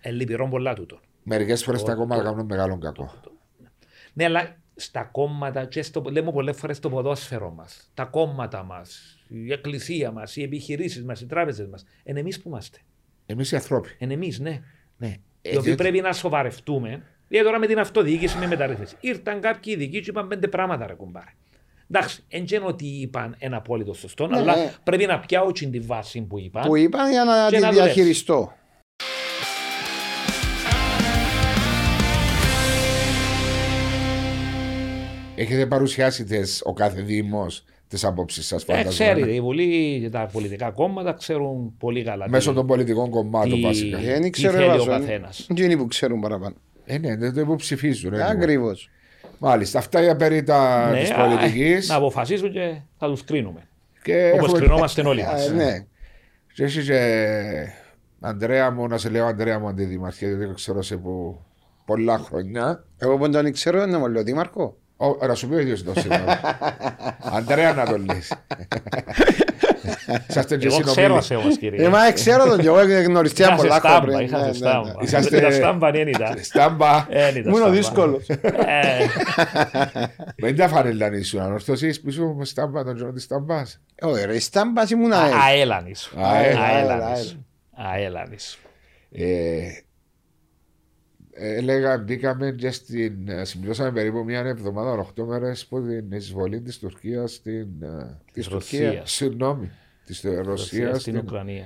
Ε, λυπηρό πολλά τούτο. Μερικές φορές Ο- τα κόμματα το- κάνουν μεγάλο κακό. Ναι, αλλά στα κόμματα, και στο, λέμε πολλές φορές στο ποδόσφαιρο μας, τα κόμματα μας, η εκκλησία μας, οι επιχειρήσεις μας, οι τράπεζες μας. Εν εμείς που είμαστε. Εμείς οι άνθρωποι. Εν εμείς, ναι. Ναι. οι οποίοι πρέπει να σοβαρευτούμε. Γιατί τώρα με την αυτοδιοίκηση με μεταρρύθμιση. Ήρθαν κάποιοι ειδικοί και είπαν πέντε πράγματα, ρε κουμπάρε. Εντάξει, δεν ξέρω ότι είπαν ένα απόλυτο σωστό, Ναι, αλλά ναι. πρέπει να πιάω την τη βάση που είπαν. Που είπα για να Και τη να δουλέψει. διαχειριστώ. Έχετε παρουσιάσει τις, ο κάθε Δήμος τι απόψεις σας, Ε, φαντάζομαι. ναι. ξέρει, η Βουλή και τα πολιτικά κόμματα ξέρουν πολύ καλά. Μέσω τι- των πολιτικών κομμάτων, τι- βασικά. τι Ε, Δεν ξέρω θέλει εγώ. ο καθένας. Δεν είναι που ξέρουν παραπάνω. ε, ναι, δεν το υποψηφίζουν. ε, ναι. Ακριβώ. Μάλιστα, αυτά για περί τα Ναι, της α, πολιτικής. Να αποφασίσουν και θα τους κρίνουμε. Και Όπως έχουμε- κρινόμαστε όλοι μας. Ε, Ναι. Και εσύ και... Αντρέα μου, να σε λέω Αντρέα μου αντιδημαρχέ, γιατί δεν ξέρω σε που πολλά χρόνια. Εγώ που δεν ξέρω να μου λέω Δήμαρχο. Ω, να σου πει ο ίδιος το σήμερα. Αντρέα να το λες. Είσαστε και Εγώ ξέρω συνομιλητές. σε όμως, Ε, κύριε. μα ξέρω τον κι εγώ γνωριστέα Είχα σε πολλά στάμπα. χρόνια. Είχα Ναι, σε ναι, ναι. στάμπα. Είσαστε- Τα στάμπα δεν ήταν. Στάμπα, Δεν ήταν Ήμουν στάμπα. δύσκολος. Ε, δεν τα φανελά να ήσουν ανορθώσεις πίσω με στάμπα, τον Τζόνο της στάμπας. Όχι, ρε, η στάμπας ήμουν Α- ε. αέλ. Αέλανης. Αέλα, Αέλανης. Αέλανης. Ε, έλεγα, μπήκαμε και στην, ε, συμπληρώσαμε περίπου μια εβδομάδα, 8 μέρε από την εισβολή της Τουρκίας στην. ε, Της Τουρκίας. Ρωσίας. Συγγνώμη, της Ρωσίας Ρωσίας στην Ουκρανία.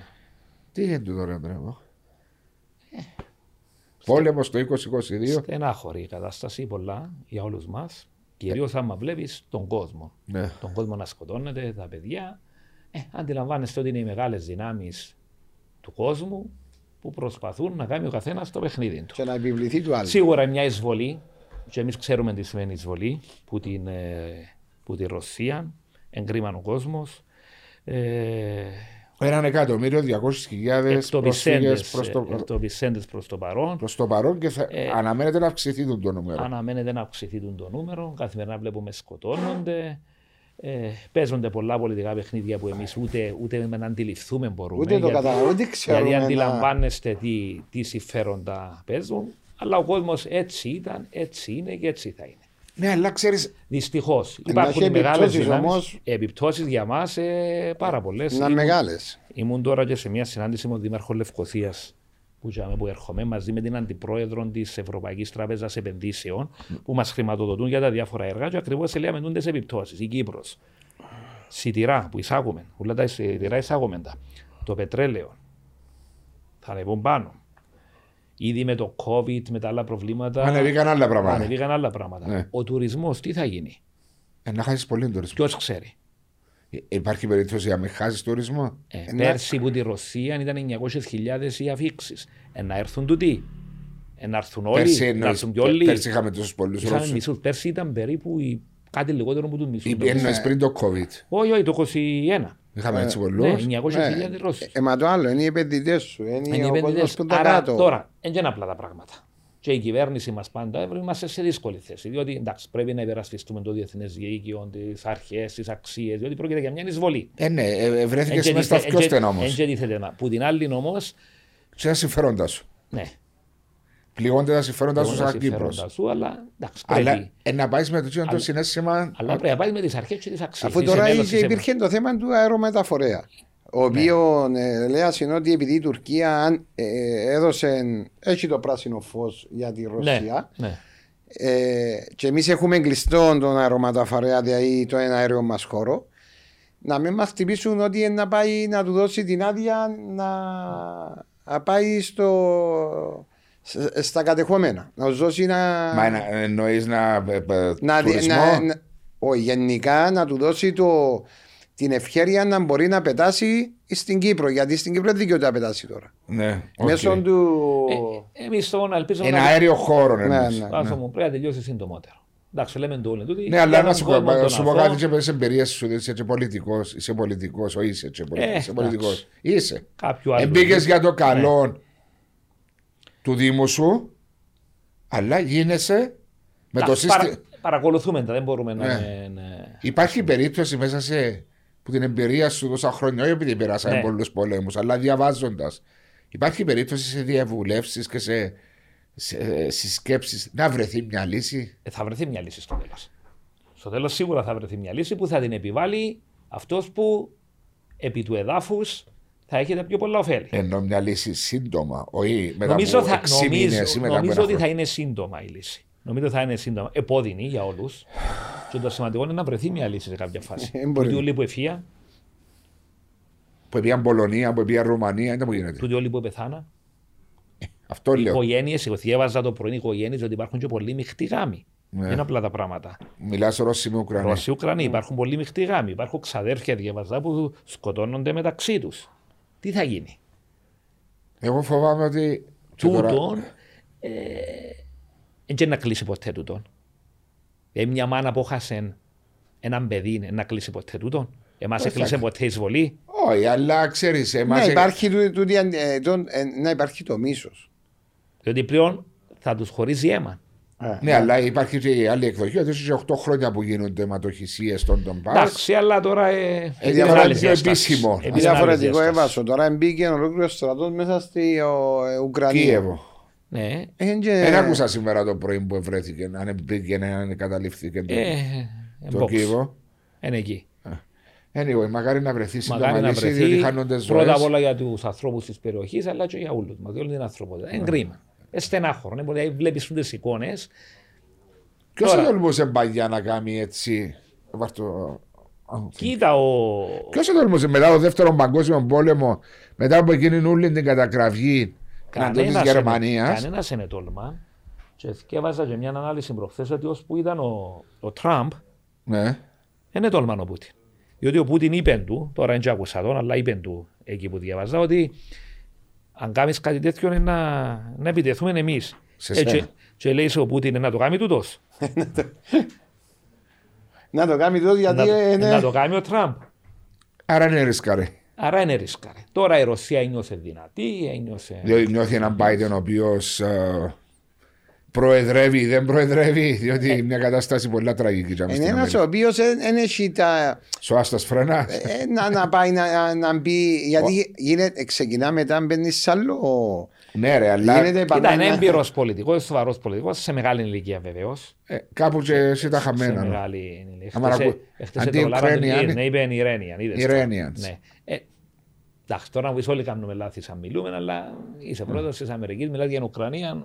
Τι έγινε του τώρα, Αντρέα μου. Πόλεμο το 2022. Στενάχωρη η κατάσταση πολλά για όλους μας. Κυρίως άμα βλέπεις τον κόσμο. Ναι. Τον κόσμο να σκοτώνεται, τα παιδιά. Ε, αντιλαμβάνεστε ότι είναι οι μεγάλες δυνάμεις του κόσμου που προσπαθούν να κάνει ο καθένας το παιχνίδι του. Και να επιβληθεί του άλλου. Σίγουρα μια εισβολή, και εμείς ξέρουμε τι σημαίνει εισβολή, που την, ε, που τη Ρωσία, εγκρίμαν ο κόσμος. Ε, Έναν εκατομμύριο 200.000 πρόσφυγε προς το, Εκτοπισέντες προς το παρόν. προς το παρόν και θα, Ε, αναμένεται να αυξηθεί το, το νούμερο. Αναμένεται να αυξηθεί τούτο το νούμερο. Καθημερινά βλέπουμε σκοτώνονται. Ε, παίζονται πολλά πολιτικά παιχνίδια που εμείς ούτε, ούτε να αντιληφθούμε μπορούμε. Ούτε ναι, το γιατί- καταλαβαίνω, ούτε Γιατί ξέρουμε. να- αντιλαμβάνεστε τι, τι συμφέροντα παίζουν, αλλά ο κόσμος έτσι ήταν, έτσι είναι και έτσι θα είναι. Ναι, αλλά ξέρεις, Δυστυχώς. Εντάχει Υπάρχουν μεγάλες επιπτώσεις δυνάμεις, όμως. Επιπτώσεις για μας ε, πάρα πολλές. Να μεγάλες. Ήμουν τώρα και σε μια συνάντηση με τον Δήμαρχο Λευκοθία που, τζάμε που έρχομαι μαζί με την Αντιπρόεδρο της Ευρωπαϊκής Τράπεζας Επενδύσεων που μας χρηματοδοτούν για τα διάφορα έργα και ακριβώς λέμε τούντες επιπτώσεις. Η Κύπρος. Σιτηρά που εισάγουμε, όλα τα σιτηρά εισάγουμε τα. Το πετρέλαιο θα ανεβούν πάνω. Ήδη με το COVID, με τα άλλα προβλήματα. ανεβήκαν άλλα πράγματα. ανεβήκαν άλλα πράγματα. Ναι. Ο τουρισμός τι θα γίνει, Ε, να χάσεις πολύ τον τουρισμό. ποιος ξέρει. Ε, Υπάρχει περίπτωση να μην χάσει τουρισμό. Ε, Ναι. Πέρσι που τη Ρωσία ήταν 900.000 οι αφήξεις. Ε, να έρθουν τούτοι. Ε, να έρθουν όλοι. Πέρσι, να εννοείς, έρθουν και όλοι. πέρσι είχαμε τόσους πολλούς Είχαμε Ρώσους. μισούς. Πέρσι ήταν περίπου η- κάτι λιγότερο από τους μισούς. Εννοείς πριν το COVID. Όχι, όχι, το 21. Είχαμε έτσι πολλού. Ε, Ναι, 900.000 Ρώσους. Ε, μα το άλλο είναι οι επενδυτές σου. Είναι Είναι ο κόσμο επενδυτές. που τα Άρα κάτω. τώρα, δεν είναι απλά τα πράγματα. Και η κυβέρνηση μας πάντα έβρε, είμαστε σε δύσκολη θέση. Διότι εντάξει, πρέπει να υπερασπιστούμε το διεθνές δίκαιο, τις αρχές, τις αξίες, διότι πρόκειται για μια εισβολή. Ε, ναι, ε, ε, Εν και βρέθηκε μέσα στα δίθε- εν πιο και- στενά όμω. εν και δίθεται να- Που την άλλη όμως, Ξέρει τα συμφέροντά σου. ναι, Πληγώνται τα συμφέροντά σου Μπορούν να σαν Κύπρο. συμφέροντας σου, αλλά εντάξει, Αλλά πρέπει. ε, να πάει με το τσίνο το Αλλά- συνέστημα. Αλλά πρέπει να πάει με τις αρχές και τις αξίες. Αφού τώρα είχε- υπήρχε το θέμα του αερομεταφορέα. Ο οποίο ε, λέει είναι ότι επειδή η Τουρκία αν, ε, έδωσε, έχει το πράσινο φως για τη Ρωσία. Ναι. Ε, και εμείς έχουμε κλειστό τον αερομεταφορέα, δηλαδή το ένα αέριο μας χώρο, να μην μας χτυπήσουν ότι είναι να πάει να του δώσει την άδεια να, να πάει στο, σ- στα κατεχόμενα. Να τους δώσει να. Μα εννοείς να. ε, ε, να, δι- τουρισμό. να- να- όχι, γενικά να του δώσει το, την ευχαίρεια να μπορεί να πετάσει στην Κύπρο. Γιατί στην Κύπρο δεν δικαιούται να πετάσει τώρα. Ναι, οκ. Μέσω του. Ε, Ε, Εμεί το να ελπίζουμε. Ένα να- αέριο χώρο εννοείς. Ναι, ναι. Βάζω μου, πρέπει να τελειώσει συντομότερο. Εντάξει, λέμε το όλο. τούτοι, Ναι, αλλά για να τον σου κόσμο πω- τον σου πω αθώο. κάτι και με τι εμπειρίες σου. δεν Είσαι και πολιτικός. Είσαι πολιτικός. Όχι, είσαι και Ε, πολιτικός. εντάξει. Ναι. Είσαι. Κάποιο άλλο. Εμπήκες για το καλό του Δήμου σου, αλλά γίνεσαι με το Εντάξει, σύστημα. παρα- Παρακολουθούμε τα, δεν μπορούμε να. Ναι. είναι- ναι. Υπάρχει περίπτωση μέσα σε που την εμπειρία σου τόσα χρόνια, όχι επειδή περάσαμε Ναι. πολλούς πολέμους, αλλά διαβάζοντας Υπάρχει περίπτωση σε διαβουλεύσεις και σε, σε συσκέψεις να βρεθεί μια λύση. Ε, θα βρεθεί μια λύση στο τέλος. Στο τέλος σίγουρα θα βρεθεί μια λύση που θα την επιβάλλει αυτός που επί του εδάφους θα έχει τα πιο πολλά ωφέλη. Ενώ μια λύση Ε, σύντομα, όχι μετά νομίζω από θα, 6 νομίζω, μήνες ή μετά από νομίζω ένα ότι θα χρόνο. είναι σύντομα η λύση. Νομίζω θα είναι σύντομα. Επώδυνη για όλους. και το σημαντικό είναι να βρεθεί μια λύση σε κάποια φάση. Ε, μπορεί. Τούτοι όλοι που ευφύα, Που πήγαν Πολωνία, που πήγαν Ρουμανία, δεν μου γίνεται. τούτοι όλοι που πεθάνα. Αυτό Οι λέω. οικογένειες, εγώ διέβαζα το πρωί οι οικογένειες ότι υπάρχουν και πολλοί μειχτοί γάμοι. Δεν είναι απλά τα πράγματα. Μιλάς Ρώσοι με Ουκρανία. Ρώσοι, Ουκρανοί, υπάρχουν πολλοί μειχτοί γάμοι. Υπάρχουν ξαδέρφια διαβαζά που σκοτώνονται μεταξύ τους. Τι θα γίνει. Εγώ φοβάμαι ότι. και τώρα- τούτον ε, δεν να κλείσει ποτέ τούτον. Ε, μια μάνα που έχασε έναν παιδί ε, να κλείσει ποτέ τούτον. Εμάς Εντάξει. έκλεισε ποτέ η εισβολή. Όχι, αλλά ξέρεις, εμά. Ναι, Να Ναι, υπάρχει, τούτη- τούτη αν- ε, τον- ε, να υπάρχει το μίσος. Διότι πλέον θα τους χωρίζει αίμα. Ναι, αλλά υπάρχει και η άλλη εκδοχή ότι ίσως 8 χρόνια που γίνονται αιματοχυσίε των τον Εντάξει, αλλά τώρα... Ε, Ε, είναι διαφορετικό άλλη διάσταση. επίσημο. Ε, είναι Διαφορετικό άλλη διάσταση. έβασο. Τώρα μπήκε ολόκληρο στρατός μέσα στη ο, ε, Ουκρανία. Κίεβο. Ναι. Έχεν και- Δεν άκουσα σήμερα το πρωί που βρέθηκε, αν πήγε να αν καταλήφθηκε το, Ε, ε, Ναι. το box. Κίεβο. Είναι εκεί. Anyway, μακάρι να βρεθεί σύντομα Μακάρι να λύση, διότι βρεθεί χάνονται ζωές. πρώτα απ' όλα για τους ανθρώπους της περιοχής, αλλά και για όλους μας, για όλη την Ναι. ανθρωπότητα. Είναι κρίμα. Είναι στενάχωρο. ναι, Βλέπεις τις εικόνες. Ποιος Τώρα. τολμούσε παλιά να κάνει έτσι. Βάρ' το- Κοίτα ο. Ποιος τολμούσε μετά το δεύτερο παγκόσμιο πόλεμο, μετά από εκείνη όλη την κατακραυγή εναντίον τη Γερμανία. Κανένας είναι τόλμα. Και θυκεύαζα και μια ανάλυση προχθές ότι ώσπου ήταν ο, ο Τραμπ, Ναι. δεν είναι τόλμα ο Πούτιν. Διότι ο Πούτιν είπε του, τώρα δεν άκουσα τον, αλλά είπε του εκεί που διαβάζα, ότι αν κάνεις κάτι τέτοιο είναι να, να επιτεθούμε εμείς. Σε και, σένα. και λέει σε ο Πούτιν να το κάνει τούτος. Να το κάνει τούτος γιατί να, είναι. να το κάνει ο Τραμπ. Άρα είναι Ε. ρισκαρή. Άρα είναι ρίσκαρε. Τώρα η Ρωσία ένιωσε δυνατή, ένιωσε. Διότι νιώθει έναν Biden ο οποίος προεδρεύει ή δεν προεδρεύει, Ε. διότι είναι μια κατάσταση πολύ τραγική. για μες Είναι στην ένας ο Αμερική. οποίο δεν έχει τα. Σοάστας φρενά. ε, να, να πάει να, να μπει. Γιατί γίνεται, ξεκινά μετά, μπαίνει σ' άλλο. Ναι, ρε, αλλά Γίνεται Κοίτα, είναι επανά- έμπειρος πολιτικός, σοβαρός πολιτικός, σε μεγάλη ηλικία βεβαίως. ε, κάπου και σε τα σε χαμένα. ναι. μεγάλη ε- Άμα να ακούει. Αντί Ουκρανία, Ουκρανία. είναι- Ναι, είπε Ιρένιαν. είδες το. Iranians. Ναι. Ε, Εντάξει, τώρα μου όλοι κάνουμε λάθη σαν μιλούμε, αλλά είσαι Ναι. πρόεδρος της Αμερικής, μιλάς για την Ουκρανία.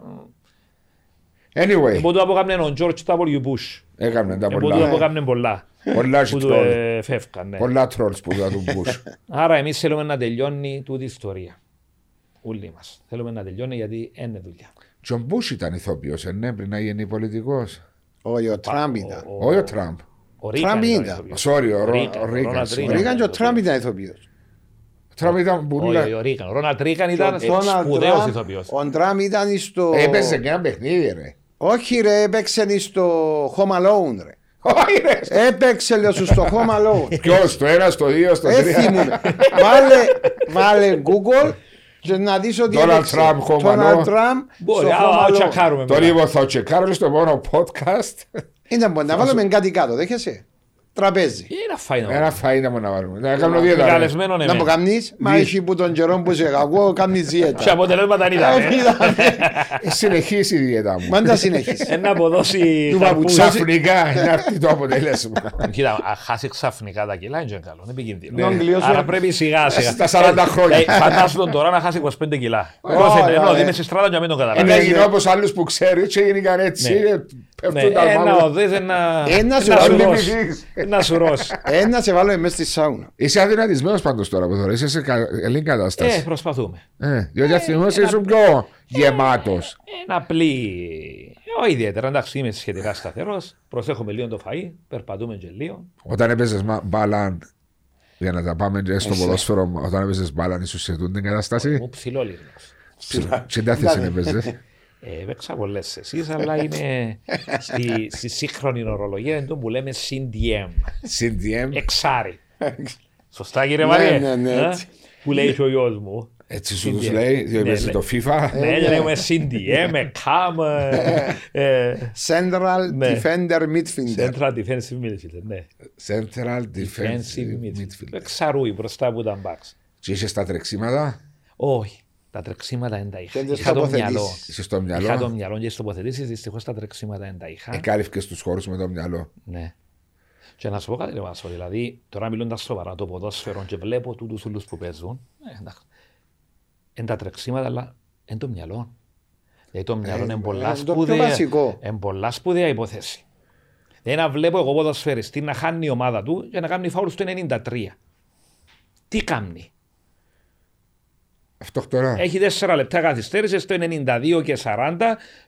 Anyway, Εγώ το αποκάμνε τον George W. Bush. έκαμε τα Εγώ το πολλά. αποκάμνε πολλά. Πολλά Που του shit-trolls. ε, φεύγαν. ναι. Πολλά trolls που θα του μπούς. Άρα εμείς θέλουμε να τελειώνει τούτη η ιστορία. Όλοι μας. Θέλουμε να τελειώνει γιατί είναι δουλειά. Και ο Μπούς ήταν ηθοποιός, ε, ναι, πριν να γίνει πολιτικός. Όχι, ο Τραμπ ήταν. Όχι ο Τραμπ. Ο Ρίγκαν ήταν ήταν. ηθοποιός. Sorry, ο Ρο- Ρίγκαν, ο Ρίγκαν, Ρόναλντ sorry. Ο Ρίγκαν Ρίγαν και ο ήταν Τραμπ ήταν ηθοποιός. Ο Τραμπ ήταν που Όχι, όλα- όχι, ο Ρίγαν. Ο Ρόναλτ Ρίγαν ήταν σπουδαίος ηθοποιός. Ο Τραμπ ήταν στο. Έπαιζε και ένα παιχνίδι, ρε. Όχι, ρε, έπαιξε στο Home Alone, ρε. Όχι, ρε. Έπαιξε λέω σου στο Home Alone. Ποιος, το ένα, στο δύο, στο τρία. Έτσι ήμουν. Βάλε, βάλε Google και να δεις ότι Donald έπαιξε. Trump, Home Alone. Donald Trump Μπορεί, στο α, Home α, Alone. τσακάρουμε Τον μετά. είπα, λοιπόν, θα τσεκάρω στο μόνο podcast. Είναι μπορεί να βάλουμε κάτι κάτω, δέχεσαι. Τραπέζι. Ένα φάινο. Ένα φαΐ να μου να βάλουμε. Να κάνω δύο λαρέ. Καλεσμένο ναι. Να μου μεν. κάνεις, μα έχει που τον καιρό που σε κακό, κάνεις Και δίαιτα. αποτελέσματα δεν ήταν. Ε, είδαμε. Ε, Συνεχίσει η διέτα μου. Μα δεν τα συνέχισε. Ένα αποδώσει Του είπα, καρπούς. ξαφνικά να έρθει το αποτέλεσμα. Κοίτα, αν χάσει ξαφνικά τα κιλά, είναι καλό, είναι Ναι. επικίνδυνο. Τον κλειώσω. Άρα πρέπει σιγά σιγά. Στα 40 χρόνια. Ε, Φαντάσου τον τώρα να χάσει 25 κιλά. ε, Πρόσεχε, ενώ ε. ότι είμαι στη στράτα και μην τον Είναι καταλάβει. έγινε όπω άλλους που ξέρεις, και γίνηκαν έτσι. Ναι. ε, Ναι, Πέφτουν τα Ένα μάτια. οδείς, ένα Ένα ένα σουρός. σουρός. Λυπηθείς. Ένα σουρός. Ένα Ε, σε βάλω μέσα στη σάουνα. Είσαι αδυνατισμένος πάντως τώρα που τώρα. Είσαι σε κα- καλή Ε, κατάσταση. προσπαθούμε. Ε, Διότι θυμόσαι ήσουν πιο γεμάτος. Ένα απλή. ε, Όχι ιδιαίτερα, εντάξει, είμαι σχετικά σταθερός. Προσέχουμε λίγο το φαΐ, περπατούμε και λίγο. Όταν έπαιζες μπάλα. Για να τα πάμε και στο ποδόσφαιρο, μα- όταν έπαιζες μπάλα, ίσω σε τούτη την κατάσταση. Μου ψηλό λίγο. Συντάθεση να έπαιζες. Ε, Έπαιξα πολλές εσείς, αλλά είναι στη, στη σύγχρονη ορολογία είναι το που λέμε CDM. CDM. Ε, Εξάρι. Σωστά, κύριε Ναι, Μαρία. ναι, ναι, Ε, έτσι. Που λέει και ο γιος μου. Έτσι σου τους CDM. λέει, διότι Ναι, έπαιζε ναι. το FIFA. Ναι, και λέμε CDM, CAM, ε, ε, Central Ναι. Defender Midfielder. Central Defensive Midfield. Ναι, Central Defensive Defensive Midfield. Midfield. Εξαρούει μπροστά από τα μπαξ. Και είσαι στα τρεξίματα. Όχι. Τα τρεξίματα δεν τα είχα. Δεν τις Είχα το τοποθετήσεις. μυαλό. Είσαι στο Είχα το μυαλό. Ε, μυαλό και τι τοποθετήσεις. Δυστυχώς τα τρεξίματα δεν τα είχα. Εκάλυφκες τους χώρους με το μυαλό. Ναι. Και να σου πω κάτι, ρε Βάσο, δηλαδή τώρα μιλώντα σοβαρά το ποδόσφαιρο και βλέπω τούτους όλους που παίζουν. ε, εντάξει. Εν τα τρεξίματα, αλλά εν το μυαλό. Δηλαδή το μυαλό είναι πολλά είναι Ε, το πιο σπουδαία. βασικό. Είναι πολλά σπουδαία υπόθεση. Δηλαδή να βλέπω εγώ ποδοσφαιριστή να χάνει η ομάδα του και να κάνει φάουλ στο 93. Τι κάνει. Αυτοκτονά. Έχει 4 λεπτά καθυστέρηση στο 92 και 40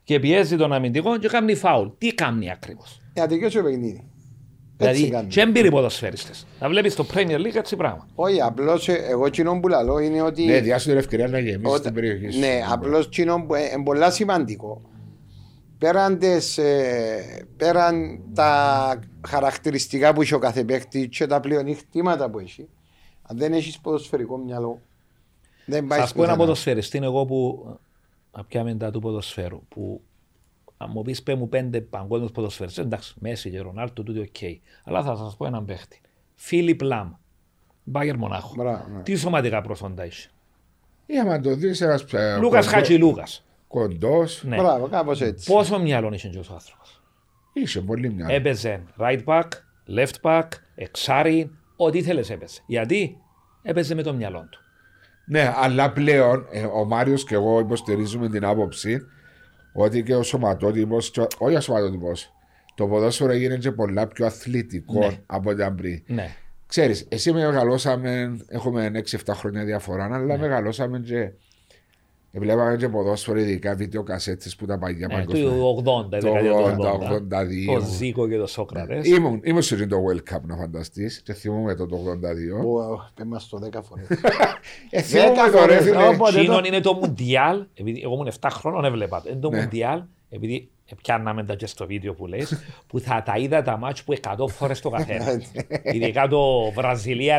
και πιέζει τον αμυντικό και κάνει φάουλ. Τι κάνει ακριβώς. Για να τελειώσει το παιχνίδι. Έτσι Δηλαδή, κάνει. και έμπειροι ποδοσφαιριστές. Να βλέπεις το Premier League έτσι πράγμα. Όχι, απλώς εγώ κοινό που λαλώ είναι ότι. Ναι, διάσου την ευκαιρία να γεμίσεις την Όταν- περιοχή σου. Ναι, απλώς κοινό που είναι πολύ σημαντικό. Πέραν, τις, ε, πέραν τα χαρακτηριστικά που έχει ο κάθε παίκτης και τα πλεονεκτήματα που έχει, αν δεν έχεις ποδοσφαιρικό μυαλό, δεν πάει Θα πω ένα πουθενά. ποδοσφαιριστή είναι εγώ που να πιάμε τα του ποδοσφαίρου. Που αν μου πεις πέ μου πέντε παγκόσμιους ποδοσφαιριστές, εντάξει, Μέση και Ρονάλτο, τούτο οκ. Αλλά θα σας πω έναν παίχτη. Φίλιπ Λαμ. Μπάγκερ Μονάχο. Μπράβο, ναι. Τι σωματικά προσόντα είσαι. Ή άμα το δεις ένας ε, Λούκας κοντό- Χατζηλούκας. κοντός. Ναι. Μπράβο, κάπως έτσι. Πόσο μυαλό είσαι και ο άνθρωπος. Ναι. Είχε πολύ Ε, μυαλό. Έπαιζε right back, left back, εξάρι, ό,τι ήθελε έπαιζε. Γιατί έπαιζε με το μυαλό του. Ναι, αλλά πλέον ε, ο Μάριος και εγώ υποστηρίζουμε την άποψη ότι και ο σωματότυπος, όχι ο σωματότυπος, το ποδόσφαιρο έγινε και πολλά πιο αθλητικό Ναι. από ό,τι ήταν πριν. Ναι. Ξέρεις, εσύ μεγαλώσαμε, έχουμε 6-7 χρόνια διαφορά, Ναι. αλλά μεγαλώσαμε και. Βλέπαμε και ποδόσφαιρο, ειδικά βίντεο κασέτες που τα παγιά Ε, παγκόσμια. του 80, η δεκαετία του 80, 82. Ο Ζήκο και ο Σόκρατε. Ήμουν, ήμουν σε το World Cup να φανταστείς και θυμούμαι το, το 82. Ω, πες μας το 10 φορές. Ε, θυμούμαι το ρε φορές, φίλε. όποτε το- Τσίνον είναι το Μουντιάλ, επειδή εγώ ήμουν 7 χρόνων, έβλεπα. Είναι το Μουντιάλ, επειδή πιάνναμε τα και στο βίντεο που λες, που θα τα είδα τα μάτς που 100 φορές το καθένα. Ειδικά το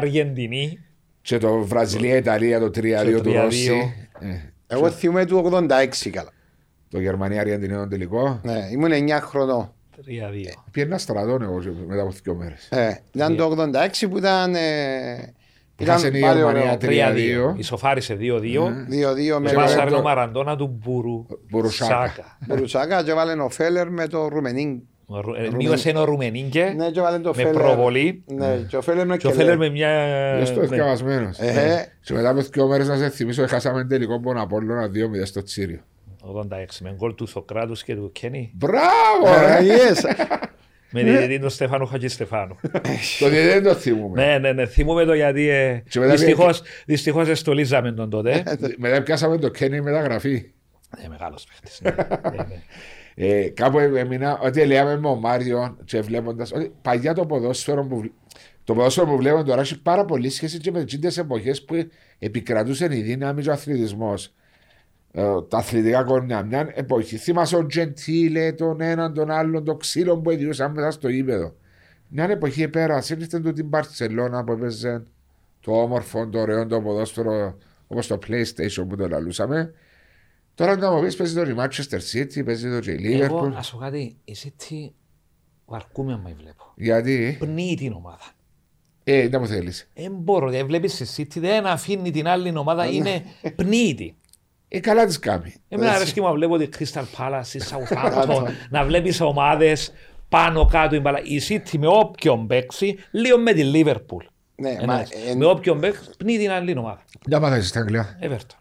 Βραζιλία-Αργεντινή. Και το Βραζιλία-Ιταλία το 3-2 του 3-2. Ρώση. Ε, Εγώ θυμούμαι του 86 καλά. Το Γερμανία-Αργεντινή τον τελικό. Ναι, ήμουν 9 χρονών. 3-2. Πήγαινα στρατόν εγώ και μετά από δύο μέρες. Ε, ήταν το 86 που ήταν. Ε, Έχασε η Γερμανία 3-2. ωραίο. 3-2. Ισοφάρισε Ναι. 2-2. 2-2 με Και Και τον βάζα- Πάσαρνο το- Μαραντόνα του Μπουρου. Μπουρουσάκα. Σάκα. Μπουρουτσάκα και βάλε ο Φέλερ με το Ρουμενίν. Ο Ρου- ε, Μείωσε ένα Ρουμενίγκε. Ναι, και βάλε το Ε, Με Φέλερ. προβολή. Ναι, και ο Φέλερ με Και ο Φέλερ με μια. Γι' αυτό ναι. ευκαιβασμένο. Ε, Και μετά από δύο μέρες να σε θυμίσω, χάσαμε τελικό Μποναπόλωνα 2-0 στο Τσίριο. 86 με γκολ του Σοκράτους και του Κένι. Μπράβο! Ε. ρε! Ε, Με Ναι. διαιτητή τον Στεφάνο Χατζηστεφάνου. Το διαιτητή δεν το θυμούμε. Ναι, ναι, ναι. Θυμούμε το γιατί. Ε, Και μετά δυστυχώς, δυστυχώς εστολίζαμε τον τότε. Μετά πιάσαμε το Κένι μεταγραφή. ε, μεγάλος παίχτης. Ναι, ναι, ναι. Ε, κάπου έμεινα ότι λέμε με ο Μάριο και βλέποντας. Παλιά το ποδόσφαιρο που, βλ- το ποδόσφαιρο που βλέπουμε τώρα έχει πάρα πολύ σχέση και με τις εποχές που επικρατούσε η δύναμη και ο αθλητισμός. Ε, τα αθλητικά κορμιά. Μια εποχή. Θυμάσαι τον Τζεντίλε, τον έναν, τον άλλον, τον ξύλο που ιδιούσαν μέσα στο ύπεδο. Μια εποχή επέρασε, ήρθε του την Παρσελώνα που έπαιζε το όμορφο, το ωραίο, το ποδόσφαιρο όπως το PlayStation που το λαλούσαμε. Τώρα να μου πεις παίζει το η Manchester City, παίζει το και η Εγώ, Liverpool. να σου πω κάτι, εσύ τι βαρκούμε με βλέπω. Γιατί, Πνίει την ομάδα. ε, δεν μου θέλεις. Δεν μπορώ, δεν βλέπεις εσύ τι δεν αφήνει την άλλη Ναι. ομάδα, είναι πνίει την. Ε, καλά τη κάνει. Εμένα αρέσκει μου να βλέπω τη Crystal Palace, η Southampton, να βλέπεις ομάδες πάνω κάτω. η μπαλά. Η City με όποιον παίξει, λίγο με τη Liverpool. Ε, Ναι, μα, Εντάξει, εν- Με όποιον παίξει, πνίει την άλλη ομάδα. Δεν μάθα στα αγγλικά. Everton.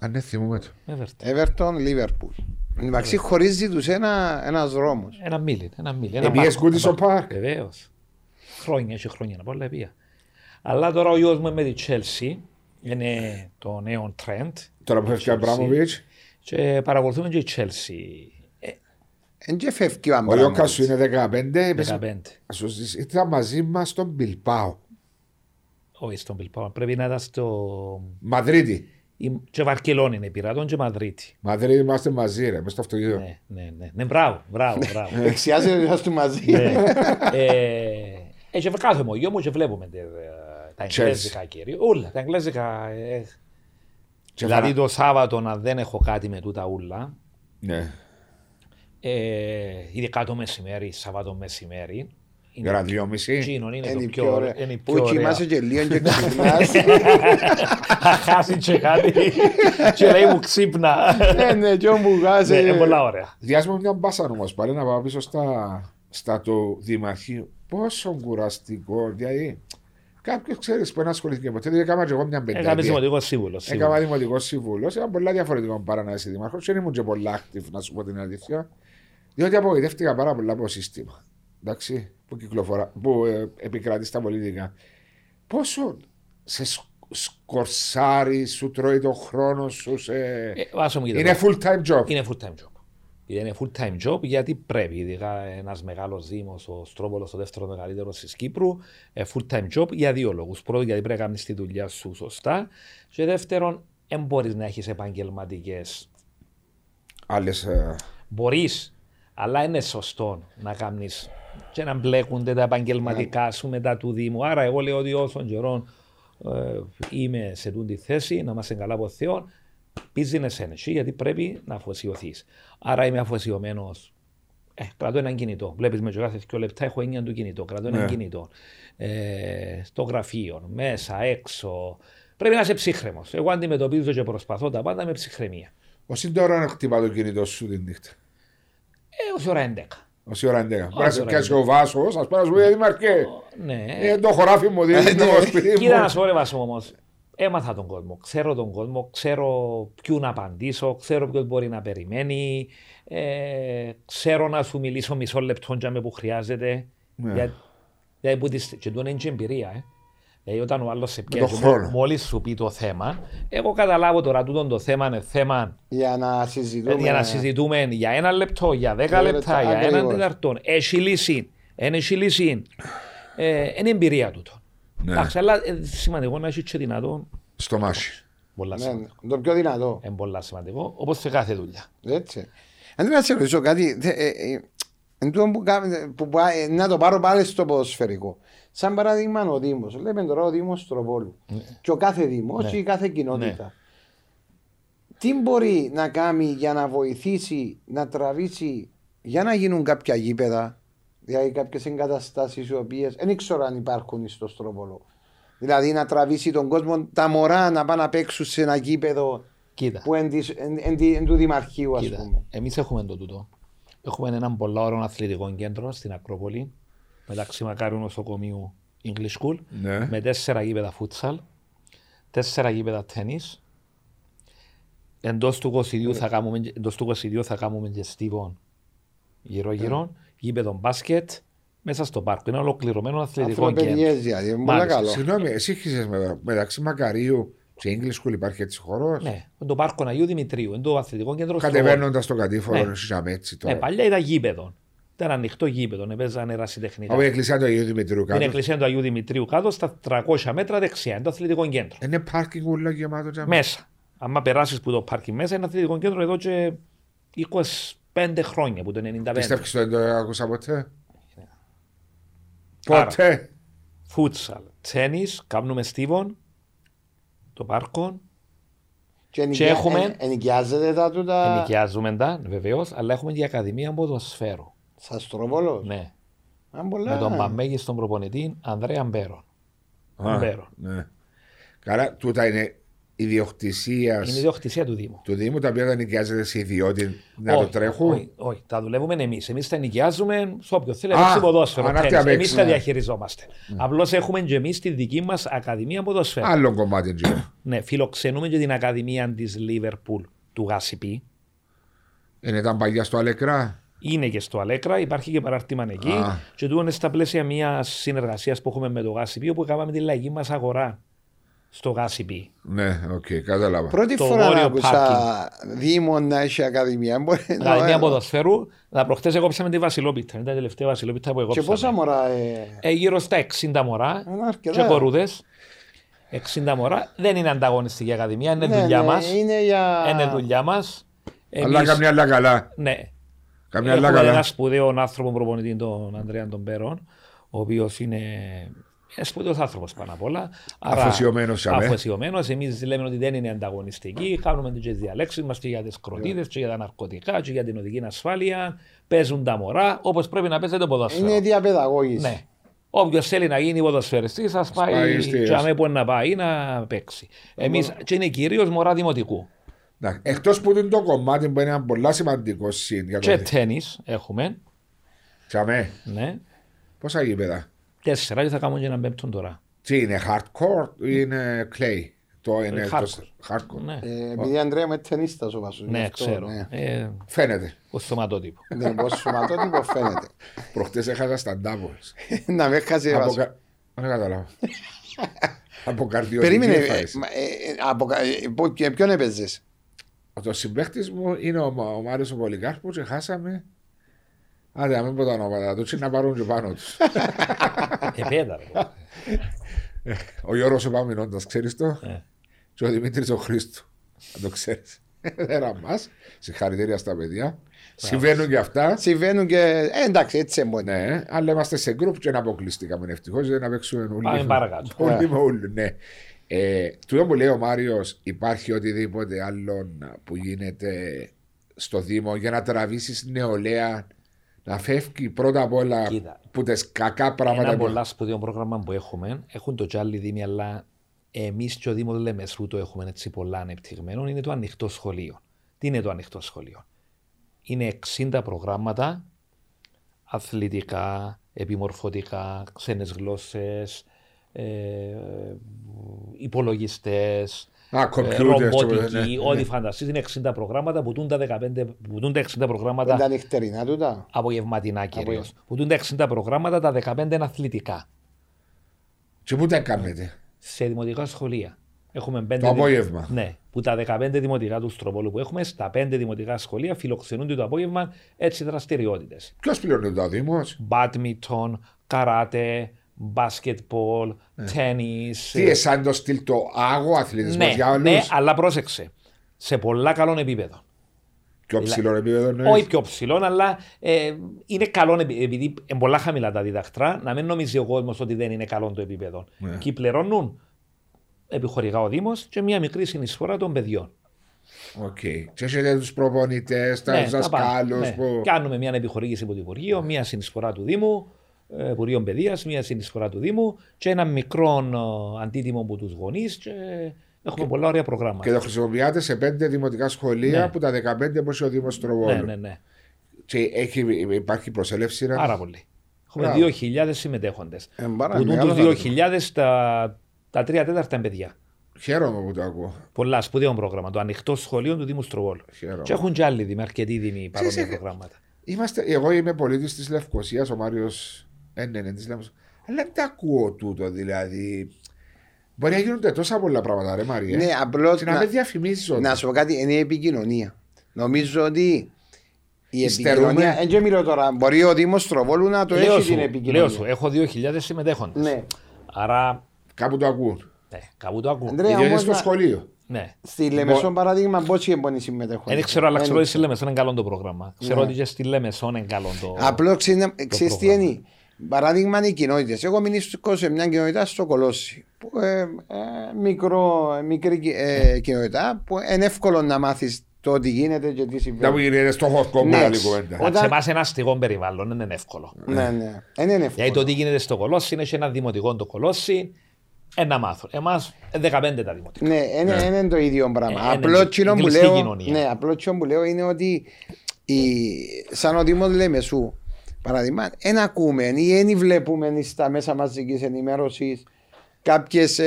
Αν δεν θυμούμε το. Everton. Everton, Liverpool. Εντάξει, Ναι. χωρίζει τους ένα, ένας δρόμος. Ένα μίλι, ένα μίλι. Ε, Ένα πήγες κούτι στο πάρκ. Βεβαίως. Χρόνια, έχει χρόνια να πολλά πια. Αλλά τώρα ο γιος μου είναι με τη Chelsea, είναι το νέο trend Τώρα που φεύγει ο Chelsea. Αμπράμοβιτ, και παρακολουθούμε και η Chelsea ε, Εν και φεύγει ο ο Ιώκα Αμπράμοβιτς. σου είναι 15. έπαιζε- 15. Σου ζήσει- Ήταν μαζί μας στον Μπιλπάο. Όχι στον Πιλπάο, πρέπει να ήταν στο... Μαδρίτη. η- Και Βαρκελόνη είναι πειρατών και Μαδρίτη. Μαδρίτη είμαστε μαζί, ρε, μέσα στο αυτοκίνητο. Ναι, ναι, ναι. ναι μπράβο, μπράβο, μπράβο. Δεξιάζει ο γιος του μαζί. Ναι, Ε, ε, και κάθομαι ο γιο μου και βλέπουμε τε- ε, τα εγγλέζικα κύριε. Όλα τα εγγλέζικα. ε, Και δηλαδή φανα- το Σάββατο να δεν έχω κάτι με τούτα ούλα, Ναι. ε, ειδικά το μεσημέρι, Σάββατο μεσημέρι, Γρα δυόμιση. Τζίνον είναι Είναι το η πιο ωραίο. Είναι η πιο Που ωραία. κοιμάσαι και λίγο και ξυπνάς. Θα χάσει και κάτι και λέει μου ξύπνα. Ναι, ναι, και μου Ναι, βγάζει. Είναι πολλά ωραία. Διάσουμε μια μπάσα όμως πάλι να πάω πίσω στα, στα του Δημαρχείου. Πόσο κουραστικό. Δηλαδή, κάποιος ξέρεις που δεν ασχολήθηκε ποτέ. Δηλαδή, έκανα και εγώ μια Έκαμε πενταετία. σημαντικό σίγουρο. Έκανα δημοτικός σύμβουλος. Ήταν πολλά διαφορετικό παρά να είσαι δημαρχό. Δεν ήμουν και πολλά active, να σου πω την αλήθεια. Διότι απογοητεύτηκα πάρα πολλά από το σύστημα εντάξει, που, κυκλοφορά, που ε, επικρατεί στα πολιτικά. Πόσο σε σκ- σκορσάρει, σου τρώει τον χρόνο σου. Σε... Βάσο μου κοίτα, είναι full time job. Ε, Είναι full time job. Είναι full time job γιατί πρέπει, ειδικά ένας μεγάλος Δήμος, ο Στρόβολος, ο δεύτερος μεγαλύτερος της Κύπρου, ε, full time job για δύο λόγους. Πρώτον, γιατί πρέπει να κάνεις τη δουλειά σου σωστά. Και δεύτερον, δεν μπορείς να έχεις επαγγελματικές. Άλλες. Μπορείς, αλλά είναι σωστό να κάνεις και να μπλέκονται τα Ναι. επαγγελματικά σου μετά του Δήμου. Άρα, εγώ λέω ότι όσων καιρών ε, είμαι σε τούτη θέση, να μα καλά από Θεό, business energy, γιατί πρέπει να αφοσιωθείς. Άρα, είμαι αφοσιωμένος. Ε, κρατώ έναν κινητό. Βλέπεις με και κάθε δύο λεπτά έχω έννοια του κινητό. Κρατώ έναν Ναι. κινητό. Ε, στο γραφείο, μέσα, έξω. Πρέπει να είσαι ψύχρεμος. Εγώ αντιμετωπίζω και προσπαθώ τα πάντα με ψυχραιμία. Όση τώρα χτυπά το κινητό σου την νύχτα. Ε, ως ώρα 11. Όση ώρα είναι 10. Μπορεί να ώρα σε είναι πιάσει ο βάσος, ας πούμε, να σου πει «Ε, Δημαρχέ. Ναι. Ε, το χωράφι μου δίνει το σπίτι Κοίτα να μου. σου πω ρε Βασό όμως, έμαθα τον κόσμο, ξέρω τον κόσμο, ξέρω ποιου να απαντήσω, ξέρω ποιος μπορεί να περιμένει, ε, ξέρω να σου μιλήσω μισό λεπτό για με που χρειάζεται. Ναι. Για, για που της, και τούτο είναι και εμπειρία. Ε. Δηλαδή όταν ο άλλος σε τον πιάζει, χρόνο. μόλις σου πει το θέμα, εγώ καταλάβω τώρα τούτο το θέμα είναι θέμα Για να συζητούμε. Δηλαδή, για να συζητούμε για ένα λεπτό, για δέκα Δύο λεπτά, λεπτά, για έναν ακριβώς. τεταρτό. Έχει λύση. Εν Έχει λύση. Ε, Είναι εμπειρία τούτο. Ναι. Εντάξει, αλλά ε, σημαντικό να έχεις και δυνατόν. Στο μάσι. Πολλά Ναι, σημαντικό. ναι, Το πιο δυνατό. Είναι πολλά σημαντικό, όπως σε κάθε δουλειά. Έτσι. Αν δεν να σε ρωτήσω κάτι, δε- ε, ε, εν τούτο που κάμε- που πάει- να το πάρω πάλι στο ποδοσφαιρικό. Σαν παράδειγμα ο Δήμος. Λέμε τώρα ο Δήμος Τροβόλου. Και ο κάθε Δήμος Ναι. ή η κάθε κοινότητα. Τι μπορεί να κάνει για να βοηθήσει, να τραβήσει, για να γίνουν κάποια γήπεδα, δηλαδή κάποιες εγκαταστάσεις οι οποίες δεν ξέρω αν υπάρχουν στο Στροβολό. Δηλαδή να τραβήσει τον κόσμο, τα μωρά να πάνε να παίξουν σε ένα γήπεδο Κοίτα, που εν, της- εν- εν τη- εν του Δημαρχείου, ας κοίτα. πούμε. εμείς έχουμε το τούτο. Έχουμε έναν πολλά ωραίο αθλητικό κέντρο στην Ακρόπολη, μεταξύ Μακάριου Νοσοκομείου English School, Ναι. με τέσσερα γήπεδα φούτσαλ, τέσσερα γήπεδα τέννις. Εντός του 22 Ε. θα κάνουμε, εντός του 22 θα κάνουμε και στίβον Ε. γύρω-γύρω, γήπεδο μπάσκετ, μέσα στο πάρκο. Είναι ολοκληρωμένο αθλητικό κέντρο. Ανθρωπαιδιές δηλαδή, είναι πολύ Μάλιστα. καλό. Συγγνώμη, εσύ χύζε με, μεταξύ Μακαρίου και English School υπάρχει έτσι χώρος. Ναι, το πάρκο Αγίου Δημητρίου, είναι το αθλητικό κέντρο. στο Βόλο. Κατεβαίνοντα το κατήφορο, Ναι. ναι. είχαμε έτσι Ναι, τώρα. παλιά ήταν γήπεδο. Ήταν ανοιχτό γήπεδο, έπαιζαν ερασιτεχνικά. Από η εκκλησία του Αγίου Δημητρίου Την κάτω. εκκλησία του Αγίου Δημητρίου κάτω στα 300 μέτρα δεξιά, είναι το αθλητικό κέντρο. Είναι πάρκινγκ ούλα γεμάτο τζαμί. Μέσα. Αν περάσεις που το πάρκι μέσα, είναι αθλητικό κέντρο εδώ και 25 χρόνια που το 95. Πιστεύεις ότι δεν το άκουσα ποτέ. Ναι. Άρα. Ποτέ. Φούτσαλ, τέννη, κάνουμε στίβον, το πάρκο. Και, Και έχουμε- εν- ενοικιάζεται τα τούτα Ενοικιάζουμε τα, βεβαίως, αλλά έχουμε και ακαδημία ποδοσφαίρου. στα Στροβόλο. Ναι. Αν πολλά. Με τον παμέγιστον προπονητή Ανδρέα Μπέρο. Α, Μπέρο. ναι. Καλά, τούτα είναι ιδιοκτησία Είναι η ιδιοκτησία του Δήμου. του Δήμου, τα οποία δεν νοικιάζεται σε ιδιώτη να Όχι, το τρέχουν. Όχι, όχι, τα δουλεύουμε εμείς. Εμείς τα νοικιάζουμε σε όποιον θέλει. Α, Α, ποδόσφαιρο. αν έρθει απ' Εμεί έξω, τα ναι. διαχειριζόμαστε. Απλώς έχουμε και εμείς τη δική μας Ακαδημία Ποδοσφαίρου. Άλλο κομμάτι τζιο. Ναι, φιλοξενούμε και την Ακαδημία της Λίβερπουλ του Γασιπί. Δεν ήταν παλιά στο Αλεκρά. Είναι και στο Αλέκρα, υπάρχει και παράρτημα εκεί. Α. Και τούτο είναι στα πλαίσια μιας συνεργασίας που έχουμε με το Γασιπί, όπου κάναμε τη λαϊκή μας αγορά στο Γασιπί. Ναι, οκ, κατάλαβα. Πρώτη το φορά να βόρειο άκουσα Δήμο να έχει ακαδημία. Μπορεί να- Ακαδημία Ποδοσφαίρου, να προχτές εγώ ψάμε τη Βασιλόπιτα. Είναι τα τελευταία Βασιλόπιτα που εγώ Και πόσα μωρά. ε, ε, γύρω στα 60 μωρά Είναι αρκετά. και κορούδε. 60 μωρά. Δεν είναι ανταγωνιστική ακαδημία, είναι δουλειά ναι, μας. Είναι για. Είναι δουλειά μας. Αλλά καμιά άλλα καλά. Ναι. Καμιά άλλα Έχουμε καλά. ένα σπουδαίο άνθρωπο προπονητή, τον Ανδρέα τον Πέρον, ο οποίος είναι σπουδαίος άνθρωπος πάνω απ' όλα. Αφοσιωμένος, αμέ. Αφοσιωμένος. Εμείς λέμε ότι δεν είναι ανταγωνιστικοί. Κάνουμε τι διαλέξεις μας και για τις κροτίδες, και για τα ναρκωτικά, και για την οδική ασφάλεια. Παίζουν τα μωρά όπως πρέπει να παίζεται το ποδόσφαιρο. Είναι διαπαιδαγώγηση. Ναι. Όποιος θέλει να γίνει ποδοσφαιριστής, ας πάει πάει στη- και αμέ που να πάει να παίξει. Εμείς, και είναι κυρίως μωρά δημοτικού. Εκτός που είναι το κομμάτι που είναι ένα πολύ σημαντικό συν για Και το τέννη έχουμε. Τσαμέ, Ναι. πόσα γήπεδα. Τέσσερα και θα κάνουμε και έναν πέμπτον τώρα. Τι είναι, hardcore ή είναι clay. Το είναι το- hardcore. Ναι, Ε, επειδή αντρέαμε ταινίστα ο Βασούς. γι' ναι αυτό, ξέρω. ναι. Ε, Φαίνεται. ο σωματότυπος. Ναι, πως σωματότυπος φαίνεται. Προχτές έχασα σταντάπο. Να με χάσει Από Βασού. κα- Δεν καταλάβω. Από καρδιό. Περίμενε. ε, μα, ε, ε, από κα- ε, πο- και Ποιον έπαιζες. Το συμπέχτη μου είναι ο, Μα- ο Μάριος ο Πολυκάρπος και χάσαμε. Άντε, να μην πω τα ονόματα του, να πάρουν και πάνω τους. Ε, Επέτα. ο Γιώργος ο Παμινώντα, ξέρεις το. Ε. Και ο Δημήτρης ο Χρήστου. Αν το ξέρεις. Ένα μας. Συγχαρητήρια στα παιδιά. Συμβαίνουν και αυτά. Συμβαίνουν και... ε, εντάξει, έτσι εμπονεί. Ναι, αλλά είμαστε σε γκρουπ και δεν αποκλειστήκαμε. Ευτυχώς δεν παίξουμε όλοι. Πάμε παρακάτω. Όλοι με όλοι, ναι. Ε, του που λέει ο Μάριος, υπάρχει οτιδήποτε άλλο που γίνεται στο Δήμο για να τραβήσεις νεολαία να φεύγει πρώτα απ' όλα Κοίτα. που τις κακά Ένα πράγματα που πολλά σπουδαίο πρόγραμμα που έχουμε, έχουν το τζάλι δήμοι, αλλά εμείς και ο Δήμος Λεμεσού το έχουμε έτσι πολλά ανεπτυγμένο, είναι το ανοιχτό σχολείο. Τι είναι το ανοιχτό σχολείο, Είναι 60 προγράμματα αθλητικά, επιμορφωτικά, ξένες γλώσσες, ε, υπολογιστές, Α, ε, κομπιούτερ, ρομπότικη, ναι, ναι. ό,τι φανταστείς. Είναι 60 προγράμματα που τούν τα, 15, που τούν τα 60 προγράμματα Δεν τα νυχτερινά τούτα. απογευματινά κυρίως. Που τούν τα 60 προγράμματα, τα 15 είναι αθλητικά. Και πού τα κάνετε. Σε δημοτικά σχολεία. Έχουμε πέντε Το δημο- απόγευμα. Ναι, που τα 15 δημοτικά του Στροπόλου που έχουμε, στα 5 δημοτικά σχολεία φιλοξενούνται το απόγευμα έτσι δραστηριότητες. Ποιος πληρώνει το Δήμος. Μπάτμιτον, καράτε, μπάσκετμπολ, τέννη. Ναι. Τι εσάν το στυλ το άγο αθλητισμός Ναι, για όλου. ναι, αλλά πρόσεξε. Σε πολλά καλών επίπεδων. Πιο ψηλό επίπεδο ναι. Όχι πιο ψηλό, αλλά ε, είναι καλό επει- επειδή είναι πολλά χαμηλά τα διδακτρά, να μην νομίζει ο κόσμος ότι δεν είναι καλό το επίπεδο. Ναι. Και πληρώνουν επιχορηγά ο Δήμος και μια μικρή συνεισφορά των παιδιών. Οκ. Και έχετε τους προπονητές, Ναι, του τα πάντα. δασκάλου. Ναι. Κάνουμε μια επιχορήγηση από το Υπουργείο, μια συνεισφορά του Δήμου, ε, Υπουργείων Παιδείας, μια συνεισφορά του Δήμου και ένα μικρό ε, αντίτιμο από τους γονείς. Έχουμε πολλά ωραία προγράμματα. Και το χρησιμοποιάτε σε πέντε δημοτικά σχολεία Ναι. που τα 15 όπω ο Δήμος Τροβόλου. ναι, ναι, ναι. Και έχει, υπάρχει προσέλευση. ρε. Πάρα πολύ. Έχουμε Μπράβο. 2.000 συμμετέχοντες. Ε, μπάρα, Που μεγάλο του 2.000 τα, τα τρία τέταρτα είναι παιδιά. Χαίρομαι που το ακούω. Πολλά σπουδαίο πρόγραμμα. Το ανοιχτό σχολείο του Δήμου Στροβόλου. Χαίρομαι. Και έχουν και άλλοι δήμοι, αρκετοί δήμοι παρόμοια Ξέρεις, ε, προγράμματα. Είμαστε, εγώ είμαι πολίτης της Λευκοσίας, ο Ε, ναι, Μάριο Ένενε τη Λευκοσία. Αλλά δεν τα ακούω τούτο δηλαδή. Μπορεί να γίνονται τόσα πολλά πράγματα, ρε Μαρία. Ναι, απλώς Και να, να- με διαφημίζει Να σου πω κάτι, είναι η επικοινωνία. Νομίζω ότι η Υστερούμε. επικοινωνία. Δεν και μιλώ τώρα. Μπορεί ο Δήμος Τροβόλου να το Λέω έχει σου, την λέω σου, ε. επικοινωνία. έχω 2.000 συμμετέχοντες. Ναι. Άρα Κάπου το ακούουν. ναι, κάπου το ακούω. Ανδρέα, Ιδιαίτερα όμως στο να- σχολείο. Ναι. Στη Λεμεσό, παράδειγμα, πόσοι εμπονεί συμμετέχουν. Δεν ξέρω, αλλά ξέρω ότι στη Λέμεσον είναι καλό το Ναι. πρόγραμμα. Ξέρω ότι και στη Λέμεσον είναι καλό το. Απλό ξέρεις τι πρόγραμμα. είναι. Παράδειγμα είναι οι κοινότητες. Εγώ μείνω σε μια κοινότητα στο Κολόσι. Που, ε, ε, μικρό, ε, μικρή κοι- Ναι. ε, κοινότητα που είναι εύκολο να μάθεις το ότι γίνεται και τι Να μου συμβαίνει. γίνεται στο χορκό μου Ναι. άλλη κουβέντα. Όταν... όταν- Σε εμά ένα αστικό περιβάλλον δεν είναι εύκολο. Ναι, ναι. Ε, ναι, είναι Γιατί εύκολο. το τι γίνεται στο Κολόσι είναι σε ένα δημοτικό το ε, Κολόσι, ένα μάθο. Εμάς 15 ε, τα δημοτικά. Ναι, είναι, είναι το ίδιο Ε, πράγμα. είναι απλό εγγλ- τσινό που εγγλιστή λέω, κοινωνία. ναι, απλό τσινό που λέω είναι ότι η, σαν ο Δήμος Λεμεσού, παράδειγμα, δεν ακούμε ή δεν βλέπουμε στα μέσα μαζικής ενημέρωσης κάποιες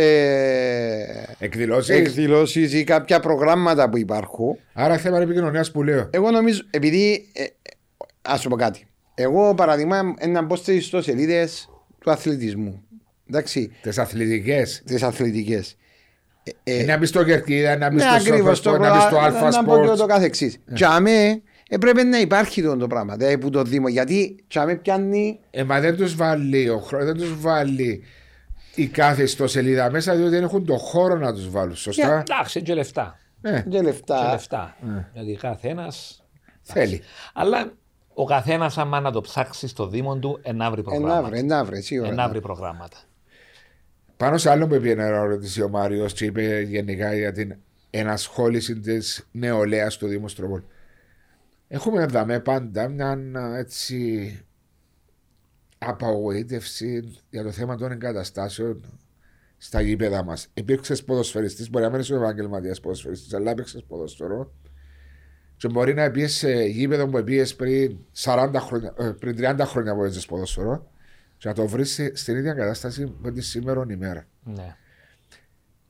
ε, Εκδηλώσεις. εκδηλώσεις ή κάποια προγράμματα που υπάρχουν. Άρα θέμα επικοινωνίας που λέω. Εγώ νομίζω, επειδή. Ε, ε, ας σου πω κάτι. Εγώ, παράδειγμα, ε, να μπω στις ιστοσελίδες του αθλητισμού. Εντάξει, Τις αθλητικές. τις αθλητικές. Να μπεις στο Κερκίδα, να μπεις Ε. Ναι, στο Σόφερ ακριβώ το Σπορ, να μπεις στο Αλφα Να πω και Σπορτ. το καθεξή. Τσαμέ, έπρεπε να υπάρχει το, το πράγμα. Δηλαδή που το Δήμο. Γιατί τσαμέ πιάνει. Ε, μα δεν τους βάλει ο χρόνο, δεν τους βάλει η κάθε ιστοσελίδα μέσα, διότι δεν έχουν τον χώρο να τους βάλουν. Σωστά. Εντάξει, είναι και λεφτά. Ναι, Και Και λεφτά. λεφτά. Δηλαδή κάθε ένα. θέλει. Αλλά ο καθένας, άμα να το ψάξει στο Δήμο του, ενάβρει Ενάβρε, προγράμματα. ενάβρε, σίγουρα. Ενάβρει προγράμματα. Πάνω σε άλλο που πήγαινε να ρωτήσει ο Μάριος και είπε γενικά για την ενασχόληση της νεολαίας του Δήμου Στροπών. Έχουμε να δούμε πάντα μια έτσι απαγοήτευση για το θέμα των εγκαταστάσεων στα γήπεδα μας. Υπήρξες ποδοσφαιριστής, μπορεί να μην είσαι ο επαγγελματίας ποδοσφαιριστής, αλλά έπαιξε ποδοσφαιρό. Και μπορεί να πει σε γήπεδο που πήγε πριν, 40 χρόνια, ε, πριν 30 χρόνια που έζησες ποδοσφαιρό, και να το βρεις στην ίδια κατάσταση με τη σήμερα ημέρα. Ναι.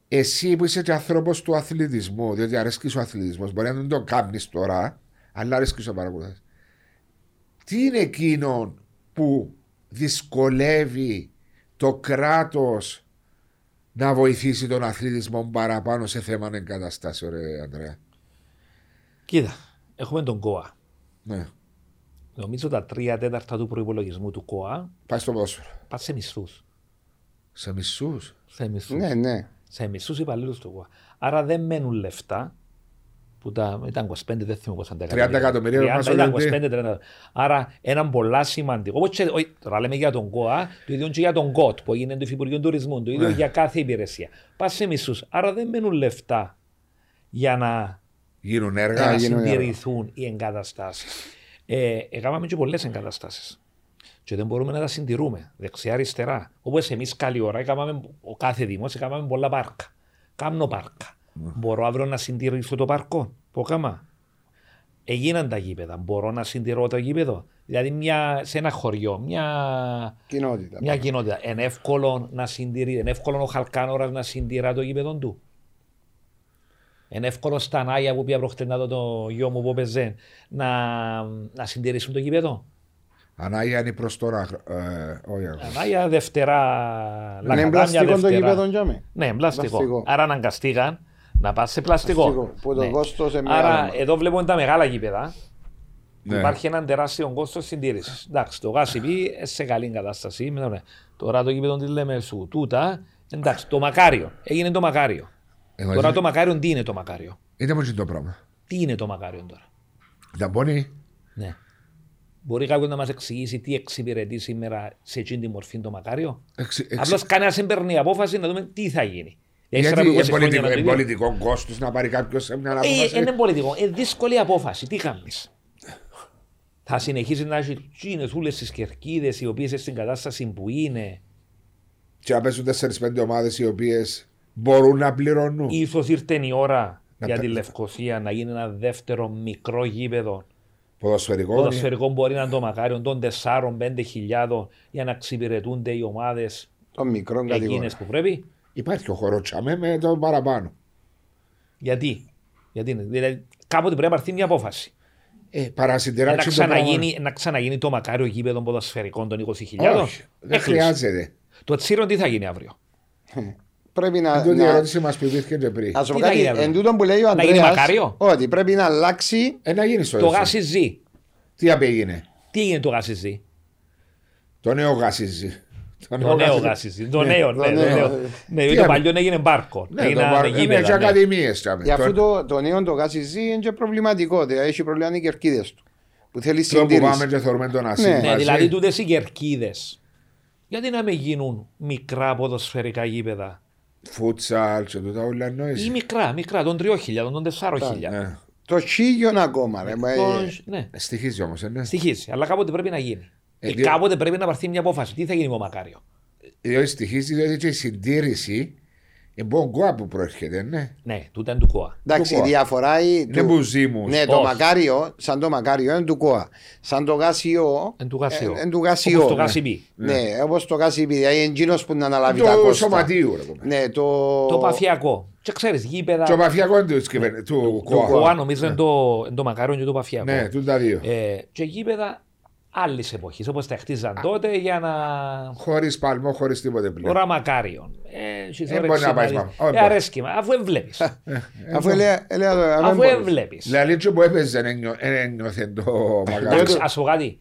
Εσύ που είσαι και άνθρωπος του αθλητισμού, διότι αρέσκεις ο αθλητισμός, μπορεί να μην τον κάνεις τώρα, αλλά αρέσκει ο παρακολουθά. Τι είναι εκείνο που δυσκολεύει το κράτος να βοηθήσει τον αθλητισμό παραπάνω σε θέμα εγκαταστάσεων, ρε Ανδρέα. Κοίτα, έχουμε τον ΚΟΑ. Ναι. Νομίζω τα τρία τέταρτα του προπολογισμού του ΚΟΑ Πάει στο ποδόσφαιρο. πας σε μισθούς. Σε μισού. Σε μισθούς. Ναι, ναι. Σε μισθούς υπαλλήλους του ΚΟΑ. Άρα δεν μένουν λεφτά. Που τα, ήταν 25, δεν θυμάμαι πόσα ήταν. 30 εκατομμύρια, μας ήταν όλοι 25-30. Άρα έναν πολλά σημαντικό. Όπως και, όχι, τώρα λέμε για τον ΚΟΑ, το ίδιο και για τον ΚΟΤ που έγινε του Υφυπουργείου Τουρισμού, το ίδιο Ναι. για κάθε υπηρεσία. Πας σε μισθού. Άρα δεν μένουν λεφτά για να Γίνουν για έργα. να γίνουν συντηρηθούν οι εγκαταστάσεις. Ε, Εγάμαμε και πολλές εγκαταστάσεις. Και δεν μπορούμε να τα συντηρούμε δεξιά-αριστερά. Όπως εμείς καλή ώρα, έκαναμε, ο κάθε Δήμο έκαναμε πολλά πάρκα. Κάμνο πάρκα. Μπορώ αύριο να συντηρήσω το πάρκο. Το έκανα. Έγιναν τα γήπεδα. Μπορώ να συντηρώ το γήπεδο. Δηλαδή μια, σε ένα χωριό, μια Κοινότητα. μια κοινότητα. Είναι εύκολο, να συντηρεί, είναι εύκολο ο Χαλκάνορας να συντηρά το γήπεδο του. Είναι εύκολο στα Ανάγια που πήγα προχτές να δω το γιο μου που παίζε να, να συντηρήσουν το γήπεδο. Ανάγια είναι προς τώρα. Ε, όχι. αγώ. Ανάγια Δευτέρα, Είναι Λακατάμια, πλαστικό Ναι, το Δευτέρα. γήπεδο, Γιώμη. Ναι, πλαστικό. Πλαστικό. Άρα αναγκαστήκαν να πας σε πλαστικό. Ναι. Πλαστικό, που το κόστος είναι Άρα μεγάλο. εδώ βλέπουμε τα μεγάλα γήπεδα. Ναι. Υπάρχει ένα τεράστιο κόστος συντήρησης. Εντάξει, το γάσιμπι σε καλή κατάσταση. με τον- Τώρα το γήπεδο τι λέμε σου, τούτα. Εντάξει, το μακάριο. Έγινε το μακάριο. Ενώ Τώρα είναι- το μακάριο τι είναι το μακάριο. Είναι μόνο το πράγμα. Τι είναι το μακάριο τώρα. Ταμπώνει. Ναι. Μπορεί κάποιος να μας εξηγήσει τι εξυπηρετεί σήμερα σε εκείνη τη μορφή το μακάριο. Εξι- εξι- Απλώς κανένας δεν παίρνει απόφαση να δούμε τι θα γίνει. Γιατί Ύστερα από 20 είναι χρόνια πολιτικό, να το είναι δούμε. πολιτικό κόστος ε, να πάρει κάποιος σε μια Ε, ανάπτυξη. Είναι πολιτικό. Ε, δύσκολη απόφαση. Τι κάνεις. Θα συνεχίσει να έχει τσίνες όλε τις κερκίδες οι οποίες στην κατάσταση που είναι. Και να παίζουν 4-5 ομάδες οι οποίες μπορούν να πληρώνουν. σω ήρθε η ώρα Να για τα- τη Λευκοσία να γίνει ένα δεύτερο μικρό γήπεδο. Ποδοσφαιρικό. Το είναι. δοσφαιρικό μπορεί να είναι το μακάριο των 4-5 χιλιάδων για να εξυπηρετούνται οι ομάδες Το μικρό εκείνε κατηγορία. που πρέπει. Υπάρχει ο χορός τσαμέ με το παραπάνω. Γιατί. Γιατί είναι. Δηλαδή, κάποτε πρέπει να πάρθει μια απόφαση. Ε, παρασυντηράξει Να το πράγμα. ξαναγίνει, να ξαναγίνει το μακάριο γήπεδο ποδοσφαιρικών των 20.000. Όχι, δεν Έκλεισε. χρειάζεται. Το τσίρο τι θα γίνει αύριο. Πρέπει να. Τούτη η να- ερώτηση μας που υπήρχε και πριν. Να σου πω Τι θα κάτι, γίνει, εν αύριο? τούτον που λέει ο Να γίνει Ανδρέας, μακάριο? ότι πρέπει να αλλάξει Ε, να γίνει στο Το έτσι. γάσι ζει. Τι απέγινε. Τι έγινε το γάσι ζει. Το νέο γασίζει. Ναι, Το νέο γάσι ζει. Το νέο, ναι, το το νέο. νέο. Ναι, Τι το άμε- παλιό έγινε μπάρκο. Ναι, το Έγινε βαρ- είναι και γήπεδα. ναι. ακαδημίες. τσάμε. Για Το- αυτό το, το νέο το γάσι ζει είναι και προβληματικό. Δηλαδή έχει προβλήμα οι κερκίδες του. Που θέλει το που πάμε συντήρηση. και θεωρούμε τον ε, Ναι, ασύμβαση. Ναι, δηλαδή τούτες οι κερκίδες. Γιατί να με γίνουν μικρά ποδοσφαιρικά γήπεδα. Φούτσαλ και τούτα όλα Ή νόηση. μικρά, μικρά, των 3.000, των 4.000. Ναι. Το χίλιον ακόμα. Ρε, μα, ε, Των- Ναι, Στοιχίζει όμως, ε, ναι. στοιχίζει. Αλλά κάποτε πρέπει να γίνει. Ε, Ε, διό- Κάποτε πρέπει να πάρθει μια απόφαση. Τι θα γίνει με το μακάριο. Διότι Ε, στοιχίζει, διότι και η συντήρηση είναι μπογκουά που προέρχεται, ναι. Ναι, τούτα είναι του ΚΟΑ. Εντάξει, η κόα. διαφορά είναι. Είναι μπουζίμους. Ναι, το Όχι. μακάριο, σαν το μακάριο είναι του κόα. Σαν το γάσιο. Εν του γασιό. ε, εν του γασιό, Όπως το ναι. γάσι μπι. Ναι, όπως το γάσι επειδή είναι εκείνος που να αναλάβει τα Το κόστα. σωματίου. ρε, κομμάτι. Ναι, το. Το παφιακό. Και ξέρεις, γήπεδα. Το παφιακό του κυβερ- του Το ΚΟΑ. ΚΟΑ νομίζω είναι το- είναι το μακάριο και το παφιακό. Ναι, τούτα δύο. Ε, και γήπεδα άλλης εποχής, όπως τα χτίζαν τότε για να. Χωρίς παλμό, χωρίς τίποτε πλέον. Ωρα μακάριον. Ε, έχεις Δεν όρεξη μπορεί να να πάει δεις. πάνω. Όχι, Ε, μπορεί. Ε, αρέσκει, μας, αφού εβλέπεις. Αφού έλεγα. έλεγα το- αν αφού μπορείς. εβλέπει. Δηλαδή και που έπαιζε δεν ένιω- δεν ένιωθε το Ναι, μακάρι. Α πω κάτι.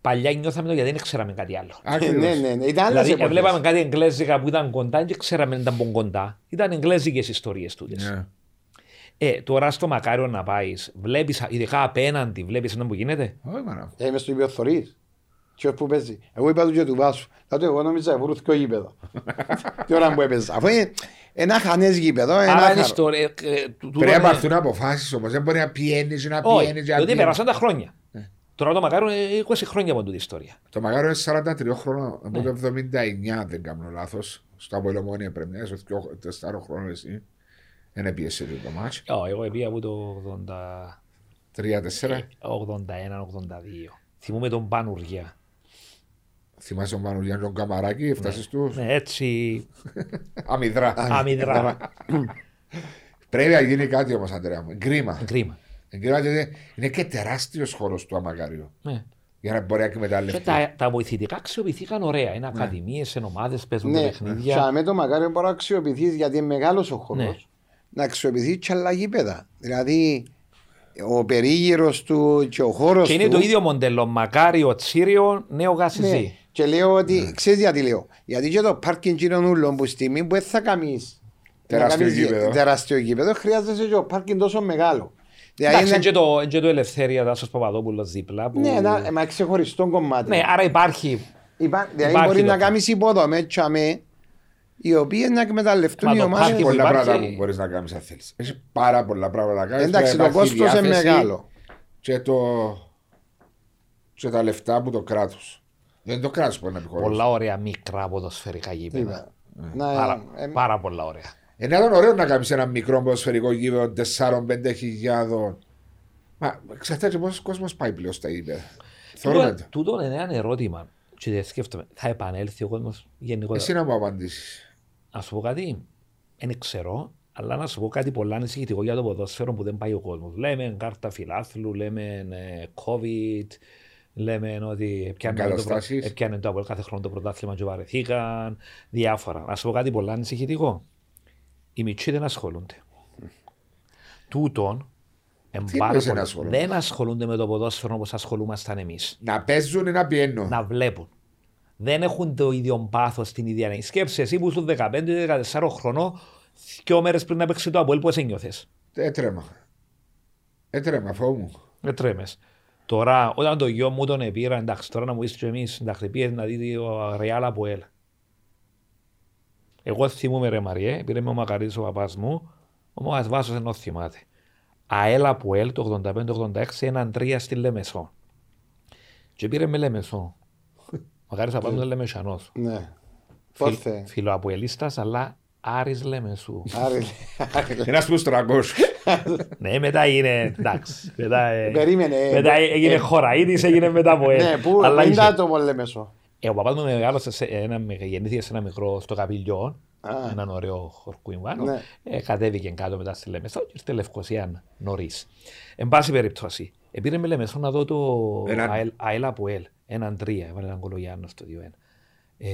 Παλιά νιώθαμε το γιατί δεν ξέραμε κάτι άλλο. Ακριβώς. Ναι, ναι, ναι. Ήταν άλλες Δηλαδή, εποχές. έβλεπαμε κάτι εγγλέζικα που ήταν κοντά και ξέραμε ότι ήταν πον κοντά. Ήταν εγγλέζικε ιστορίε τούτε. Ναι. Ε, τώρα στο μακάριο να πάεις, βλέπεις, ειδικά απέναντι, βλέπεις ένα που γίνεται. Όχι, μάνα. Ε, μες στο υπερθωρείς. Και που παίζει. Εγώ είπα του και του Βάσου. Θα του εγώ νόμιζα βρούθηκε ο γήπεδο. Τι ώρα που έπαιζα. Αφού είναι ένα χανές γήπεδο, ένα Άρα είναι χαρό. ιστορία. ε, του- του- Πρέπει να του- πάρθουν αποφάσεις όμως. Δεν μπορεί να πιένεις, να Όχι, πιένεις. διότι περάσαν τα χρόνια. Ναι. Τώρα το μακάρουν ε, 20 χρόνια από την ιστορία. Το μαγάρο είναι 43 χρόνια, από το 79 αν δεν κάνω λάθος. Στο απολεμόνιο πρέπει να είσαι 4 χρόνια εσύ. Δεν πιέσει το μάτσο. Ω, Εγώ πήγα από το 80 Τρία-τέσσερα. 81-82. Θυμούμε τον Πανουργιά. Θυμάσαι τον Μανουλιάν τον Καμαράκη, φτάσει τους. Ναι, έτσι Αμυδρά. αμυδρά. Πρέπει να γίνει κάτι όμως, Αντρέα μου. Κρίμα. Κρίμα. Κρίμα γιατί είναι και τεράστιος χώρος του αμαγάριου. Ναι. Για να μπορεί να Και εκμεταλλευτεί. τα, τα βοηθητικά αξιοποιηθήκαν ωραία. Είναι ακαδημίες, είναι ομάδες, παίζουν τα Ναι, παιχνίδια. με το μακάριο μπορεί να αξιοποιηθείς γιατί είναι μεγάλος ο χώρος. Ναι. Να αξιοποιηθείς και άλλα γήπεδα. Δηλαδή ο περίγυρος του και ο χώρος Και είναι του. το ίδιο μοντέλο. Μακάριο, Τσίριο, Νέο Ναι. Γασιζή. Και λέω Ναι. ότι, ξέρεις γιατί λέω, γιατί και το πάρκινγκ είναι ούλων που στιγμή που δεν θα κάνεις Τεράστιο να κάνεις γήπεδο. τεράστιο γήπεδο, χρειάζεσαι και ο πάρκινγκ τόσο μεγάλο. Δηλαδή Εντάξει, είναι είναι- και το, είναι και το Ελευθέρια Δάσος Παπαδόπουλος δίπλα. Που... Ναι, ένα, μα ξεχωριστό κομμάτι. Ναι, άρα υπάρχει. Υπά, δηλαδή Υπάρχει μπορεί το να πράγμα. κάνεις υποδομές, τσαμέ, οι οποίε να εκμεταλλευτούν Μα οι το ομάδες. πάρκι Πολλά Υπάρχει- πράγματα που μπορείς να κάνεις αν θέλεις. Έχεις πάρα πολλά πράγματα να κάνεις. Εντάξει, το κόστο είναι μεγάλο. Και, το... και τα λεφτά από το κράτος. Δεν είναι το κράτος που μπορεί να επιχωρήσει. Πολλά ωραία μικρά ποδοσφαιρικά γήπεδα. Είπα. Να, Ναι, Πάρα, ε, πάρα πολλά ωραία. Είναι ήταν ωραίο να κάνεις ένα μικρό ποδοσφαιρικό γήπεδο 4-5 χιλιάδων. Μα ξέρετε πόσος κόσμος πάει πλέον στα γήπεδα. Θεωρούμε Τούτο, το. τούτο είναι ένα ερώτημα. Και δεν σκέφτομαι. Θα επανέλθει ο κόσμος γενικότερα. Εσύ να μου απαντήσεις. Να σου πω κάτι. Δεν ξέρω, αλλά να σου πω κάτι πολύ ανησυχητικό για το ποδόσφαιρο που δεν πάει ο κόσμος. Λέμε κάρτα φιλάθλου, λέμε ε, COVID, λέμε ότι πιάνε το, πρω- Εγκαταστάσεις. έπιανε το Αποέλ κάθε χρόνο το πρωτάθλημα και βαρεθήκαν. Διάφορα. Να σου πω κάτι πολύ ανησυχητικό. Οι μικροί δεν ασχολούνται. Τούτον, εν Τι πάρα εννοείς δεν πολλά- ασχολούνται? δεν ασχολούνται με το ποδόσφαιρο όπως ασχολούμασταν εμείς Να παίζουν ή να πιένουν. να βλέπουν. Δεν έχουν το ίδιο πάθος την ίδια ανάγκη. Σκέψε εσύ που ήσουν 15-14 χρονών, δύο μέρες πριν να παίξει το Αποέλ, πώς ένιωθες. Ε, Έτρεμα. Έτρεμα, Ε, φόβο μου. Δεν τρέμε. Ε, Τώρα, όταν το γιο μου τον πήρα, εντάξει, τώρα να μου είσαι και εμείς, εντάξει, πήγε να δει ο Ρεάλ Αποέλ. Εγώ θυμούμαι ρε Μαριέ, πήρε με ο Μακαρίδης ο παπάς μου, ο Μωγας Βάσος ενώ θυμάται. ΑΕΛ Αποέλ το 85-86, έναν τρία στη Λεμεσό. Και πήρε με Λεμεσό. Μακάρι θα πάμε Λεμεσανό. Ναι. Φιλ, Πότε. φιλοαποελίστας, αλλά Άρης Λεμεσού. Άρη, Ένα που στραγγός. ναι, μετά είναι, εντάξει, μετά, ε, Περίμενε, ε, μετά ε, έγινε ε, χωραΐτης, έγινε μετά από ε, Ναι, πού αλλά δεν είχε. ήταν το πολύ μέσο. Ε, ο παπάς μου μεγάλωσε, σε ένα, γεννήθηκε σε ένα μικρό στο καπηλιό, Α. έναν ωραίο χορκουιμβάνο, Ναι. ε, κατέβηκε κάτω μετά στη Λεμεσό και ήρθε Λευκοσία νωρίς. Εν πάση περιπτώσει, επήρε με Λεμεσό να δω το Έναν- ΑΕΛ- ΑΕΛ από ΕΛ, έναν τρία, έβαλε έναν κολογιάνο στο 2-1. Ε,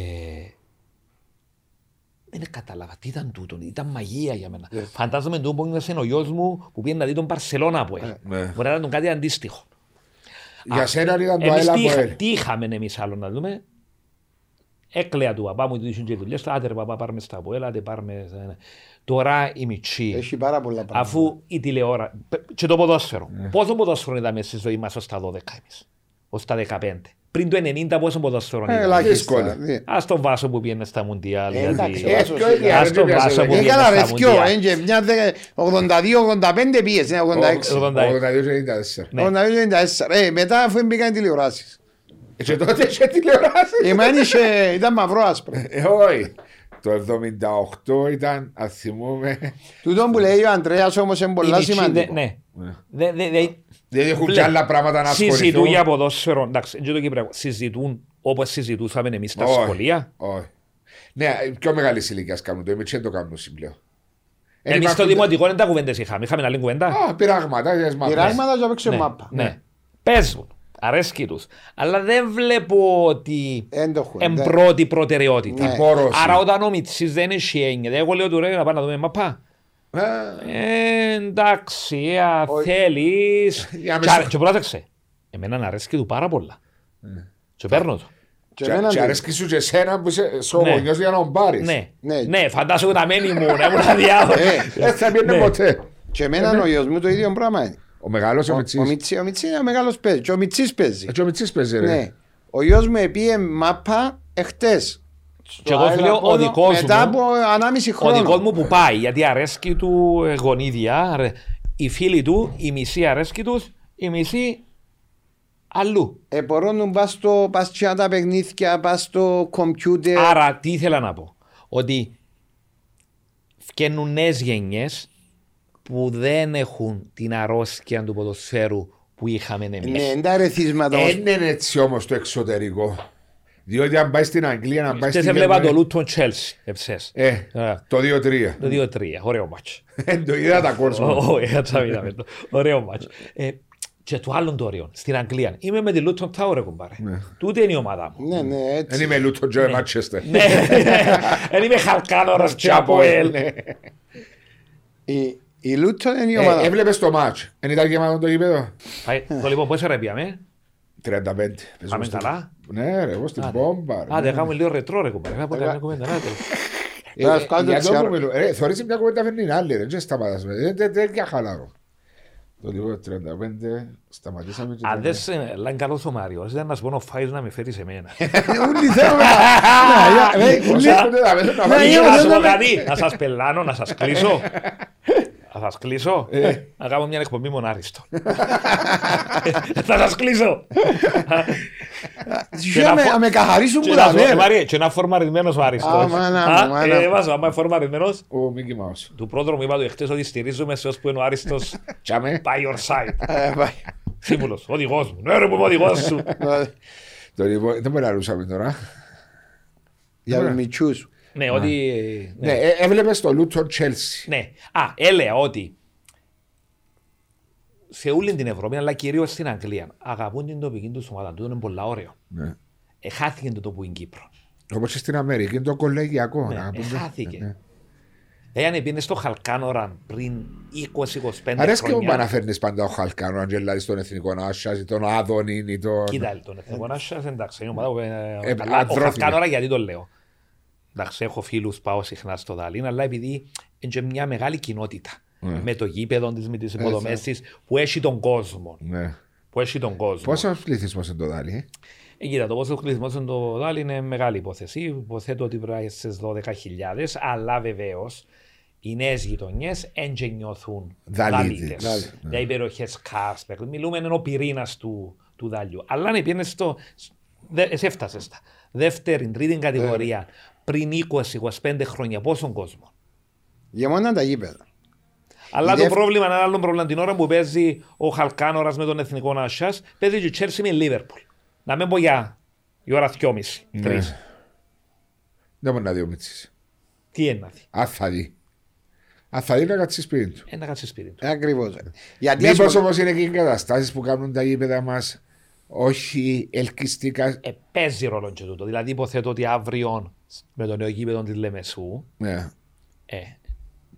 δεν κατάλαβα τι ήταν τούτο, ήταν μαγεία για Ναι. μένα. Φαντάζομαι το που είναι ο γιος μου που πήγε να δει τον Παρσελώνα από ελ. ναι. Μπορεί να ήταν κάτι αντίστοιχο. Για σένα ήταν το Εμείς αέλα τι, από είχα, ελ. τι είχαμε εμείς άλλο να δούμε. Έκλαια του παπά μου, του ήσουν και δουλειές, άντε ρε παπά πάρμε στα αποέλα, άντε πάρμε... στα ένα». Τώρα η μητσή, Έχει πάρα πολλά πράγματα. αφού η τηλεόρα... και το ποδόσφαιρο. Πόσο ποδόσφαιρο είδαμε στη ζωή μας ως τα 12 εμείς, ως τα 15. Πριν το 90 πόσο ποδόσφαιρο Ε, είδαμε. δύσκολα. Ελάχιστα. δι- Ας τον Βάσο που πήγαινε στα Μουντιάλ. Ε, δηλαδή. εντάξει, Ε, Βάσος, ποιο είναι, Ας ρε, τον τι Βάσο πιάσε, που ρε. πήγαινε Έκανα ε, ρε στα δυο, Μουντιάλ. έγινε μια δε- 82-85 πίεσαι, ναι, 86. 82. 82-94. Ναι. 82-94. Ε, μετά αφού μπήκαν οι τηλεοράσεις. Και τότε είχε τηλεοράσει. Εμένα είχε- ήταν μαυρό άσπρο. Ε, όχι. Το 78 ήταν, ας θυμούμε. Τούτο που λέει ο Αντρέας όμως είναι Η πολλά μητσή δεν- σημαντικό. Ναι. Δεν- δεν- δεν- Δεν έχουν Βλέ- και άλλα πράγματα να ασχοληθούν. Συζητούν για ποδόσφαιρο. Εντάξει, δεν το Κυπριακό. Συζητούν όπως συζητούσαμε εμείς στα Όχι, σχολεία. Όχι. Ναι, πιο μεγάλης ηλικίας κάνουν το. Εμεί δεν το κάνουμε συμπλέον. Ε, Εμεί στο υπάρχουν- δημοτικό δεν τα κουβέντες είχαμε. Είχαμε άλλη κουβέντα. Α, πειράγματα, δεν μάθαμε. Πειράγματα και παίξε Ναι, μάπα. Ναι. Παίζουν. Αρέσκει τους. Αλλά δεν βλέπω ότι Ε, Δεν το έχουν, εν δεν- πρώτη προτεραιότητα. Η πόρωση. Άρα όταν ο Μιτσής δεν έχει έννοια, εγώ λέω του ρε να πάμε να δούμε μαπά. Α, Ε, εντάξει, α, θέλεις. Για Και μισό. α- Και πρόσεξε. Εμένα αρέσκει του πάρα πολλά. Ναι. Και παίρνω το. Και και- εμένα Και δεν- αρέσκει σου και εσένα που είσαι Ναι. σογονιός για να τον πάρεις. Ναι, Ναι. ναι, φαντάζομαι να μένει μου, να ήμουν αδιάβολος. Ε, Δεν θα πιένε Ναι. ποτέ. Και εμένα ο γιος μου το ίδιο πράγμα είναι. Ο μεγάλος ο Ο Μιτσής. Μιτσί- ο Μιτσί είναι μεγάλος παίζει. Και ο Μιτσής παίζει. Ε, και Ο Μιτσής παίζει ρε. Ναι. Ο γιος μου επίε μάπα εχθές. Και εγώ λέω ο δικός μου. Μετά από 1,5 Ο χρόνο. δικός μου που πάει, γιατί αρέσκει του ε, γονίδια, αρε- οι φίλοι του, η μισή αρέσκει του, η μισή αλλού. Ε, μπορώ να πας στο πας και να τα παιχνίδια, πας στο κομπιούτερ. Άρα τι ήθελα να πω. Ότι φτιάχνουν νέες γενιές που δεν έχουν την αρρώστια του ποδοσφαίρου που είχαμε εμείς. Ναι, είναι τα ρεθίσματα. όμως. Δεν Ε, είναι έτσι όμως το εξωτερικό. Διότι αν πάει στην Αγγλία, αν πάει Χθε στην έβλεπα το Γερμανία- Λούτον Τσέλσι. Εψέ. Ε, το 2-3. Το 2-3. Ωραίο μάτσο. Ε, το είδα τα κόσμο. Όχι, έτσι μην τα πέτω. Ωραίο μάτσο. Ε, Και το άλλον το ωραίο, στην Αγγλία. Είμαι με τη Λούτον Τάουρε, κουμπάρε. Τούτη είναι η ομάδα μου. Ναι, ναι, Δεν έτσι. είμαι Λούτο Τζόε Μάτσεστερ. Ναι, δεν είμαι χαλκάνορος και e από ελ. Eh, Η, η Λούτον είναι η ομάδα. μου. Έβλεπε το μάτς. Δεν ήταν γεμάτο το γήπεδο. Το λοιπόν, πόσα ρε πιάμε. 35. Πες Πάμε μου στην- καλά. Ναι, ρε, εγώ στην μπόμπα. ρε. Άντε, κάνουμε λίγο ρετρό ρε κουμπάρε. Να πω Ε, καμιά κουβέντα. να, τέλος. Ε, Τώρα ε, σκάζω για τις το που άρα. μιλώ. Ε, Θεωρείς μια κουβέντα φέρνει την άλλη, ρε, δεν σταματάς. με. Δεν- δεν- Δεν για χαλάρω. Το λίγο 35, σταματήσαμε. και Αν το- δεν σε λένε καλός ο Μάριος, δεν μας μπορεί ο Φάιος να με φέρει σε μένα. Eh, Όλοι θέλουμε να- να- να- ε, Πώς όλοι- έρχονται τα μέσα να Ναι, βάλουν- ε, Να σου πω δεν με- κάτι, να σας πελάνω, να σας κλείσω. Να σας κλείσω. Να κάνω μια εκπομπή μονάριστο. Θα σας κλείσω. Ζούμε, να φο- να με καθαρίσουν Και που να τα σου- ναι, ε, ρε. Μαρία, Και ένα φορμαρισμένος ο Αριστός. Α, μάνα μου, Α, μάνα ε, μου. βάζω, άμα είναι φορμαρισμένος, Ο Μίκη Μάους. του πρόδρομου είπα του εχθές ότι στηρίζουμε σε όσο που είναι ο Άριστος Τσάμε. by your side. Ε, πάει. Σύμβουλος, οδηγός μου. Ναι ρε που είμαι οδηγός σου. Το λοιπόν, δεν μπορεί να λούσαμε τώρα. Για Ωραία. τους μητσούς. Ναι, ότι... ε, ναι. Ναι, ε, έβλεπες το Λούτον Τσέλσι. Ναι. Α, έλεγα ότι σε όλη την Ευρώπη, αλλά κυρίως στην Αγγλία, αγαπούν την τοπική τους ομάδα. Τούτο είναι πολύ ωραίο. Ναι. Εχάθηκε το τοπού είναι Κύπρο. Όπως και στην Αμερική, είναι το κολεγιακό. Ναι, να πούμε. εχάθηκε. Ναι. Εάν πήγαινε στο Χαλκάνορα πριν 20-25 Αρέσει και μου χρόνια. αναφέρνεις πάντα ο Χαλκάνο, αν γελάει στον εθνικό Νάσσα ή τον Άδωνιν ή τον. Κοίτα, τον Εθνικό Νάσσα, εντάξει, είναι ομάδα που. ε, Ε, καλά, Ο αντρώθηκε. Χαλκάνορα γιατί το λέω. Εντάξει, έχω φίλους, πάω συχνά στο Δαλίν, αλλά επειδή είναι και μια μεγάλη κοινότητα. Με το γήπεδο της, με τις υποδομές της, που έχει τον κόσμο. Ναι. Που έχει τον κόσμο. Πόσο πληθυσμό είναι το Δάλι, ε? Ε, κοίτα, το πόσο πληθυσμό είναι το δάλι είναι μεγάλη υπόθεση. Υποθέτω ότι βράει στις 12.000, αλλά βεβαίως οι νέες γειτονιές δεν νιώθουν Δαλίτες. δαλίτες. Δάλι, ναι. Για οι περιοχέ Κάσπερ. Μιλούμε είναι ο πυρήνας του, του δαλιού. Αλλά αν πήγαινε στο. Δε, εσύ έφτασες στα. Δεύτερη, τρίτη κατηγορία πριν 20-25 χρόνια, πόσον κόσμο. Γεμόνα τα γήπεδα. Αλλά Η το δεύ- πρόβλημα είναι ένα άλλο πρόβλημα. Την ώρα που παίζει ο Χαλκάνορας με τον εθνικό Νασιά, παίζει και η Τσέρση με η Λίβερπουλ. Να μην πω για η ώρα 2.30. Ναι. Τρεις. Δεν μπορεί να δει ο Μίτσης. Τι είναι να δει. Αν θα δει. Αν θα δει να κάτσει σπίτι του. Ένα κάτσε σπίτι του. Ε, Ακριβώς. Γιατί ας Μήπω πούμε- όμως είναι και οι καταστάσεις που κάνουν τα γήπεδα μας όχι ελκυστικά. Ε, παίζει ρόλο και τούτο. Δηλαδή υποθέτω ότι αύριο με το νέο γήπεδο της Λεμεσού Ναι. ε,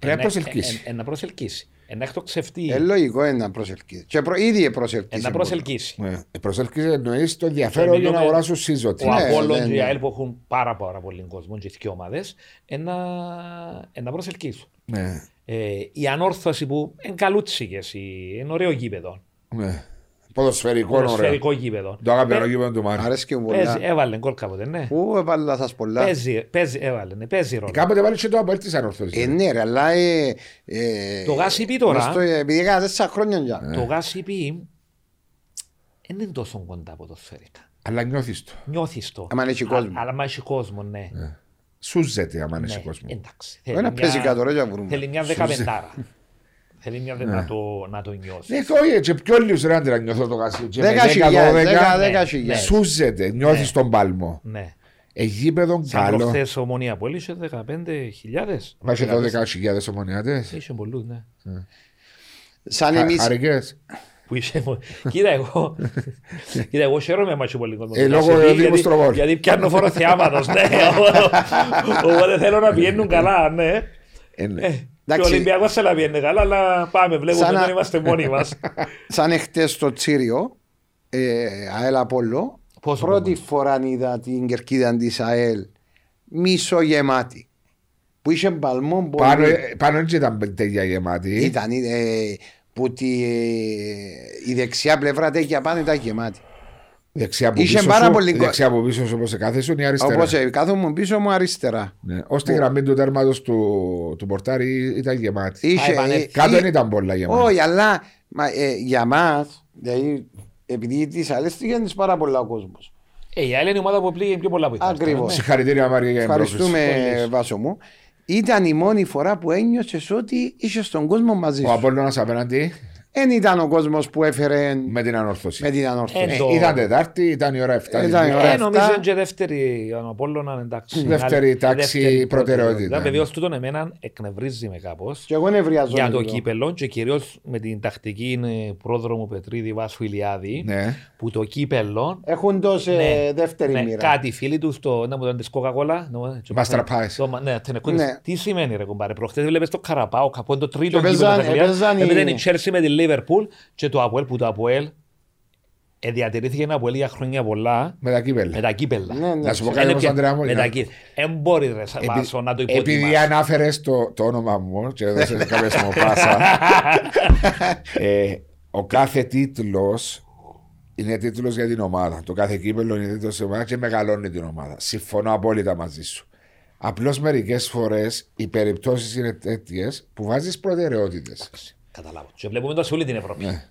να ε, προσελκύσει. ε, ε, ε, να προσελκύσει. Ε, να εκτοξευτεί. Ε, λογικό είναι να προσελκύσεις. Και προ- ήδη Ε, προσελκύσεις. να προσελκύσει. ναι. Ε, Προσέλκυσε εννοείς το ενδιαφέρον για να Μιλούμε- αγοράσουν σύζωτη. Ο Ναι, Απόλλων δεν- και η ΑΕΛ που έχουν πάρα, πάρα πολύ κόσμο και οι δύο ομάδες ε, να, ε, να προσελκύσουν. Ναι. Ε, η ανόρθωση που είναι καλούτσικες, η- είναι ωραίο γήπεδο. ναι. Ποδοσφαιρικό ωραίο. Ποδοσφαιρικό γήπεδο. Το αγαπημένο Ε, Παι- γήπεδο του Μάρτιν. Αρέσκει μου παίζει- πολλά. Έβαλε γκολ κάποτε, ναι. Πού έβαλα ε, σας πολλά. Παίζει, παίζει, έβαλε, ναι, παίζει ρόλο. Κάποτε πάλι και το απέλ τη Ε, ανορθώση. ναι, ρε, αλλά. ε, ε, Το γάσι πει τώρα. μες στο- ε, Επειδή έκανα τέσσερα χρόνια για. Ναι. Το γάσι πει δεν είναι τόσο κοντά ποδοσφαιρικά. Αλλά νιώθεις το. Νιώθεις το. Άμα έχει κόσμο. Α- Αλλά άμα έχει κόσμο, ναι. Σούζεται άμα Ναι, είναι κόσμο. Εντάξει. Όχι Ε, να μια- παίζει κάτω, ρε, για βρούμε. Θέλει μια δεκαπεντάρα. Θέλει μια δε- να το- να το νιώσει. Ναι, όχι, και πιο λίγους ρε άντρα νιώθω το γάσι. Και με Δέκα 10, χιλιάδες, 12, δέκα, ναι. δέκα Ναι. χιλιάδες. Σούζεται, νιώθεις τον πάλμο. Ναι. Εγίπεδο Σαν καλό. προχθές ομονία πολύ είχε 15.000. Βάζει 12.000 ομονιάτες. Είχε πολλούς, ναι. Σαν εμείς Χαρικές. Που είσαι μου. Κοίτα εγώ. Κοίτα εγώ χαίρομαι μάτσο πολύ κόσμο. Ε, λόγω Να σε δει, Δήμου γιατί- Στροβόλ. Γιατί πιάνω φόρο θεάματος. Ναι. Οπότε θέλω να πηγαίνουν καλά. Ναι. Ε, Και ο εντάξει. Ολυμπιακός θα να πηγαίνει καλά, αλλά πάμε. Βλέπουμε Σαν να- ότι είμαστε μόνοι μας. σαν εχθές στο Τσίριο, ε, ΑΕΛ Απόλλω, Πόσο πρώτη κομμάτι? φορά είδα την κερκίδα της ΑΕΛ μισογεμάτη. Που είχε μπαλμό πολύ. Πάνω, ε, πάνω έτσι ήταν τέτοια γεμάτη. Ήταν ε, που τη, ε, η δεξιά πλευρά τέτοια πάνω ήταν γεμάτη. Δεξιά από Είχε πίσω πάρα σου, πολύ κο- δεξιά από πίσω σου όπως εκάθεσαι ή αριστερά. Όπως ε, κάθομαι πίσω μου αριστερά. Ναι. Ως τη γραμμή του τέρματος του, του πορτάρι ήταν γεμάτη. Είχε, επανέλθει. Κάτω ε, δεν ήταν πολλά γεμάτη. Όχι, αλλά μα, ε, για μας, δηλαδή, επειδή τη αρέσει, πηγαίνει πάρα πολλά ο κόσμος. Ε, η άλλη είναι η ομάδα που ναι. πλήγει πιο πολλά βοηθά. Ακριβώς. Συγχαρητήρια Μάρια για την Ευχαριστούμε, ε, Ευχαριστώ. Βάσο μου. Ήταν η μόνη φορά που ένιωσες ότι είσαι στον κόσμο μαζί πρόκληση. Ο σου. Απόλλωνας απέναντι Δεν ήταν ο κόσμος που έφερε με την ανόρθωση. με την ανόρθωση. Ε, Ε, το- Ήταν Τετάρτη, ήταν η ώρα 7. Ήταν η ώρα Ε, νομίζω αυτά. είναι και δεύτερη ο Απόλλωνα, εντάξει. Δεύτερη άλλη- τάξη δεύτερη προτεραιότητα. Βεβαίω τούτον εμένα εκνευρίζει με κάπως. Και εγώ νευριάζομαι. για το λίγο. κύπελο και κυρίως με την τακτική ε, πρόδρομου Πετρίδη Βάσου Ηλιάδη Ναι. που το κύπελο. Έχουν τόσο Ναι. δεύτερη ναι, μοίρα. Κάτι φίλοι τους στο. Να μου ήταν της Coca-Cola. ναι, και Master μάθανε- Pies. το- Ναι, τενεκούδες. Ναι. Τι σημαίνει, ρε κομπάρε. Προχτές βλέπεις το Καραπάο, κάπου είναι το τρίτο Και παίζαν- παίζαν οι- Έπαιζε η Chelsea με τη Liverpool και το Αποέλ που το Αποέλ ε, διατηρήθηκε ένα Αποέλ για χρόνια πολλά Με τα κύπελα. με τα κύπελα. Ε, Ναι, ναι. Να σου πω κάτι όμως, Αντρέα μου. με να- τα κύπελα. Ε, μπορεί ρε, σα- Βάσο, να το Επει- Επειδή υποτιμάς. ανάφερες το, το όνομα μου και έδωσε κάποια σποπάσα. ε, ο κάθε τίτλος είναι τίτλος για την ομάδα. Το κάθε κύπελο είναι τίτλος για την ομάδα και μεγαλώνει την ομάδα. Συμφωνώ απόλυτα μαζί σου. Απλώς μερικές φορές οι περιπτώσεις είναι τέτοιες που βάζεις προτεραιότητες. Καταλάβω. Και βλέπουμε το σε όλη την Ευρώπη. Ναι.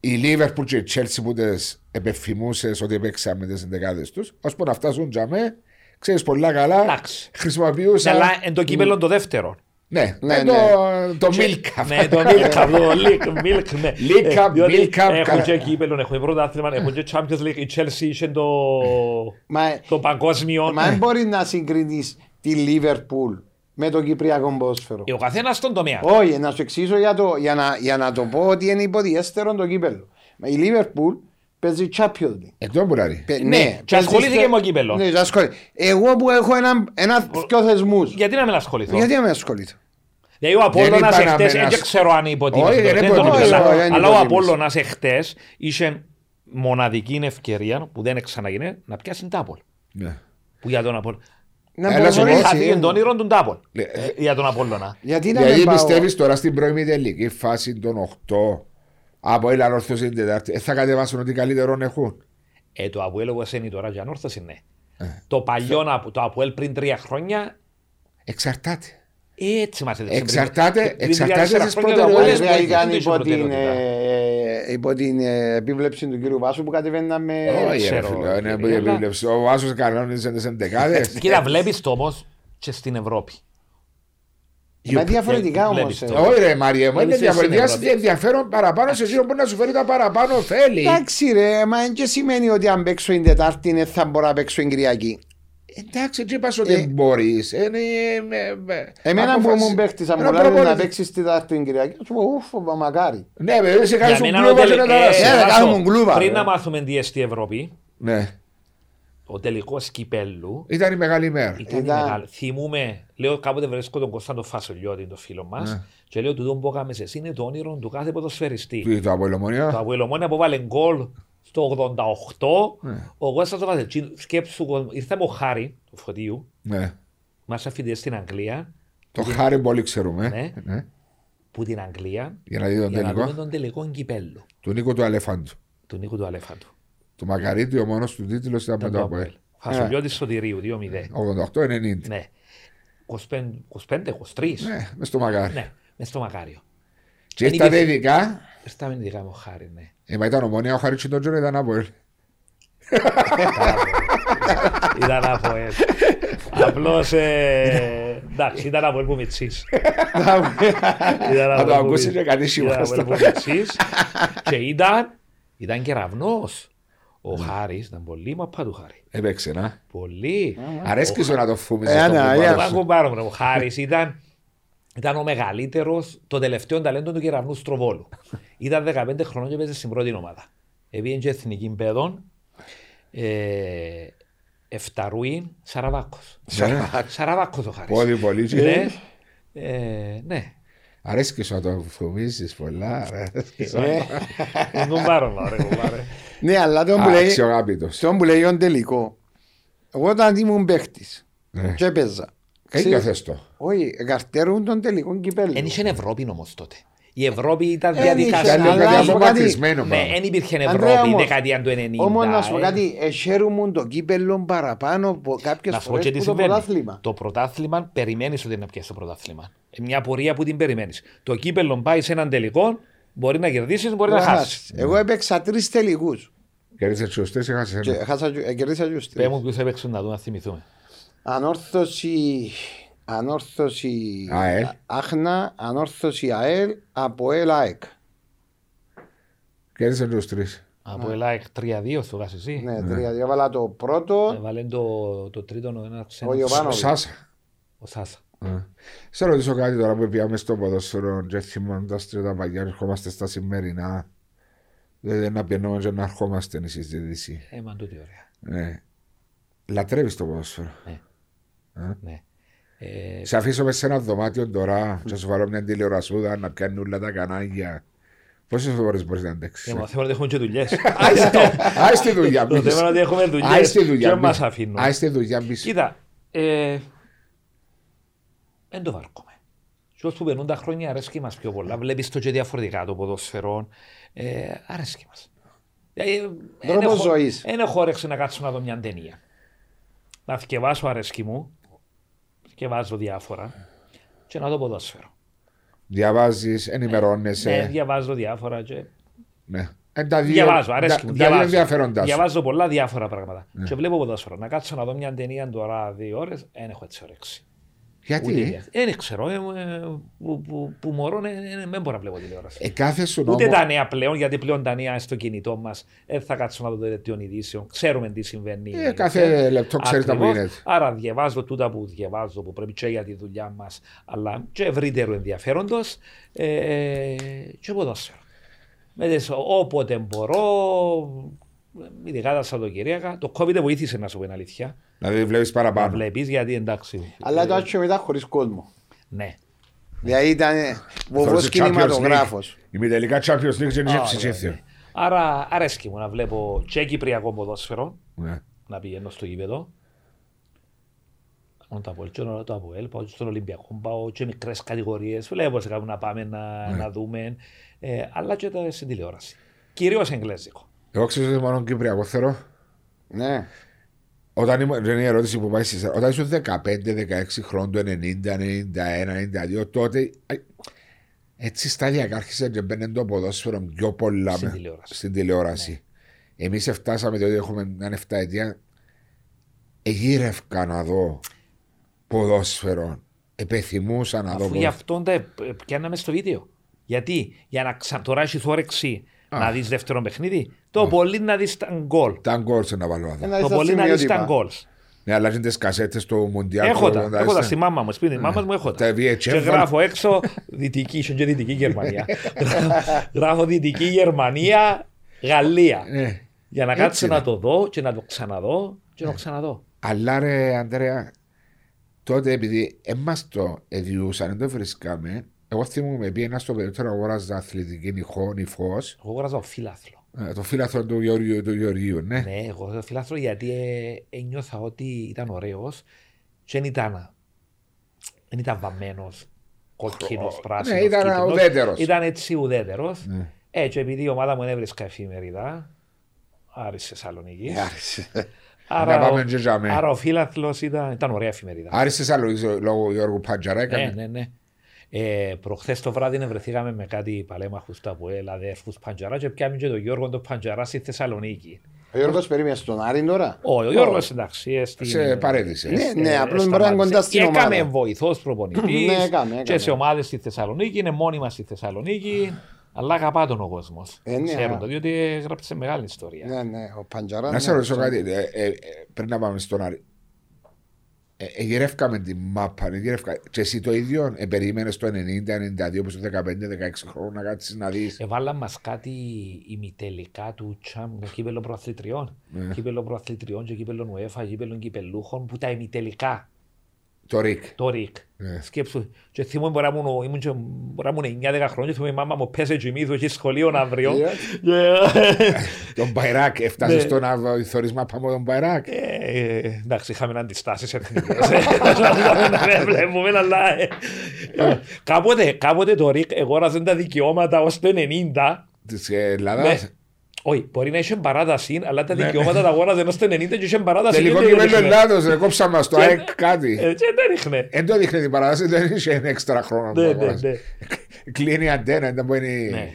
Η Λίβερπουλ και η Τσέλσι που τις επεφημούσες ότι παίξαμε τι εντεκάδε του, ώσπου να φτάσουν τζαμέ, ξέρεις πολλά καλά. Εντάξει. Ναι, Χρησιμοποιούσαν. Αλλά εν το κύπελο το δεύτερο. Ναι, Ναι, ναι, ναι. το, το Milk Cup. Ναι, το Milk Cup. Το League- Milk, ναι. League Cup, Ε, διότι Milk Cup, Έχουν καλά. και κύπελο, έχουν πρωτάθλημα, έχουν και Champions League. Η Chelsea είχε το, Μα, το παγκόσμιο. μα δεν μπορεί να συγκρίνεις τη Λίβερπουλ με τον Κυπριακό ποδόσφαιρο. Ε, Ο καθένας στον τομέα. Όχι, να σου εξηγήσω για, το, για, να, για να το πω ότι είναι υποδιέστερο το κύπελο. Μα Η Λίβερπουλ παίζει Champions League. Εκτός μπουράρι. Πε- Ναι, και παίζεις ασχολήθηκε στο- με το κύπελλο. Ναι, και ασχολήθηκε. Εγώ που έχω έναν ένα, δυο θεσμούς, Γιατί να μην ασχοληθώ. γιατί δεν με ασχολείται. Δηλαδή ο Απόλλωνας είπα να εχθές, μην δεν ασ- ξέρω αν υποτίμησε. Όχι, το, δεν δεν το υποτίμησε, νομίζω, όχι, δεν Αλλά ο υποτίμησε. Απόλλωνας εχθές είχε μοναδική ευκαιρία που δεν ξαναγίνει να πιάσει τάπολ. Ναι. Που για τον Απόλλωνα. Να Έλα, σου πω, προχωρήσει, Χάθηκε ε. το όνειρο του τάπολ. Ναι. ε, Για τον Απόλλωνα. Γιατί να Δηλαδή μην πάω. πιστεύεις τώρα στην πρώιμη τελική φάση των 8 από η Λανόρθωση την Τετάρτη. ε, Θα κατεβάσουν ότι καλύτερον έχουν. Ε, το Αποέλ όπως είναι τώρα για ανόρθωση, ναι. Ε. Το παλιό, να- το Αποέλ πριν τρία χρόνια, ε, Εξαρτάται. έτσι μας έδειξε. Εξαρτάται- Πριν- πριν εξαρτάται τρία-τέσσερα στις χρόνια το Αποέλ Ωραία, προτεραιότητες. δεν είχε ήταν ούτε υπό την, προτεραιότητα. ε, ε, υπό την ε, επίβλεψη του κύριου Βάσου που κατεβαίναμε. Ε, Όχι, ρε ξέρω, φίλε. Είναι ρε, πολύ αλλά- επίβλεψη. Ο Άσο κανόνιζε τις εντεκάδε. Κοίτα, βλέπεις το όμως και στην Ευρώπη. Μα διαφορετικά ε, όμως. Βλέπεις το. Όχι, Ε, ρε Μαριέ μου, είναι Βλέπεις διαφορετικά εσύ, ναι, σε ενδιαφέρον παραπάνω σε εκείνο που μπορεί να σου φέρει τα παραπάνω ωφέλη. Εντάξει, ρε, μα δεν και σημαίνει ότι αν παίξω την Τετάρτη δεν θα μπορώ να παίξω την Κυριακή. Εντάξει, τι είπα Ε, ότι ναι, μπορεί. ε, Εμένα που ήμουν παίχτη, αν μου λένε να παίξει την Τετάρτη την Κυριακή, θα σου πω ούφ, μακάρι. Ναι, βέβαια, σε Για κάνει μένα τον είναι ο κλούβα και τελε- να τα ε, λάσεις. ε, Ε, Βάσο, κάνουμε γκλούβα, Πριν ρε. να μάθουμε τι εστί Ευρώπη, Ναι. ο τελικός κυπέλου Ήταν η μεγάλη μέρα. ήταν, Ήταν. μεγάλο. Θυμούμε, λέω κάποτε βρίσκω τον Κωνσταντο Φασολιώτη, τον φίλο μας, Ναι. και λέω του τον που έκαμες εσύ είναι το όνειρο του κάθε ποδοσφαιριστή. Του το Το απολυμονία. Αβουελομόνια που έβαλε γκολ στο 88, Ναι. ο Γουέστας το καθεξή. Σκέψου, κο- ήρθαμε ο Χάρη του Φωτίου, Ναι. μας αφιτές στην Αγγλία, Το χάρι πολύ ξέρουμε. Ναι. Ναι. που την Αγγλία, Για να δει τον για να δούμε τελικό. τον τελικό κυπέλο Του Νίκο του Αλεφάντου. του Νίκου του Αλεφάντου. Το Μακαρίτη, ο μόνος του τίτλος ήταν με το ε. Αποέλ. Φασολιώτης Σωτηρίου, 2-0. 88-90. Ναι. 25, 23. Ναι, μες στο Μακάρι. Ναι, μες στο μακάριο. Και ήρθα τα Νίκησε. ειδικά. Στα μην δικά μου χάρη, ναι. Ε, μα ήταν ομονία, ο Χαρίτσι τον Τζόρο ήταν Αποέλ. Ήταν από ελ. Απλώς, ε, εντάξει, ήταν από ελ που μητσής. Ήταν Να από το ελ που ακούσεις μη- και κανείς Ήταν από ελ σίγουρα. που μητσής. Και ήταν, ήταν κεραυνός. Ο Ναι. Χάρης ήταν πολύ μαπά του Χάρη. Έπαιξε, να. Πολύ. Αρέσκει σου να το φούμιζες. Ε, ναι, ε, Μα κουμπάρο, μπρε, Ο Χάρης ήταν, ήταν ο μεγαλύτερος των τελευταίων ταλέντων του κεραυνού Στροβόλου. Ήταν 15 χρονών και παίζει στην πρώτη ομάδα. Επήγαινε και εθνική παιδών. Ε, Εφταρούιν Σαραβάκος. Σαραβάκος ο Χάρης. Ναι. Πόδι πολύ. και- Ναι. Ε, ναι. Αρέσκει σου να το φουμίζει πολλά. αρέσκει Ε, σου. Κουμπάρο, μα, ρε, κουμπάρε. Ναι, αλλά τον που λέει. Αξιογάπητο. Στον που λέει ο τελικό. Εγώ όταν ήμουν παίχτης Ναι. και έπαιζα. Ένιωθε το. Όχι, καρτέρουν τον τελικό κυπέλο. Εν είχε Ευρώπη όμως τότε. Η Ευρώπη ήταν Ε, δεν είχε, Ήταν διαδικασία. αλλά λίγο να σου πω κάτι. απομακρυσμένο Ναι, πράγμα. δεν υπήρχε Ανδρέα, Ευρώπη όμως, δεκαετία του 90. Όμως να σου πω ε. κάτι, εσέρουμε το κύπελο παραπάνω από κάποιες Να σου πω φορές και τι που το συμβαίνει. πρωτάθλημα. Το πρωτάθλημα περιμένεις ότι να πιάσει το πρωτάθλημα. Ε, Μια πορεία που την περιμένεις. Το κύπελο πάει σε έναν τελικό, μπορεί να κερδίσεις, μπορεί να Να χάσεις. χάσεις. Εγώ έπαιξα τρεις τελικούς. Κέρδισε του σωστέ, έχασε Και ένα. χάσα- ε, κερδίσα τους Πε τρεις. μου ποιους έπαιξαν να δούμε, να θυμηθούμε. Ανόρθωση. Ανόρθωση ΑΕΛ. Άχνα, ανόρθωση ΑΕΛ από ΕΛ ΑΕΚ. Κέρδισε τους τρεις. Από Ελλάδα 3-2 σου γάσει εσύ. Ναι, τρία διάβαλα το πρώτο. Έβαλε το, το τρίτο ο ένα ξένο. Ο Γιωβάνοβιτς. Σάσα. Ο Σάσα. Ε. Σε ρωτήσω κάτι τώρα που πιάμε στο ποδόσφαιρο και θυμώντας και τα παλιά ερχόμαστε στα σημερινά. Δηλαδή να πιενόμαστε και να ερχόμαστε η συζήτηση. Ε, μα τούτη ωραία. Ναι. Λατρεύεις το ποδόσφαιρο. Ναι. Ε, Σε αφήσω μέσα σε ένα δωμάτιο τώρα και σου βάλω μια τηλεορασούδα να πιάνει όλα τα κανάλια. Πόσες φορές μπορείς να και αντέξεις. ε? μα θεωρώ ότι έχουμε και δουλειές. Άιστο. Άι στη δουλειά Το μπεις. θέμα είναι ότι έχουμε Άι δουλειές στη και ναι. δουλειά μας μπεις. αφήνουν. Άι στη δουλειά μπεις. Κοίτα, ε, εν το βάρκομαι. Και όσο περνούν τα χρόνια αρέσκει μας πιο πολλά. Βλέπεις το και διαφορετικά το ποδόσφαιρο. Ε, αρέσκει μας. Ε, εν Τρόπος έχω- ζωής. Εν έχω όρεξη να κάτσω να δω μια ταινία. Να θκευάσω αρέσκει μου. Θκευάζω διάφορα. Και να δω ποδόσφαιρο. Διαβάζεις, Ε, Ναι, ενημερώνεσαι. διαβάζω διάφορα και... Ναι. Ε, τα δύο- Διαβάζω, τα- αρέσκει μου. Τα δύο Διαβάζω. ενδιαφέροντά σου. Διαβάζω πολλά διάφορα πράγματα. Ναι. Και βλέπω ποδόσφαιρο. Να κάτσω να δω μια ταινία τώρα δύο ώρες, δεν έχω έτσι όρεξη. Ούτε Γιατί. τηλεόραση. Δεν ξέρω. ε, ε, που, που, που μωρών ε, ε, δεν μπορώ να βλέπω τηλεόραση. Ε, κάθε σου νόμο. Ούτε τα νέα πλέον, γιατί πλέον τα νέα στο κινητό μας δεν θα κάτσω να δω το δελτίο ειδήσεων. Ξέρουμε τι συμβαίνει. Ε, κάθε λεπτό ξέρεις τα που Ακριβώς. γίνεται. Άρα διαβάζω τούτα που διαβάζω, που πρέπει και για τη δουλειά μας, αλλά και ευρύτερου ενδιαφέροντος. Ε, και ποδόσφαιρο. Με τις, όποτε μπορώ, ειδικά τα Σαββατοκύριακα. Το COVID βοήθησε να σου πω την αλήθεια. Δηλαδή βλέπεις Να παραπάνω. βλέπεις γιατί εντάξει. ε, Αλλά το άρχισε μετά χωρίς κόσμο. Ναι. Δηλαδή ήταν ε, βοβός Θεωρείς το Champions κινηματογράφος. League. Η μη τελικά Champions League δεν είχε Άρα, ψηφίσει. ναι. Άρα αρέσκει μου να βλέπω και κυπριακό ποδόσφαιρο Ναι. να πηγαίνω στο γήπεδο. Μόνο το Αποέλ, και το Αποέλ, πάω και στον Ολυμπιακό, πάω και μικρές κατηγορίες, βλέπω σε κάπου να πάμε να, να δούμε, ε, αλλά και τα στην τηλεόραση. Κυρίως εγγλέζικο. Εγώ ξέρω ότι μόνο Κυπριακό θεωρώ. Ναι. Όταν ήμουν, δεν είναι η ερώτηση που πάει στη σειρά. Όταν ήσουν 15-16 χρόνων, το 90, 91, 92, τότε α, έτσι σταδιακά άρχισε και μπαίνει το ποδόσφαιρο πιο πολλά Στην με- τηλεόραση. Ναι. στην τηλεόραση. Εμεί φτάσαμε τότε, έχουμε μια 7 ετία. Εγύρευκα να δω ποδόσφαιρο. Επεθυμούσα να δω Αφού γι' αυτόν τα ε, ε, πιάναμε στο βίντεο. Γιατί, για να ξα... τώρα έχεις όρεξη να δεις δεύτερο παιχνίδι, το πολύ να δεις τα γκολ. Τα γκολ σε να βάλω εδώ. Ένα Το δεις τα πολύ να δεις τα σημειότυπα. γκολ. Ναι, αλλά είναι τις κασέτες του Μουντιάλ. Έχω του τα, 80. έχω τα στη μάμα μου, σπίτι της μάμας μου έχω τα. Τα VHF Και γράφω έξω δυτική, ήσουν και δυτική Γερμανία. Γράφω- γράφω δυτική Γερμανία, Γαλλία. Ναι. Για να Έτσι κάτσω είναι. να το δω και να το ξαναδώ και να το ξαναδώ. Αλλά ρε, Αντρέα, τότε επειδή εμάς το εδιούσαν, δεν το βρισκάμε, εγώ θυμούμαι πει ένα στο περιότερο αγόραζα αθλητική νυχόν, υφός, Εγώ γράφω φιλάθλο. ε, το φίλαθρο του Γεωργίου, του Γεωργίου, ναι. Ναι, εγώ γράφω φιλάθλο γιατί ε, ένιωθα ότι ήταν ωραίος και δεν ήταν, δεν ήταν βαμμένος, κόκκινος, πράσινος, ναι, ήταν κίτρινος. ουδέτερος. Ήταν έτσι ουδέτερος. Ναι. Ε, και επειδή η ομάδα μου δεν έβρισκα εφημερίδα, άρισε Θεσσαλονίκης. Ε, άρχισε. Άρα, Να πάμε ο- και ναι. τζάμε. άρα ο φίλαθλος ήταν, ήταν ωραία εφημερίδα. Άρησε άλλο λόγω Γιώργου Παντζαρέκα. ναι, Ναι. ναι, ναι. Ε, προχθές το βράδυ βρεθήκαμε με κάτι παλέμαχους τα που έλαδε, έρχους Παντζαρά και πιάμε και τον Γιώργο τον Παντζαρά στη Θεσσαλονίκη. Ο Γιώργος περίμενε στον Άρη τώρα. Ο, ο Γιώργος εντάξει. ε, στην- Σε παρέδεισε. ε, Ναι, ναι, ε, απλώς ε, μπορεί να είναι κοντά στην σταμάτησε. ομάδα. Έκαμε βοηθός προπονητής Ναι, έκαμε, έκαμε. και σε ομάδες στη Θεσσαλονίκη, είναι μόνιμα στη Θεσσαλονίκη. Αλλά αγαπά τον ο κόσμος. Ε, ναι, Ξέρουν α. το, διότι έγραψε μεγάλη ιστορία. Ναι, ναι, ο Παντζαράς. Να σε ναι. ρωτήσω κάτι, ε, ε, ε, πριν να πάμε στον Άρη. Ε, ε, γυρεύκαμε τη μάπα, ε, γυρεύκα. Και εσύ το ίδιο, ε, περίμενες το 90-92, όπως το 15-16 χρόνια, να κάτσεις να δεις. Εβάλαν μας κάτι ημιτελικά του τσαμ, το κύπελο Ναι. προαθλητριών. Κύπελο προαθλητριών και κύπελο UEFA, κύπελο κυπελούχων που τα ημιτελικά. Το Ρικ. το Ρικ. Ναι. Σκέψου, και θυμούμαι μπορεί να ήμουν- ήμουν και- μπορεί να ήμουν 9-10 χρόνια, θυμούμαι η μάμα μου πέσε τζιμίδου, έχει σχολείο αύριο. Ναι. Yeah. Τον Μπαϊράκ. Έφτασε Ναι. στο να θωρίσμα πάμε τον Μπαϊράκ. Ε, εντάξει, είχαμε αντιστάσεις εθνικές. ε. Δεν βλέπουμε, αλλά... ε, ε, Κάποτε, κάποτε το ΡΙΚ εγόραζε τα δικαιώματα ως το 90. Τη Ναι. Ελλάδα. Όχι, μπορεί να είχε παράταση, αλλά τα Ναι. δικαιώματα τα αγόραζε ως το 90 και είχε παράταση. Τελικό και δεν κείμενο έδειχνε. Ελλάδο. Δεν κόψα μας το Και- ΑΕΚ κάτι. Ε, Και δεν έριχνε. Δεν το δείχνει την παράσταση, δεν είχε ένα έξτρα χρόνο. που Ναι, ναι, αγόρασε. ναι. Κλείνει η αντένα, δεν μπορεί. Ναι.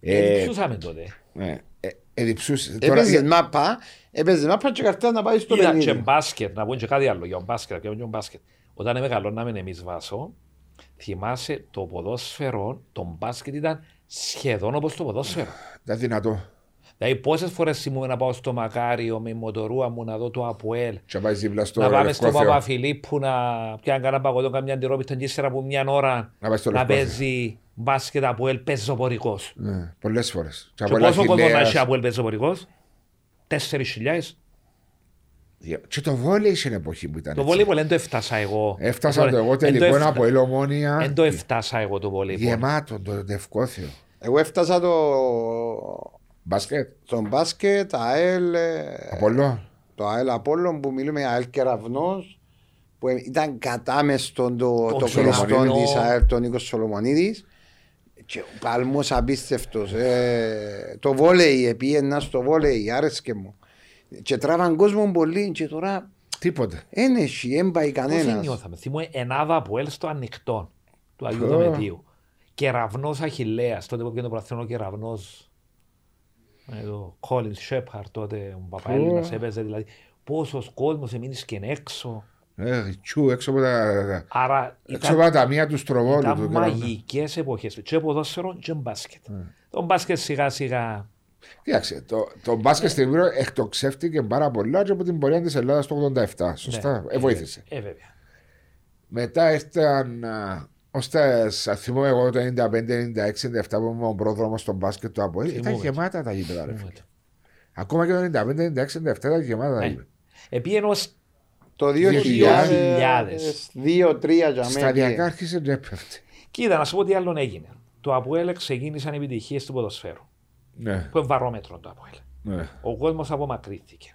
Ε, Ψούσαμε τότε. ναι. Ε, Εδιψούσε. Τώρα ε, Έπαιζε μάπα, έπαιζε μάπα και καρτά να πάει στο Είδα και 50. μπάσκετ, να πω και κάτι άλλο για τον μπάσκετ, να πιάνω και τον μπάσκετ. Όταν μεγαλώναμε εμείς βάσο, θυμάσαι το ποδόσφαιρο, το μπάσκετ ήταν σχεδόν όπως το ποδόσφαιρο. ήταν δυνατό. Δηλαδή, πόσες φορές ήμουν να πάω στο Μακάριο με η μοτορούα μου να δω το Αποέλ. Και πάεις δίπλα στο να πάμε στο Λευκό Θεό. Παπαφιλίππου να πιάνει κανένα παγωτό, καμιά αντιρόπιτα και ύστερα από μια ώρα Να πάεις στο να Λευκό Θεό. παίζει μπάσκετ Αποέλ πεζοπορικό. Και Ναι, Πολλές φορές. πόσο κόσμο να έχει Αποέλ πεζοπορικό, 4.000. Και το βόλεϊ στην εποχή που ήταν. Το έτσι. βόλεϊ δεν το έφτασα εγώ. Έφτασα το το εγώ εν το τελικό έφτα- από Δεν ελαιομόνια. το έφτασα λοιπόν. εγώ το βόλεϊ. Γεμάτο το Δευκόθεο. Εγώ έφτασα το... Μπασκετ. τον μπάσκετ, ΑΕΛ, ε, Απολό. το ΑΕΛ Απόλλων που μιλούμε ΑΕΛ Κεραυνός που ε, ήταν κατάμεστον το, Ο το κλειστόν Σολομονίδης. της ΑΕΛ τον Νίκος Σολομονίδης και ο Παλμός απίστευτος ε, το βόλεϊ επίεννα στο βόλεϊ άρεσκε μου και τράβαν κόσμο πολύ και τώρα Τίποτα. δεν έχει, δεν πάει Πώς κανένας νιώθαμε. Θυμούμαι ενάδα Αποέλ στο ανοιχτό του Αγίου Ποιο? Δομητίου. Κεραυνό Αχηλέα, τότε που πήγαινε το Πραθυνό Κεραυνός. Εδώ, Κόλιν Σέπαρ, τότε ο Παπαέλληνα Ποιο? έπαιζε. Δηλαδή, πόσος κόσμος εμείνεις και έξω. Ε, Τσου έξω από τα. Άρα Έξω από ήταν, τα ταμεία τους Στροβόλου. ήταν του Κεραυνού. μαγικές εποχές. Και ποδόσφαιρο και μπάσκετ. Το μπάσκετ σιγά σιγά. Κοίταξε, το, το μπάσκετ στην Κύπρο εκτοξεύτηκε πάρα πολλά και από την πορεία της Ελλάδας το 87. Σωστά, Ναι. ε, βοήθησε. Ε, βέβαια. Μετά ήρθαν. Ω τα θυμούμαι εγώ το 95, 96, 97 που ήμουν ο πρόδρομος στο μπάσκετ του Αποέλ. Ήταν Θυμούμαι. γεμάτα τα γήπεδα. ρε. Θυμούμαι το. Ακόμα και το 95, 96, 97 ήταν γεμάτα τα Ναι. γήπεδα. Επήγαινε ως το 2000. 2000-2003 για Σταδιακά μένα άρχισε να έπεφτε. Κοίτα, να σου πω τι άλλον έγινε. Το Αποέλ ξεκίνησαν οι επιτυχίες του ποδοσφαίρου. Ναι, Που είναι βαρόμετρο το Αποέλ. ναι. Ο κόσμος απομακρύνθηκε.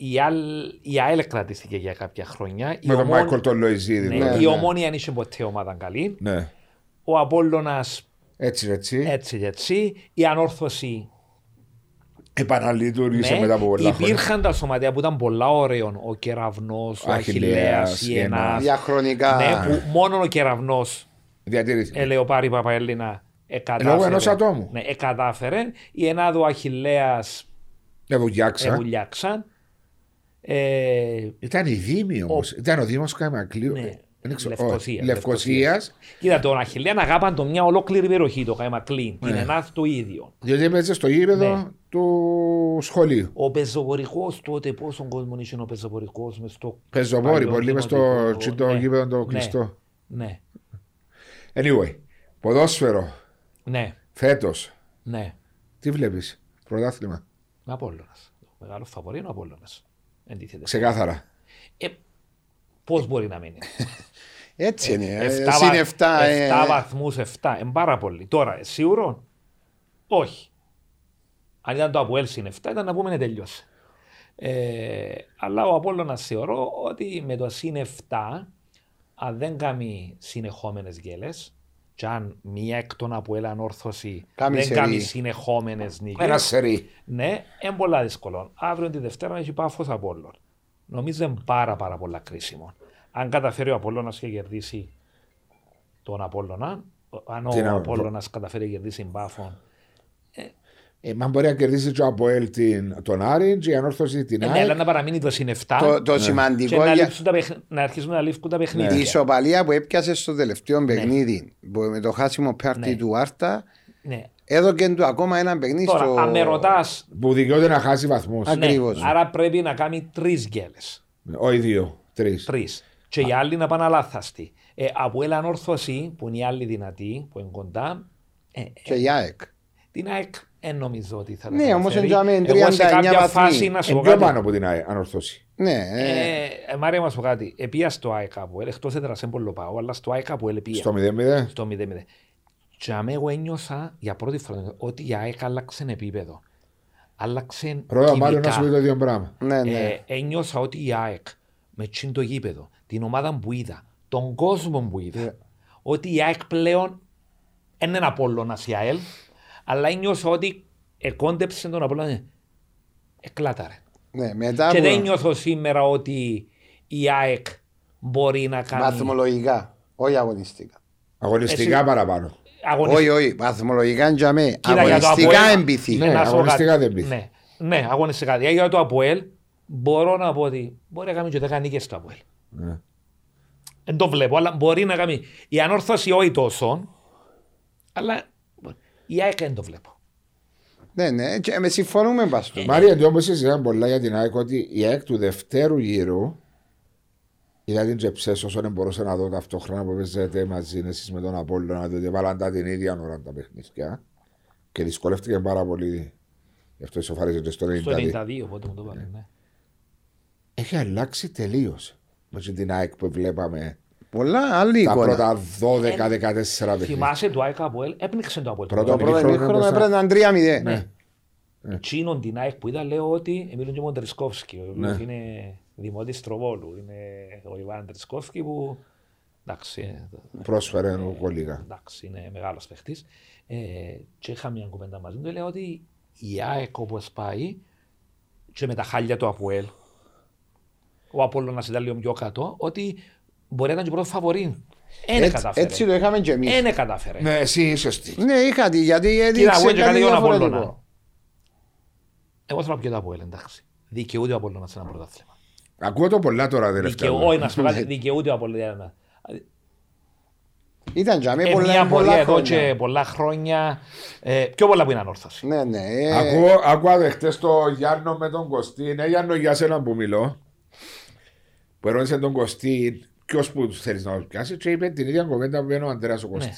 Η, ΑΛ, η ΑΕΛ κρατήθηκε για κάποια χρόνια. Η Με τον Ομόν- Μάικολ τον Λοϊζίδη. ναι, δηλαδή. η ομόνια δεν είχε ποτέ ομάδα καλή. Ναι. Ο Απόλλωνας Έτσι, έτσι. έτσι και έτσι. Η ανόρθωση. Επαναλειτουργήσε Ναι, μετά από πολλά χρόνια. υπήρχαν τα σωματεία που ήταν πολλά ωραίων. Ο Κεραυνός, ο Ο Αχιλλέας, Αχηλέα, η η Ενά. Ενάς. διαχρονικά Ναι, που μόνο ο ε, Κεραυνός, Διατηρήθηκε. ελεοπάρη Παπαέλληνα, εκατάφερε. Λόγω ενός ατόμου. Ναι, εκατάφερε. Η Ενάδο Αχηλέα Ε, Ευουγιάξα. εβουλιάξαν. Ε, Ήταν η Δήμη όμως. Ήταν ο Δήμος Καμακλείου. Ναι. Ε, Δεν ξέρω, Λευκοσίας, όχι. Λευκosίας, Κοίτα, τον Αχιλέαν αγάπαν το μια ολόκληρη περιοχή, το Κάιμα Κλίν, Ναι. την Ενάθ το ίδιο. Διότι έπαιζε στο γήπεδο Ναι. του σχολείου. Ο πεζοπορικός τότε, πόσο κόσμο είχε ο πεζοπορικός μες στο. Πεζοπόροι, Παλαιό πολύ μες στο κοινοτικό, τσίτο ναι. γήπεδο το Ναι. κλειστό. Ναι, Anyway, ποδόσφαιρο ναι, φέτος. ναι. Τι βλέπεις, πρωτάθλημα. Ο Απόλλωνα. Μεγάλο φαβορή είναι ο Απόλλωνας. Εντίθεται. Ξεκάθαρα. Ε, Πώς μπορεί να μείνει. έτσι είναι ε, Εφτά συν βα- 7 εφτά βαθμού, 7. Εν πάρα πολύ. Τώρα, σίγουρο, όχι. Αν ήταν το Αποέλ συν 7, ήταν να πούμε είναι τελειώσει. Ε, αλλά ο Απόλλωνας θεωρώ ότι με το συν 7, αν δεν κάνει συνεχόμενες γέλε, και αν μία εκ των Αποέλ ανόρθωση Κάμει δεν σερί. κάνει συνεχόμενε νίκε. Ένα σερί. Ναι, είναι πολλά δύσκολο. Αύριο τη Δευτέρα έχει πάφο Απόλλων. Νομίζω είναι πάρα, πάρα πολλά κρίσιμο. Αν καταφέρει ο Απόλλωνας και κερδίσει τον Απόλλωνα, αν Τι ο να- Απόλλωνας καταφέρει και κερδίσει μπάφον, Ε, μα μπορεί να κερδίσει και ο Αποέλ την, τον Άριν, και η ανόρθωση την ε, ναι, αλλά Άριν. να παραμείνει το συν 7 το, το Ναι. και σημαντικό να, για, Ναι. λείψουν τα παιχν- να αρχίσουν να λείπουν τα Η παιχνίδια. ισοπαλία που έπιασε στο τελευταίο παιχνίδι που με το χάσιμο πέρτη Ναι. του Άρτα Ναι. έδωκε του ακόμα ένα παιχνίδι Τώρα, στο... αν με ρωτάς, Που δικαιούται να χάσει βαθμούς. Α, ακριβώς. άρα πρέπει να κάνει τρεις γκέλες. Όχι δύο, τρεις. Τρεις. Και οι άλλοι να πάνε αλάθαστοι. Ε, από έλα ανόρθωση, που είναι οι άλλοι δυνατοί, που είναι κοντά, ε, Και η ΑΕΚ. την ΑΕΚ Δεν νομίζω ότι θα τα Ναι, όμως καταφέρει. εντιαμε είναι Εγώ σε 39 κάποια βαθμοί. φάση να σου πω Ε, Πιο κάτι. πάνω από την ΑΕ, αν ορθώσει. Ναι, ε, Ε, ε, Μάρια, μας πω κάτι. Επία στο ΑΕ κάπου. Εκτός έδρας δεν πολύ πάω, αλλά στο ΑΕ κάπου ελεπία. Στο 0-0. Στο 0-0. Και αμέ εγώ ένιωσα για πρώτη φορά ότι η ΑΕΚ άλλαξε επίπεδο. Άλλαξε Ρώτα ο Μάριο να κοινικά. σου πει το ίδιο πράγμα. ναι, ναι. Ε, ένιωσα ότι η ΑΕΚ με τσιν το γήπεδο, την ομάδα που είδα, τον κόσμο που είδα, ότι η ΑΕΚ πλέον είναι ένα Απόλλωνας η ΑΕΛ, αλλά ένιωσα ότι εκόντεψε τον Απόλλωνα. Εκλάταρε. ναι, μετά Και από- δεν νιώθω σήμερα ότι η ΑΕΚ μπορεί να κάνει βαθμολογικά, όχι αγωνιστικά. Αγωνιστικά Εσύ- παραπάνω. αγωνιστικά. Όχι, όχι, βαθμολογικά για με. Κοίτα, για το Αγωνιστικά Αποέλ- εμπιθεί. Ναι. να σου πω αγωνιστικά κάτι. δεν μπήκε. Ναι, ναι, αγωνιστικά. Δηλαδή, για το Αποέλ μπορώ να πω ότι μπορεί να κάνει και 10 νίκες στο Αποέλ. Ναι. Δεν το βλέπω, αλλά μπορεί να κάνει. Η ανόρθωση όχι τόσο, αλλά η ΑΕΚ δεν το βλέπω. Ναι, ναι, και με συμφωνούμε Ε. μπαστού. Μάρια, εντό όμω συζητάμε πολλά για την ΑΕΚ ότι η ΑΕΚ του δευτέρου γύρου είδα την Τζεψές όσο δεν μπορούσα να δω ταυτόχρονα που παίζετε μαζί εσείς με τον Απόλλωνα, διότι βάλαν τα την ίδια ώρα τα παιχνίδια και δυσκολεύτηκε πάρα πολύ. Γι' αυτό ισοφαρίζεται στο Στο 90. 92, πότε μου το πάνε. Ναι. Έχει αλλάξει τελείως με την ΑΕΚ που βλέπαμε Πολλά, άλλη τα εικόνα. πρώτα 12-14 παιχνίδια. Θυμάσαι το ΑΕΚ Αποέλ, έπνιξε το Αποέλ. Πρώτο Το πρώτο Μικρό ημίχρονο είναι έπρεπε να είναι 3-0. Ναι. Ε, Τσίνον την ΑΕΚ που είδα, λέω ότι μιλούν και με τον Τρισκόφσκι. Ο οποίος είναι δημότης Τροβόλου. Είναι ο Ιβάν Τρισκόφσκι που. Εντάξει, ε, Πρόσφερε ο Κολίγα. εντάξει, είναι μεγάλος παιχτή. Ε, και είχα μια κουβέντα μαζί του. Λέω ότι η ΑΕΚ όπως πάει και με τα χάλια του Αποέλ, ο Απόλλωνας ήταν λίγο πιο κάτω, ότι μπορεί να ήταν και πρώτο φαβορή. Ένε Έτσι- κατάφερε. Έτσι το είχαμε και εμείς. Ένε κατάφερε. Ναι, εσύ είσαι σωστή. Ναι, είχα τη, γιατί Κοίτα, εγώ έδειξε και κάτι κάτι για τον Απόλλωνα. διαφορετικό. Εγώ θέλω να πιω το Αποέλ, εντάξει. Δικαιούται ο Απόλλωνας σε ένα πρωτάθλημα. Ακούω το πολλά τώρα τελευταία. Δικαιού- όχι, να σου πω κάτι, Δικαιούται ο Απόλλωνας. Ήταν για Ε, μένα μια πολλά, πορεία πολλά εδώ χρόνια. και πολλά χρόνια. ε, πιο πολλά που είναι ανόρθωση. Ναι, ναι. ε, Ακούω, άκουα χτες το Γιάννο με τον Κωστή. Ναι, Γιάννο, για σένα που μιλώ. Που ερώτησε τον Κωστή ποιος που θέλεις να πιάσει και είπε την ίδια κουβέντα που είπε ο Αντρέας Ναι. ο Κωστή.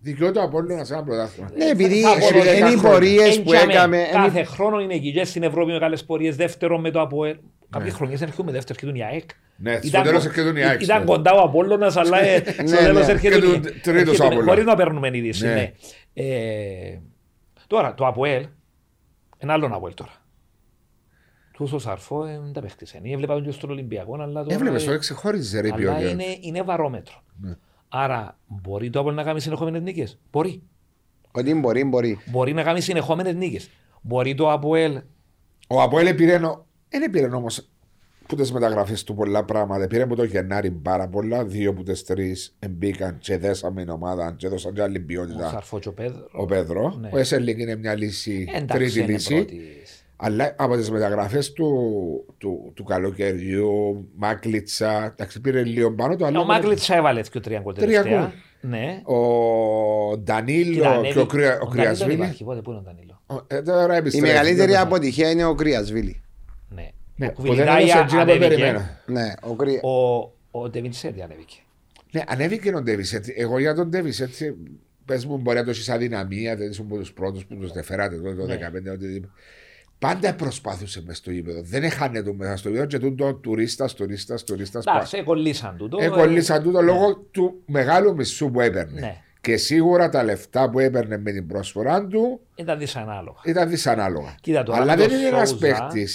Δικαιούται από όλο να σε ένα πρωτάθλημα. Ναι, επειδή θα πω είναι- δέκα είναι οι χρόνια. πορείες Εν που τζάμε, έκαμε. Κάθε χρόνο είναι εκεί. Και στην Ευρώπη μεγάλες πορείες. Δεύτερο με το Ε, Αποέλ. Κάποιε χρονιέ έρχονται δεύτερος και τον ΑΕΚ. Ναι, στο Ήταν τέλος κο- έρχεται η ΑΕΚ, Ήταν ναι. κοντά ο Απόλλωνας, αλλά ε, στο ναι. τέλος έρχεται Και η- του- τρίτος έρχεται η- Απόλλωνας. Χωρίς να παίρνουμε είδηση. Ναι. ναι. Ε, Τώρα, το Αποέλ, ένα άλλο Αποέλ τώρα. Τους ο Σαρφό ε, δεν τα παίχτησε. Ε, Έβλεπα τον και στον Ολυμπιακό, αλλά τώρα, Έβλεπες ε, το ξεχώριζε ρε αλλά ποιότητα. είναι, είναι βαρόμετρο. Ναι. Άρα, μπορεί το Απόλλωνα να κάνει συνεχόμενες νίκες. Μπορεί. Ότι μπορεί, μπορεί. Μπορεί να κάνει συνεχόμενες νίκες. Μπορεί το Αποέλ. Ναι. Ο Αποέλ πήρε ενώ. Δεν πήρε όμω που τι μεταγραφές του πολλά πράγματα. Πήρε από το Γενάρη πάρα πολλά. Δύο από τι τρει μπήκαν και δέσαμε την ομάδα και έδωσαν και άλλη Ο ποιότητα. Σαρφό και ο Πέδρο. Ο Πέδρο. Ναι. Ε, Ο Εσέλινγκ είναι μια λύση, Εντάξει, τρίτη είναι λύση. πρώτης. Αλλά από τις μεταγραφές του, του, του καλοκαιριού, Μάκλιτσα, εντάξει, πήρε λίγο πάνω το άλλο. Ε, Ο Μάγκλιτ έβαλε και τρία γκολ Τρία τελευταία. γκολ. Ναι. Ο Ντανίλο και ο, Κρυα- ο Κρυασβίλη. Κρυασβίλη. υπάρχει, πότε πού είναι ο Ντανίλο. Ο- ε, τώρα Η επιστρέφει. μεγαλύτερη Ναι, αποτυχία είναι ο Κρυασβίλη. Ναι. ναι, Ο που δεν έδωσε Κουβιλντάια τζίρο που ανέβηκε. περιμένα. Ναι, ο Κρυα... Ο, ο Ντεβιντσέντι ανέβηκε. Ναι, ανέβηκε ο Ντέβι. Εγώ για τον Ντέβι, έτσι. Πες μου, μπορεί να το έχεις αδυναμία, δεν ήσουν από τους πρώτους που τους δεφεράτε τότε το Ναι. 2015, οτιδήποτε. Πάντα προσπαθούσε μες στο γήπεδο. Δεν έχανε το μέσα στο γήπεδο και τούτο τουρίστα, τουρίστα, τουρίστα. Εντάξει, εκολλήσαν τούτο. ε, Εκολλήσαν Ε, τούτο λόγω του μεγάλου μισού που έπαιρνε. Ναι. Και σίγουρα τα λεφτά που έπαιρνε με την προσφορά του Ήταν δυσανάλογα. ήταν δυσανάλογα. Κοίτα τώρα, Αλλά με δεν τον είναι ένας Σόουζα- παίχτης.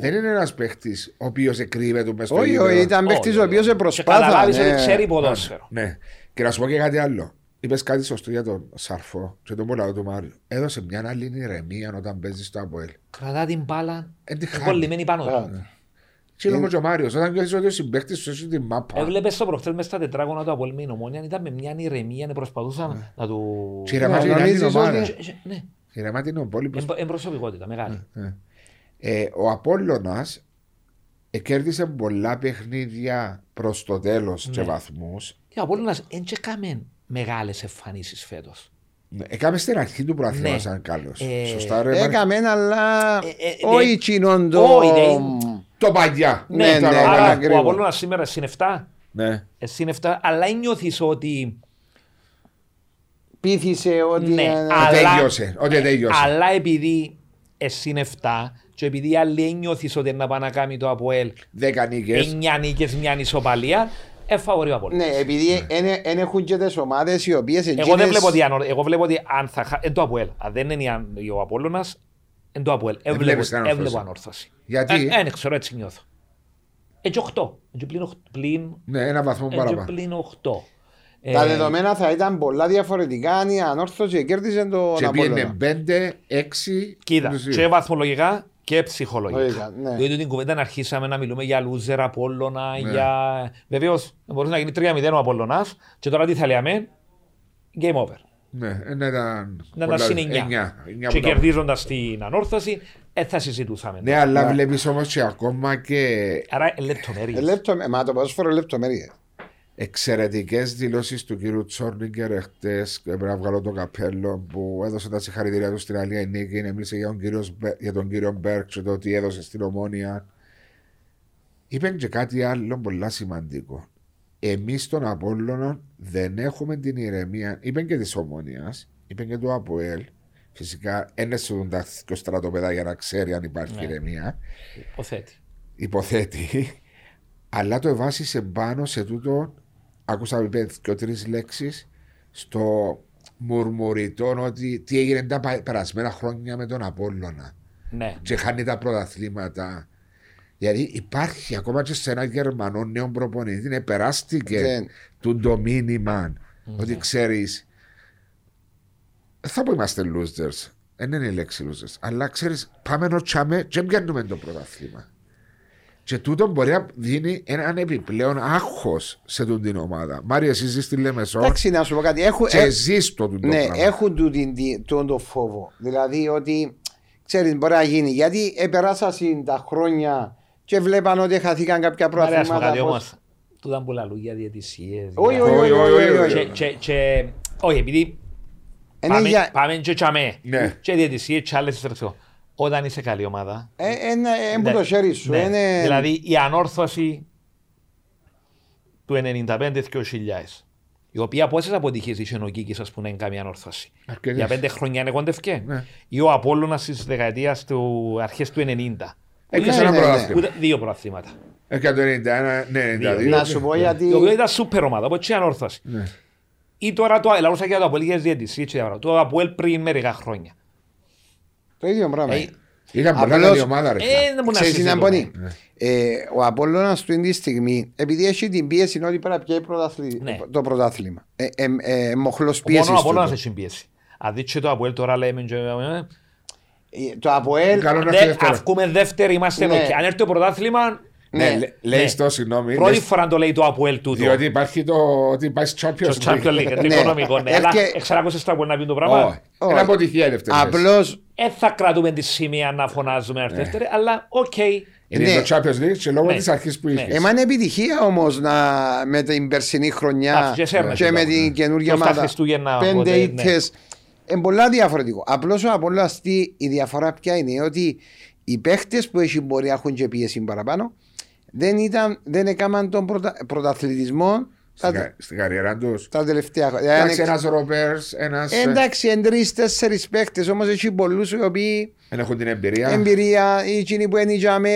Δεν είναι ένας παίχτη ο οποίος εκρύβεται μέσα στο Όχι, γήπεδο. όχι, ήταν παίχτης ο οποίος Και προσπάθα. καταλάβεις ότι ναι. ξέρει ποδόσφαιρο. Ναι. Και να σου πω και κάτι άλλο. Είπες κάτι σωστό για τον Σαρφό και τον Πολαδό του Μάριου. Έδωσε μια άλλη ηρεμία όταν παίζει στο Αμποέλ. Κρατά την μπάλα Ε, τι χάνει. κολλημένη πάνω Α, του. Τι Ε, είναι ο Μάριος, όταν νιώθει ότι ο συμπαίχτη σου έχει την μάπα. Έβλεπες το προχθές μες στα τετράγωνα του Απολμή η Ομόνια ήταν με μια ηρεμία να Ναι. προσπαθούσαν να Ε, του... Τι ηρεμά την άλλη νομίζεις ομάδα. ότι- Ε, Ναι, Ηρεμά την υπόλοιπη Εμπο- εμπροσωπικότητα Ναι. μεγάλη. Ε, ο Απόλλωνας ε, κέρδισε πολλά παιχνίδια προς το τέλος Ναι. και βαθμούς. Και από όλους δεν τσεκάμε μεγάλες εμφανίσεις φέτος. Έκαμε Ε, στην αρχή του προαθήμα Ναι. σαν καλός. Ε, Σωστά ρε. Μαρ- Έκαμε ένα, αλλά Ε, ε, όχι δε- τσινόν το... Όχι, δε- Το παγιά. Ναι, ναι, Ήταν ο άρα- καλά. Άρα ο ακριβώς. Απόλλωνας σήμερα συν 7, Ναι. συν 7, αλλά νιώθεις ότι πείθησε ότι. Ναι, ε, αλλά- Τέλειωσε. Ότι τέλειωσε. Αλλά επειδή εσύ είναι 7 και επειδή οι άλλοι ένιωθεις ότι να πάνε να κάνει το ΑΠΟΕΛ Δέκα νίκες. εννιά νίκες, μια ισοπαλία, εφαβορεί ο ΑΠΟΕΛ. Ναι, επειδή δεν έχουν και τι ομάδες οι οποίες. Εγώ δεν βλέπω ότι αν, εγώ βλέπω ότι αν θα χάσει. Εν το ΑΠΟΕΛ. Αν δεν είναι η αν- ο Απόλλωνας, εν το ΑΠΟΕΛ. Δεν Έβλεπω, βλέπεις την ανόρθωση. έβλεπω ανόρθωση. Γιατί? Ε, ε, ξέρω, έτσι νιώθω. Έτσι 8. Έτσι πλην, οχ- πλην, Ναι, ένα βαθμό έτσι παραπάνω. πλην Ε, 8. Τα δεδομένα θα ήταν πολλά διαφορετικά αν η ανόρθωση κέρδισε τον Και πήγαινε Απόλλωνα. πέντε, έξι. Κοίτα, τους δύο. και βαθμολογικά και ψυχολογικά. Λογικά, ναι. Διότι την κουβέντα να αρχίσαμε να μιλούμε για loser Απόλλωνα, Ναι. για... Βεβαίως μπορούσε να γίνει 3-0 ο Απόλλωνας και τώρα τι θα λέμε, game over. Ναι, ένα ήταν. Να τα πολλά- συν 9. εννιά, εννιά Και που τα- κερδίζοντας την ανόρθωση, ε, θα συζητούσαμε. Ναι, αλλά βλέπεις όμως και ακόμα και Άρα λεπτομέρειες. Ε, λεπτομε- Μα το ποδόσφαιρο λεπτομέρειες. εξαιρετικές δηλώσεις του κύριου Τσόρνιγκερ εχθές. Πρέπει να βγάλω το καπέλο που έδωσε τα συγχαρητήρια του στην Αλία Νίκη. Ναι, μίλησε για τον κύριος, Σμπε- για τον κύριο Μπέρκ και το ότι έδωσε στην Ομόνια. Είπε και κάτι άλλο πολύ σημαντικό. Εμείς στον Απόλλωνα δεν έχουμε την ηρεμία. Είπε και της Ομόνιας, είπε και του Αποέλ. Φυσικά, ένας σου τα δύο στρατοπέδα για να ξέρει αν υπάρχει ηρεμία Υποθέτει. υποθέτει, αλλά το εβάσισε πάνω σε τούτο. Άκουσα είπε και τρεις λέξεις στο μουρμουριτό ότι τι έγινε τα πα- περασμένα χρόνια με τον Απόλλωνα. Ναι. Και χάνει τα πρωταθλήματα. Δηλαδή υπάρχει ακόμα και σε ένα Γερμανό νέο προπονητή να περάστηκε Δεν. του το μήνυμα ότι ξέρεις. Θα πω είμαστε losers. Δεν είναι η λέξη losers. Αλλά ξέρεις, πάμε να τσάμε και πιάνουμε το πρωτάθλημα. Και τούτο μπορεί να δίνει έναν επιπλέον άγχος σε τούτη την ομάδα. Μάρια, εσύ ζεις στη Λέμεσό Εντάξει, να σου πω κάτι. ε- Έχουν, και ζεις το τούτο ναι, πράγμα. έχουν τούτη τη- τον το φόβο. Δηλαδή ότι ξέρεις, μπορεί να γίνει. Γιατί επεράσασαν τα χρόνια και βλέπαν ότι χαθήκαν κάποια Άρα, ας πω προαθλήματα. κάτι πώς- όμω. Του ήταν πολλά λόγια διαιτησίες. Όχι, όχι, όχι, Όχι, όχι, όχι, όχι. όχι. Όχι, επειδή Είναι πάμε, Ε, ναι, για- πάμε και τσαμέ. Ναι. Και διαιτησίες, και άλλες ιστορίε. Όταν είσαι καλή ομάδα. Ε, ε, ε, ε, που το χέρι σου. Ναι. είναι- Δηλαδή η ανόρθωση του 95 2000. Η οποία πόσε αποτυχίε είχε ο Κίκη, ας πούμε, είναι καμία ανόρθωση. Αρκετές. Για πέντε χρόνια είναι κοντευκέ. Ναι. Ή ο Απόλλωνας της δεκαετίας του αρχές του 90. Έχασε Ναι, ένα ναι, ναι. πρωτάθλημα. Ούτε δύο προαθλήματα. Έκανε Ε, το 91, ναι, 92. Να σου πω γιατί. Ε, Η οποία ήταν σούπερ ομάδα, από έτσι ανόρθωση. Ναι. Ή τώρα το λαούσα για το Αποέλ για διαιτησία, έτσι διάφορα. Το Αποέλ πριν μερικά χρόνια. Το ίδιο πράγμα. Ε, Ήταν πολύ Απλώς- καλή ομάδα, ρε. φίλε. Ε, δεν μπορεί να Ξέρεις τι να πω, ναι. συζητούμε. Ε, ο Απόλλωνας του είναι τη στιγμή, επειδή έχει την πίεση ότι πρέπει να πιέσει πρωταθλη- Ναι. το πρωτάθλημα. Ε, ε, ε, μοχλός πίεσης Μόνο ο του. Απόλλωνας έχει πίεση. Αν δείτε το Αποέλ τώρα λέμε... και- Ε, Το Αποέλ, Καλό να Δε- έρθει δεύτερο. Αυκούμε δεύτεροι, είμαστε εδώ. Ναι. Και Αν έρθει το πρωτάθλημα. Ναι, ναι. λέ- λέει Ναι. το συγγνώμη. Πρώτη λες- φορά το λέει το Αποέλ τούτο. Διότι υπάρχει το ότι πάει στο Champions Το Champions League, το οικονομικό. Ναι. Ναι, αλλά Έρχε- εξαρακούσες το Αποέλ να πει το Όχι. πράγμα. Όχι. Ένα αποτυχία είναι αυτή. απλώς Ε, θα κρατούμε τη σημεία να φωνάζουμε ένα δεύτερο, αλλά οκ. Είναι το Ναι. Champions League και λόγω Ναι. της αρχής που Ναι. είχες. Εμά είναι επιτυχία όμως με την περσινή χρονιά Α, και σέρνες και με τώρα, την ναι. καινούργια Προς τα ομάδα. Χριστούγεννα, Πέντε οπότε, ναι. ήττες. Είναι πολλά διαφορετικό. Απλώς ο Απόλλωνα τι η διαφορά πια είναι ότι οι παίχτες που έχει μπορεί να έχουν και πίεση παραπάνω δεν, ήταν, δεν έκαναν τον πρωτα, πρωταθλητισμό Στην κα- τα, Στην καριέρα τους. τα τελευταία χρόνια. Εντάξει, Εάν ένας Ροπέρ, ένας. εξ- Εντάξει, εν τρει-τέσσερι παίχτε όμως έχει πολλούς οι οποίοι Δεν έχουν την εμπειρία. εμπειρία ή εκείνοι που ένιξαμε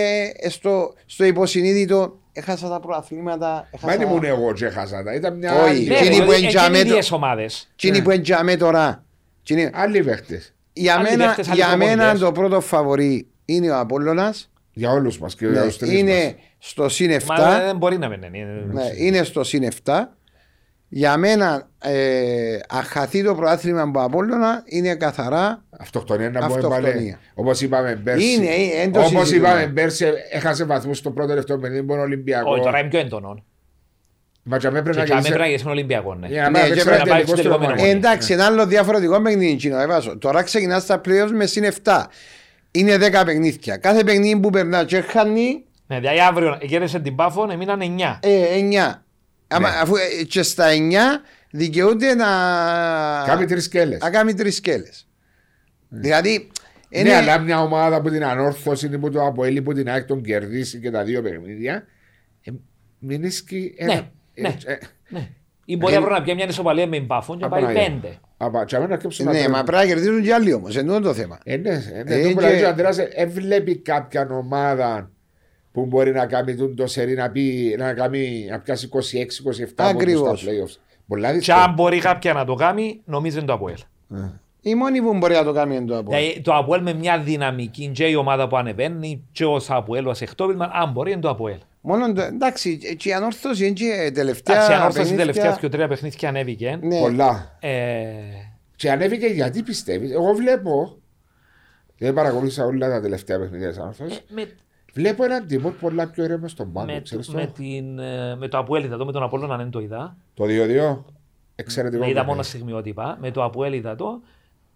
στο, στο υποσυνείδητο. Έχασα τα προαθλήματα. Μα έχασα- δεν ήμουν εγώ και έχασα τα. Ήταν μια Όχι. άλλη- Ναι, Εκείνοι ρε, που διότι εντιαμέ εκείνοι το- οι ίδιες ομάδες. Εκείνοι που εντιαμέ τώρα. Εκείνοι- άλλη παίχτη. Για άλλοι μένα, παίχτες, άλλοι για μένα προπονητές. το πρώτο φαβορή είναι ο Απόλλωνας. Για όλους μας και Ναι, για του τρεις. είναι στο συν 7. Μα δεν μπορεί να μην είναι. Ναι, είναι στο συν 7. Για μένα, ε, αχαθεί το προάθλημα από Απόλλωνα είναι καθαρά. Αυτοκτονία να πούμε πάλι. Αυτοκτονία. Όπως είπαμε πέρσι. Είναι, ε, εν το Όπως συζητούμε. είπαμε πέρσι, έχασε βαθμούς στο πρώτο τελευταίο παιχνίδι. Μόνο Ολυμπιακό. Όχι, τώρα είναι πιο έντονο. Μα για μένα Και πρέπει τσάμε πρέπει να να κερδίσει- γίνεις με Ολυμπιακό, ναι. Για να Ναι, πάει να και παίξει πρέπει ένα να πάει τελικό στο στην επόμενο Ομόνια. αγωνία. εντάξει, ένα άλλο διαφορετικό παιχνίδι είναι εκείνο, ε, βάζω. Τώρα ξεκινάς στα playoffs με συν 7. Είναι 10 παιχνίδια. Κάθε παιχνίδι που περνά και χάνει Ναι, δηλαδή αύριο γέρεσε την Πάφο, έμειναν 9. ε, 9. Άμα, Ναι. αφού, ε, και στα 9 δικαιούνται να. Κάποιοι τρει κέλε. να κάνει τρεις σκέλες. Δηλαδή, Ναι, αλλά μια ομάδα που την ανόρθωση είναι που το αποέλει που την ΑΕΚ τον κερδίσει και τα δύο παιχνίδια. Ε, μην ίσκει ένα. Ναι, ναι. ε, ε, Ή μπορεί αύριο να πιάνει μια ισοπαλία με την Πάφο και να απαναγία. πάει 5. Απα- και άμα να κρύψουν Ναι, τα μα πράγματα. πρέπει να κερδίζουν κι άλλοι όμως. Εννοώ το θέμα. Ε, ναι, ε, ναι, Ε, το που και- λέει ο Αντρέας, ε, ε, βλέπει κάποια ομάδα που μπορεί να κάνει τον το σερί να, πει, να, κάνει, να πιάσει 26-27 Ακριβώς. στα playoffs. Πολλά Και αν δύσκολα. μπορεί κάποια να το κάνει, νομίζω είναι το Αποέλ. Ε. Η μόνη που μπορεί να το κάνει είναι το από. Δηλαδή, το Αποέλ με μια δυναμική και η ομάδα που ανεβαίνει και ο Αποέλ, ο Σεχτόπιλμαν, αν μπορεί είναι το Αποέλ. Μόνο το, εντάξει, ε, και η ανόρθωση είναι και τελευταία. Εντάξει, αν όρθωσε παιχνίδια. τελευταία και τρία παιχνίδια ανέβηκε. Ναι. Πολλά. Ε, Και ανέβηκε γιατί πιστεύεις. Εγώ βλέπω. Δεν παρακολούθησα όλα τα τελευταία παιχνίδια της ανόρθωσης. με, Βλέπω έναν τιμό πολλά πιο ήρεμο στον πάγκο. με, ξέρεις το. με, την, ε, με το Αποέλ είδα το, με τον Απόλλωνα δεν το είδα. Το 2-2. Εξαιρετικό. Με είδα παιχνίδι. μόνο στιγμιότυπα. Με το Αποέλ είδα το.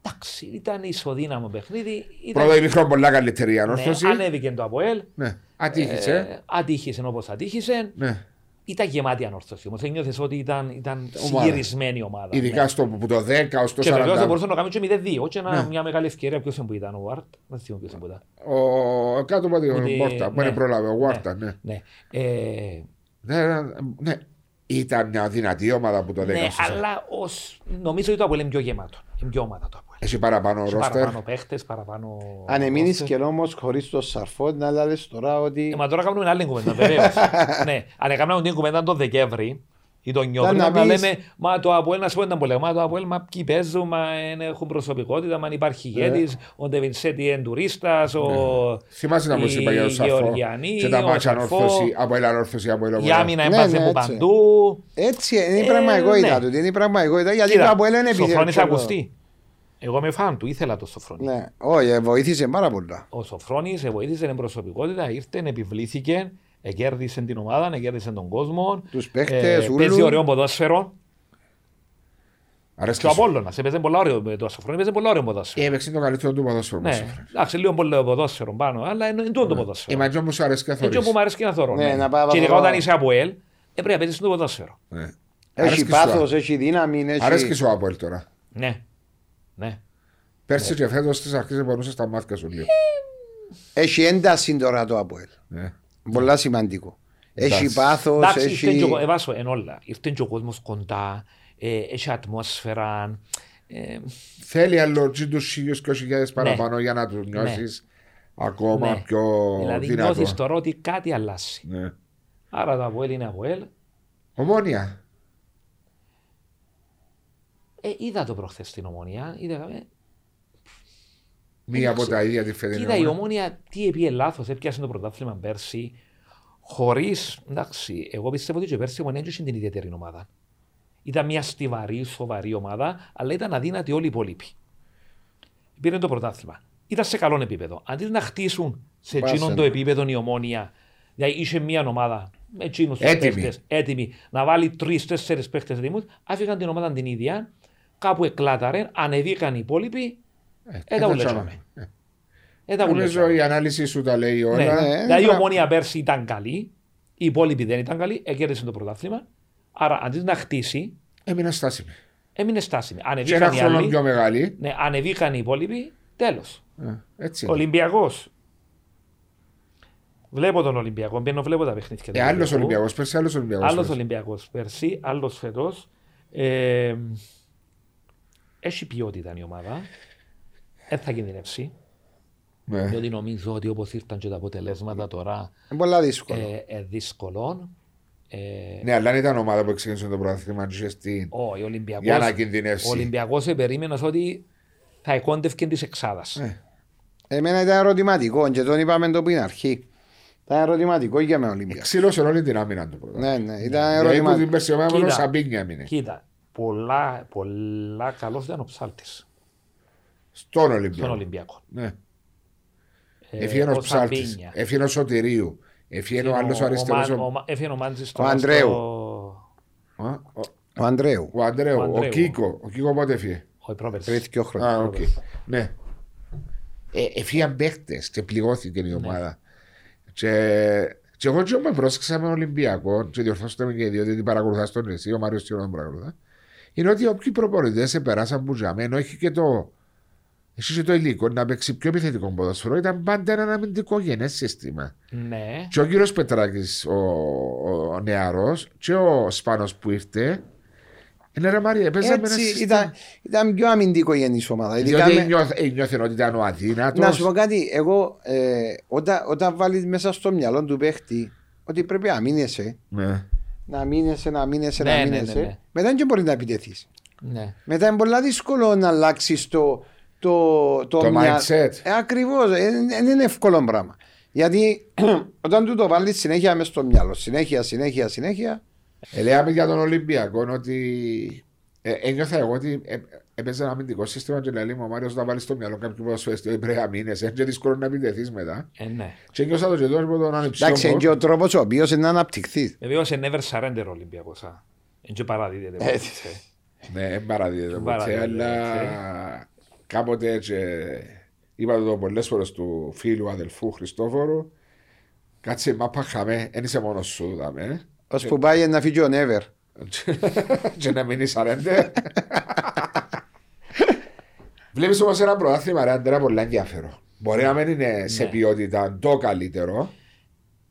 Εντάξει, ήταν ισοδύναμο παιχνίδι. Ήταν, Πρώτο ημίχρονο πολλά καλύτερη η ανόρθωση. ναι, ανέβηκε το Αποέλ. Ναι. Ατύχησε. Ε, ατύχησε όπως ατύχησε. Ναι. Ήταν γεμάτη ανόρθωση όμως. Ένιωθε ότι ήταν, ήταν Ομάδα. συγκυρισμένη ομάδα. Ειδικά ναι. στο Ναι. που το 10 ως το Και βεβαίω θα 40. μπορούσε να κάνει και 0-2. Και ένα, μια μεγάλη ευκαιρία. Ποιος που ήταν ο Βάρτ. Δεν θυμάμαι ποιος που ήταν. Ο κάτω από Ότι- την πόρτα που ναι. δεν πρόλαβε. Ο Βάρτα, ναι. Ναι. Ε, Ναι, ναι, ναι. Ήταν μια δυνατή ομάδα που το 10 ναι, στο 40. αλλά ως, νομίζω ότι το Αποέλ είναι πιο γεμάτο. Είναι πιο ομάδα το Αποέλ. Έχει παραπάνω Έχει ρόστερ. Παραπάνω παίχτες, παραπάνω. Αν εμείνεις roster. και όμως χωρίς το σαρφό, να λέει τώρα Ε, ότι. Μα τώρα κάνουμε άλλη κουβέντα, βεβαίως. ναι, αν έκαναμε την κουβέντα τον Δεκέμβρη ή τον Νιώβρη, να να, πεις- λέμε Μα το Αποέλ, να σου πω ήταν πολύ. Μα το Αποέλ, μα ποιοι παίζουν, μα εν έχουν προσωπικότητα, μα αν Ε. υπάρχει ηγέτη, ο Ντεβινσέτη είναι τουρίστας, ο. Θυμάσαι να μου οι είπα για τον Σαφό. Γεωργιανοί, Και τα ο μάτια Σαφό, ανόρθωση από ελανόρθωση από Η ελανόρθωση. άμυνα Ναι, έπαθε ναι, από έτσι. παντού. Έτσι είναι η Ε, πραγματικότητα ναι. του. Είναι η πραγματικότητα γιατί το Κοίτα, από είναι επειδή. Σοφρόνης ακουστεί. Εγώ είμαι φαν του, ήθελα το Σοφρόνη. Ναι, όχι, ε, βοήθησε πάρα πολλά. Ο Σοφρόνης σε βοήθησε, είναι προσωπικότητα, ήρθε, επιβλήθηκε, κέρδισε την ομάδα, κέρδισε τον κόσμο. ε, Τους παίχτες, ούλους. Παίζει ωραίο ποδόσφαιρο. Αρέσκεις Και ο σου. Απόλλωνας, έπαιζε πολύ ωραίο με το Σοφρόνη, έπαιζε πολύ ωραίο ποδόσφαιρο. Ε, Ε, Έπαιξε το καλύτερο του ποδόσφαιρου. μας, Ναι, ο Φραν. εντάξει, λίγο πολύ ποδόσφαιρο πάνω, αλλά είναι είναι τούτο το Η ποδόσφαιρο. Ματζό μου σου αρέσει Έτσι όπου μου καθόλου. αρέσει Ε, και να θωρώ. Ε, Ναι, ναι. να πάω να Και ειδικά θωρώ. όταν είσαι από ελ, ε, πρέπει να παίζεις το ποδόσφαιρο. Ναι. Έχει πάθο, έχει δύναμη. έχει- Αρέσκει σου από τώρα. Ναι, ναι. Πέρσι και φέτος στι αρχέ μπορούσε στα μάτια σου λίγο. Ε. Έχει ένταση τώρα το Αποέλ. Ναι. Πολλά σημαντικό. Έχει Εντάξει. πάθος, Εντάξει, ήρθε και έχει. ο- ε, βάσο, εν όλα. Ήρθε και ο κόσμος κοντά, ε, έχει ατμόσφαιρα. ε, Θέλει άλλο τους χίλιους και όχι χιλιάδε παραπάνω για να τους νιώσεις ακόμα ναι. πιο Δηλαδή νιώθεις δυνατό. τώρα ότι κάτι αλλάζει. Ναι. Άρα το Αποέλ είναι Αποέλ. Ομόνια. Ε, είδα το προχθές στην Ομονία. Είδα, ε, Μία από τα ίδια τη φετινή. Κοίτα, η ομάδα. ομόνια τι έπιε λάθος, έπιασε το πρωτάθλημα πέρσι. Χωρίς. Εντάξει, εγώ πιστεύω ότι και πέρσι η ομόνια δεν είχε την ιδιαίτερη ομάδα. Ήταν μια στιβαρή, σοβαρή ομάδα, αλλά ήταν αδύνατη όλοι οι υπόλοιποι. Πήρε το πρωτάθλημα. Ήταν σε καλό επίπεδο. Αντί να χτίσουν σε Πάσε εκείνον να. το επίπεδο η ομόνια, δηλαδή είχε μια ομάδα με εκείνους τους Έτοιμη. παίχτε, έτοιμη να βάλει τρει-τέσσερι παίχτε δήμου, άφηγαν την ομάδα την ίδια, κάπου εκλάταρε, ανεβήκαν οι υπόλοιποι, Ε, ε, τα δεν ουλέτσαμε. ξέρω. ε, τα Νομίζω ουλέτσαμε. η ανάλυση σου τα λέει Ναι. όλα. ναι, Δηλαδή η μπράβο. ομόνια πέρσι ήταν καλή, οι υπόλοιποι δεν ήταν καλοί, έκαιρεσε το πρωτάθλημα. Άρα αντί να χτίσει, Έμεινα στάσιμη. έμεινε στάσιμη. Και ένα Ανεβήκαν οι χρόνο άλλοι, πιο μεγάλη. ναι, ανεβήκαν οι υπόλοιποι, τέλος. Ε, Έτσι. είναι. Ολυμπιακός. Βλέπω τον Ολυμπιακό, μπαίνω, βλέπω τα παιχνίδια. Ε, άλλος Ολυμπιακός, πέρσι άλλος Ολυμπιακός. Άλλος Ολυμπιακός πέρσι, άλλος φέτος. Ε, έχει ποιότητα η ομάδα. Δεν θα κινδυνεύσει. Ε. Ναι. Διότι νομίζω ότι όπως ήρθαν και τα αποτελέσματα τώρα Είναι πολλά δύσκολα. ε, ε, δύσκολο. Ε, Ναι, αλλά αν ήταν ομάδα που ξεκίνησε το πρωτάθλημα, αν είχες στην. όχι, ο Ολυμπιακός, Για να κινδυνεύσει. ο Ολυμπιακός επερίμενε ότι θα εκόντευκε της εξάδας. Ε, Εμένα ήταν ερωτηματικό και τον είπαμε το πριν αρχή. Ήταν ερωτηματικό για μένα ο Ολυμπιακός. Ξύλωσε όλη την άμυνα του πρώτα. Ναι, ναι, ήταν Δηλαδή που την ερωτηματικό. περσιά μόνο ο Κοίτα. Σαμπίνια έμεινε. Κοίτα, πολλά, πολλά καλός ήταν ο ψάλτης Στον στον Ολυμπιακό. Ολυμπιακό. Ναι. Ε, Έφυγε ο ο Ψάλτης. Σαμπίνια. Έφυγε ο Σωτηρίου. Έφυγε ο άλλος ο αριστερό. Μαν- ο Μα- έφυγε ο Μάντζης Ο Ανδρέου. στο- Ο Ανδρέου. Ο Ο Αντρέου. Ο Ανδρέου. Κίκο. Ο Κίκο πότε έφυγε. Όχι, πρόπερσι. Πριν δύο χρόνια. Α, οκ. Ναι. Ε, Εφύγαν παίχτε και πληγώθηκε η ομάδα. Και, και εγώ και με πρόσεξα με τον Ολυμπιακό, και διορθώστε με και οι δύο, διότι παρακολουθάς τον εσύ, ο Μάριος Τσιρό δεν παρακολουθά. Είναι ότι όποιοι προπονητές σε περάσαν που τζαμί, ενώ έχει και το. Έχει και το υλικό να παίξει πιο επιθετικό ποδοσφαιρό, ήταν πάντα ένα αμυντικό γενές σύστημα. Ναι, Και ο κύριος Πετράκης, ο, ο, νεαρός, και ο Σπάνος που ήρθε, Ναι, ρε Μαρία, παίζαμε ένα Έτσι, σύστημα. ήταν, ήταν πιο αμυντικογενή ομάδα. Ειδικά Διότι με- ένιωθ- ένιωθε ότι ήταν ο αδύνατος. Να σου πω κάτι, εγώ ε, όταν, όταν βάλεις μέσα στο μυαλό του παίχτη ότι πρέπει να μείνεσαι, Ναι. να μείνεσαι, να μείνεσαι, Ναι, να ναι, μείνεσαι, ναι, ναι. μετά δεν μπορεί να επιτεθείς. Ναι. Μετά είναι πολύ δύσκολο να αλλάξεις το, το, Το mindset. Ε, Ακριβώς. Δεν είναι εύκολο πράγμα. Γιατί όταν του το βάλεις συνέχεια μέσα στο μυαλό, συνέχεια, συνέχεια, συνέχεια. Ε, Λέγαμε για τον Ολυμπιακό ότι ε, ένιωθα εγώ ότι ε, έπαιζε ένα αμυντικό σύστημα και λέει μου ο Μάριος να βάλει στο μυαλό κάποιου ποδοσφαιριστή ότι πρέπει να μείνεις, είναι ε, και δύσκολο να επιτεθείς μετά. Ε, ναι. Και ένιωσα το και εδώ από τον Ανεψιόμπο. Εντάξει, είναι και ο τρόπος ο οποίος είναι να αναπτυχθείς. Βεβαίω είναι Ε, never surrender ο Ολυμπιακό. Είναι και παραδίδεται. Ε, ποτέ. Ναι, δεν παραδίδεται ποτέ, Παραδίδεται, αλλά κάποτε και είπα το πολλές φορές του φίλου αδελφού Χριστόφορου. Κάτσε μα παχαμε, δεν είσαι μόνος σου, δαμε. Ώσπου πάει να φύγει ο Νέβερ. και να ναι, μην είσαι αρέντε. Βλέπεις όμως ένα πρωτάθλημα ρε Αντρέα πολύ ενδιαφέρον. Μπορεί να μην είναι σε Ναι. ποιότητα το καλύτερο.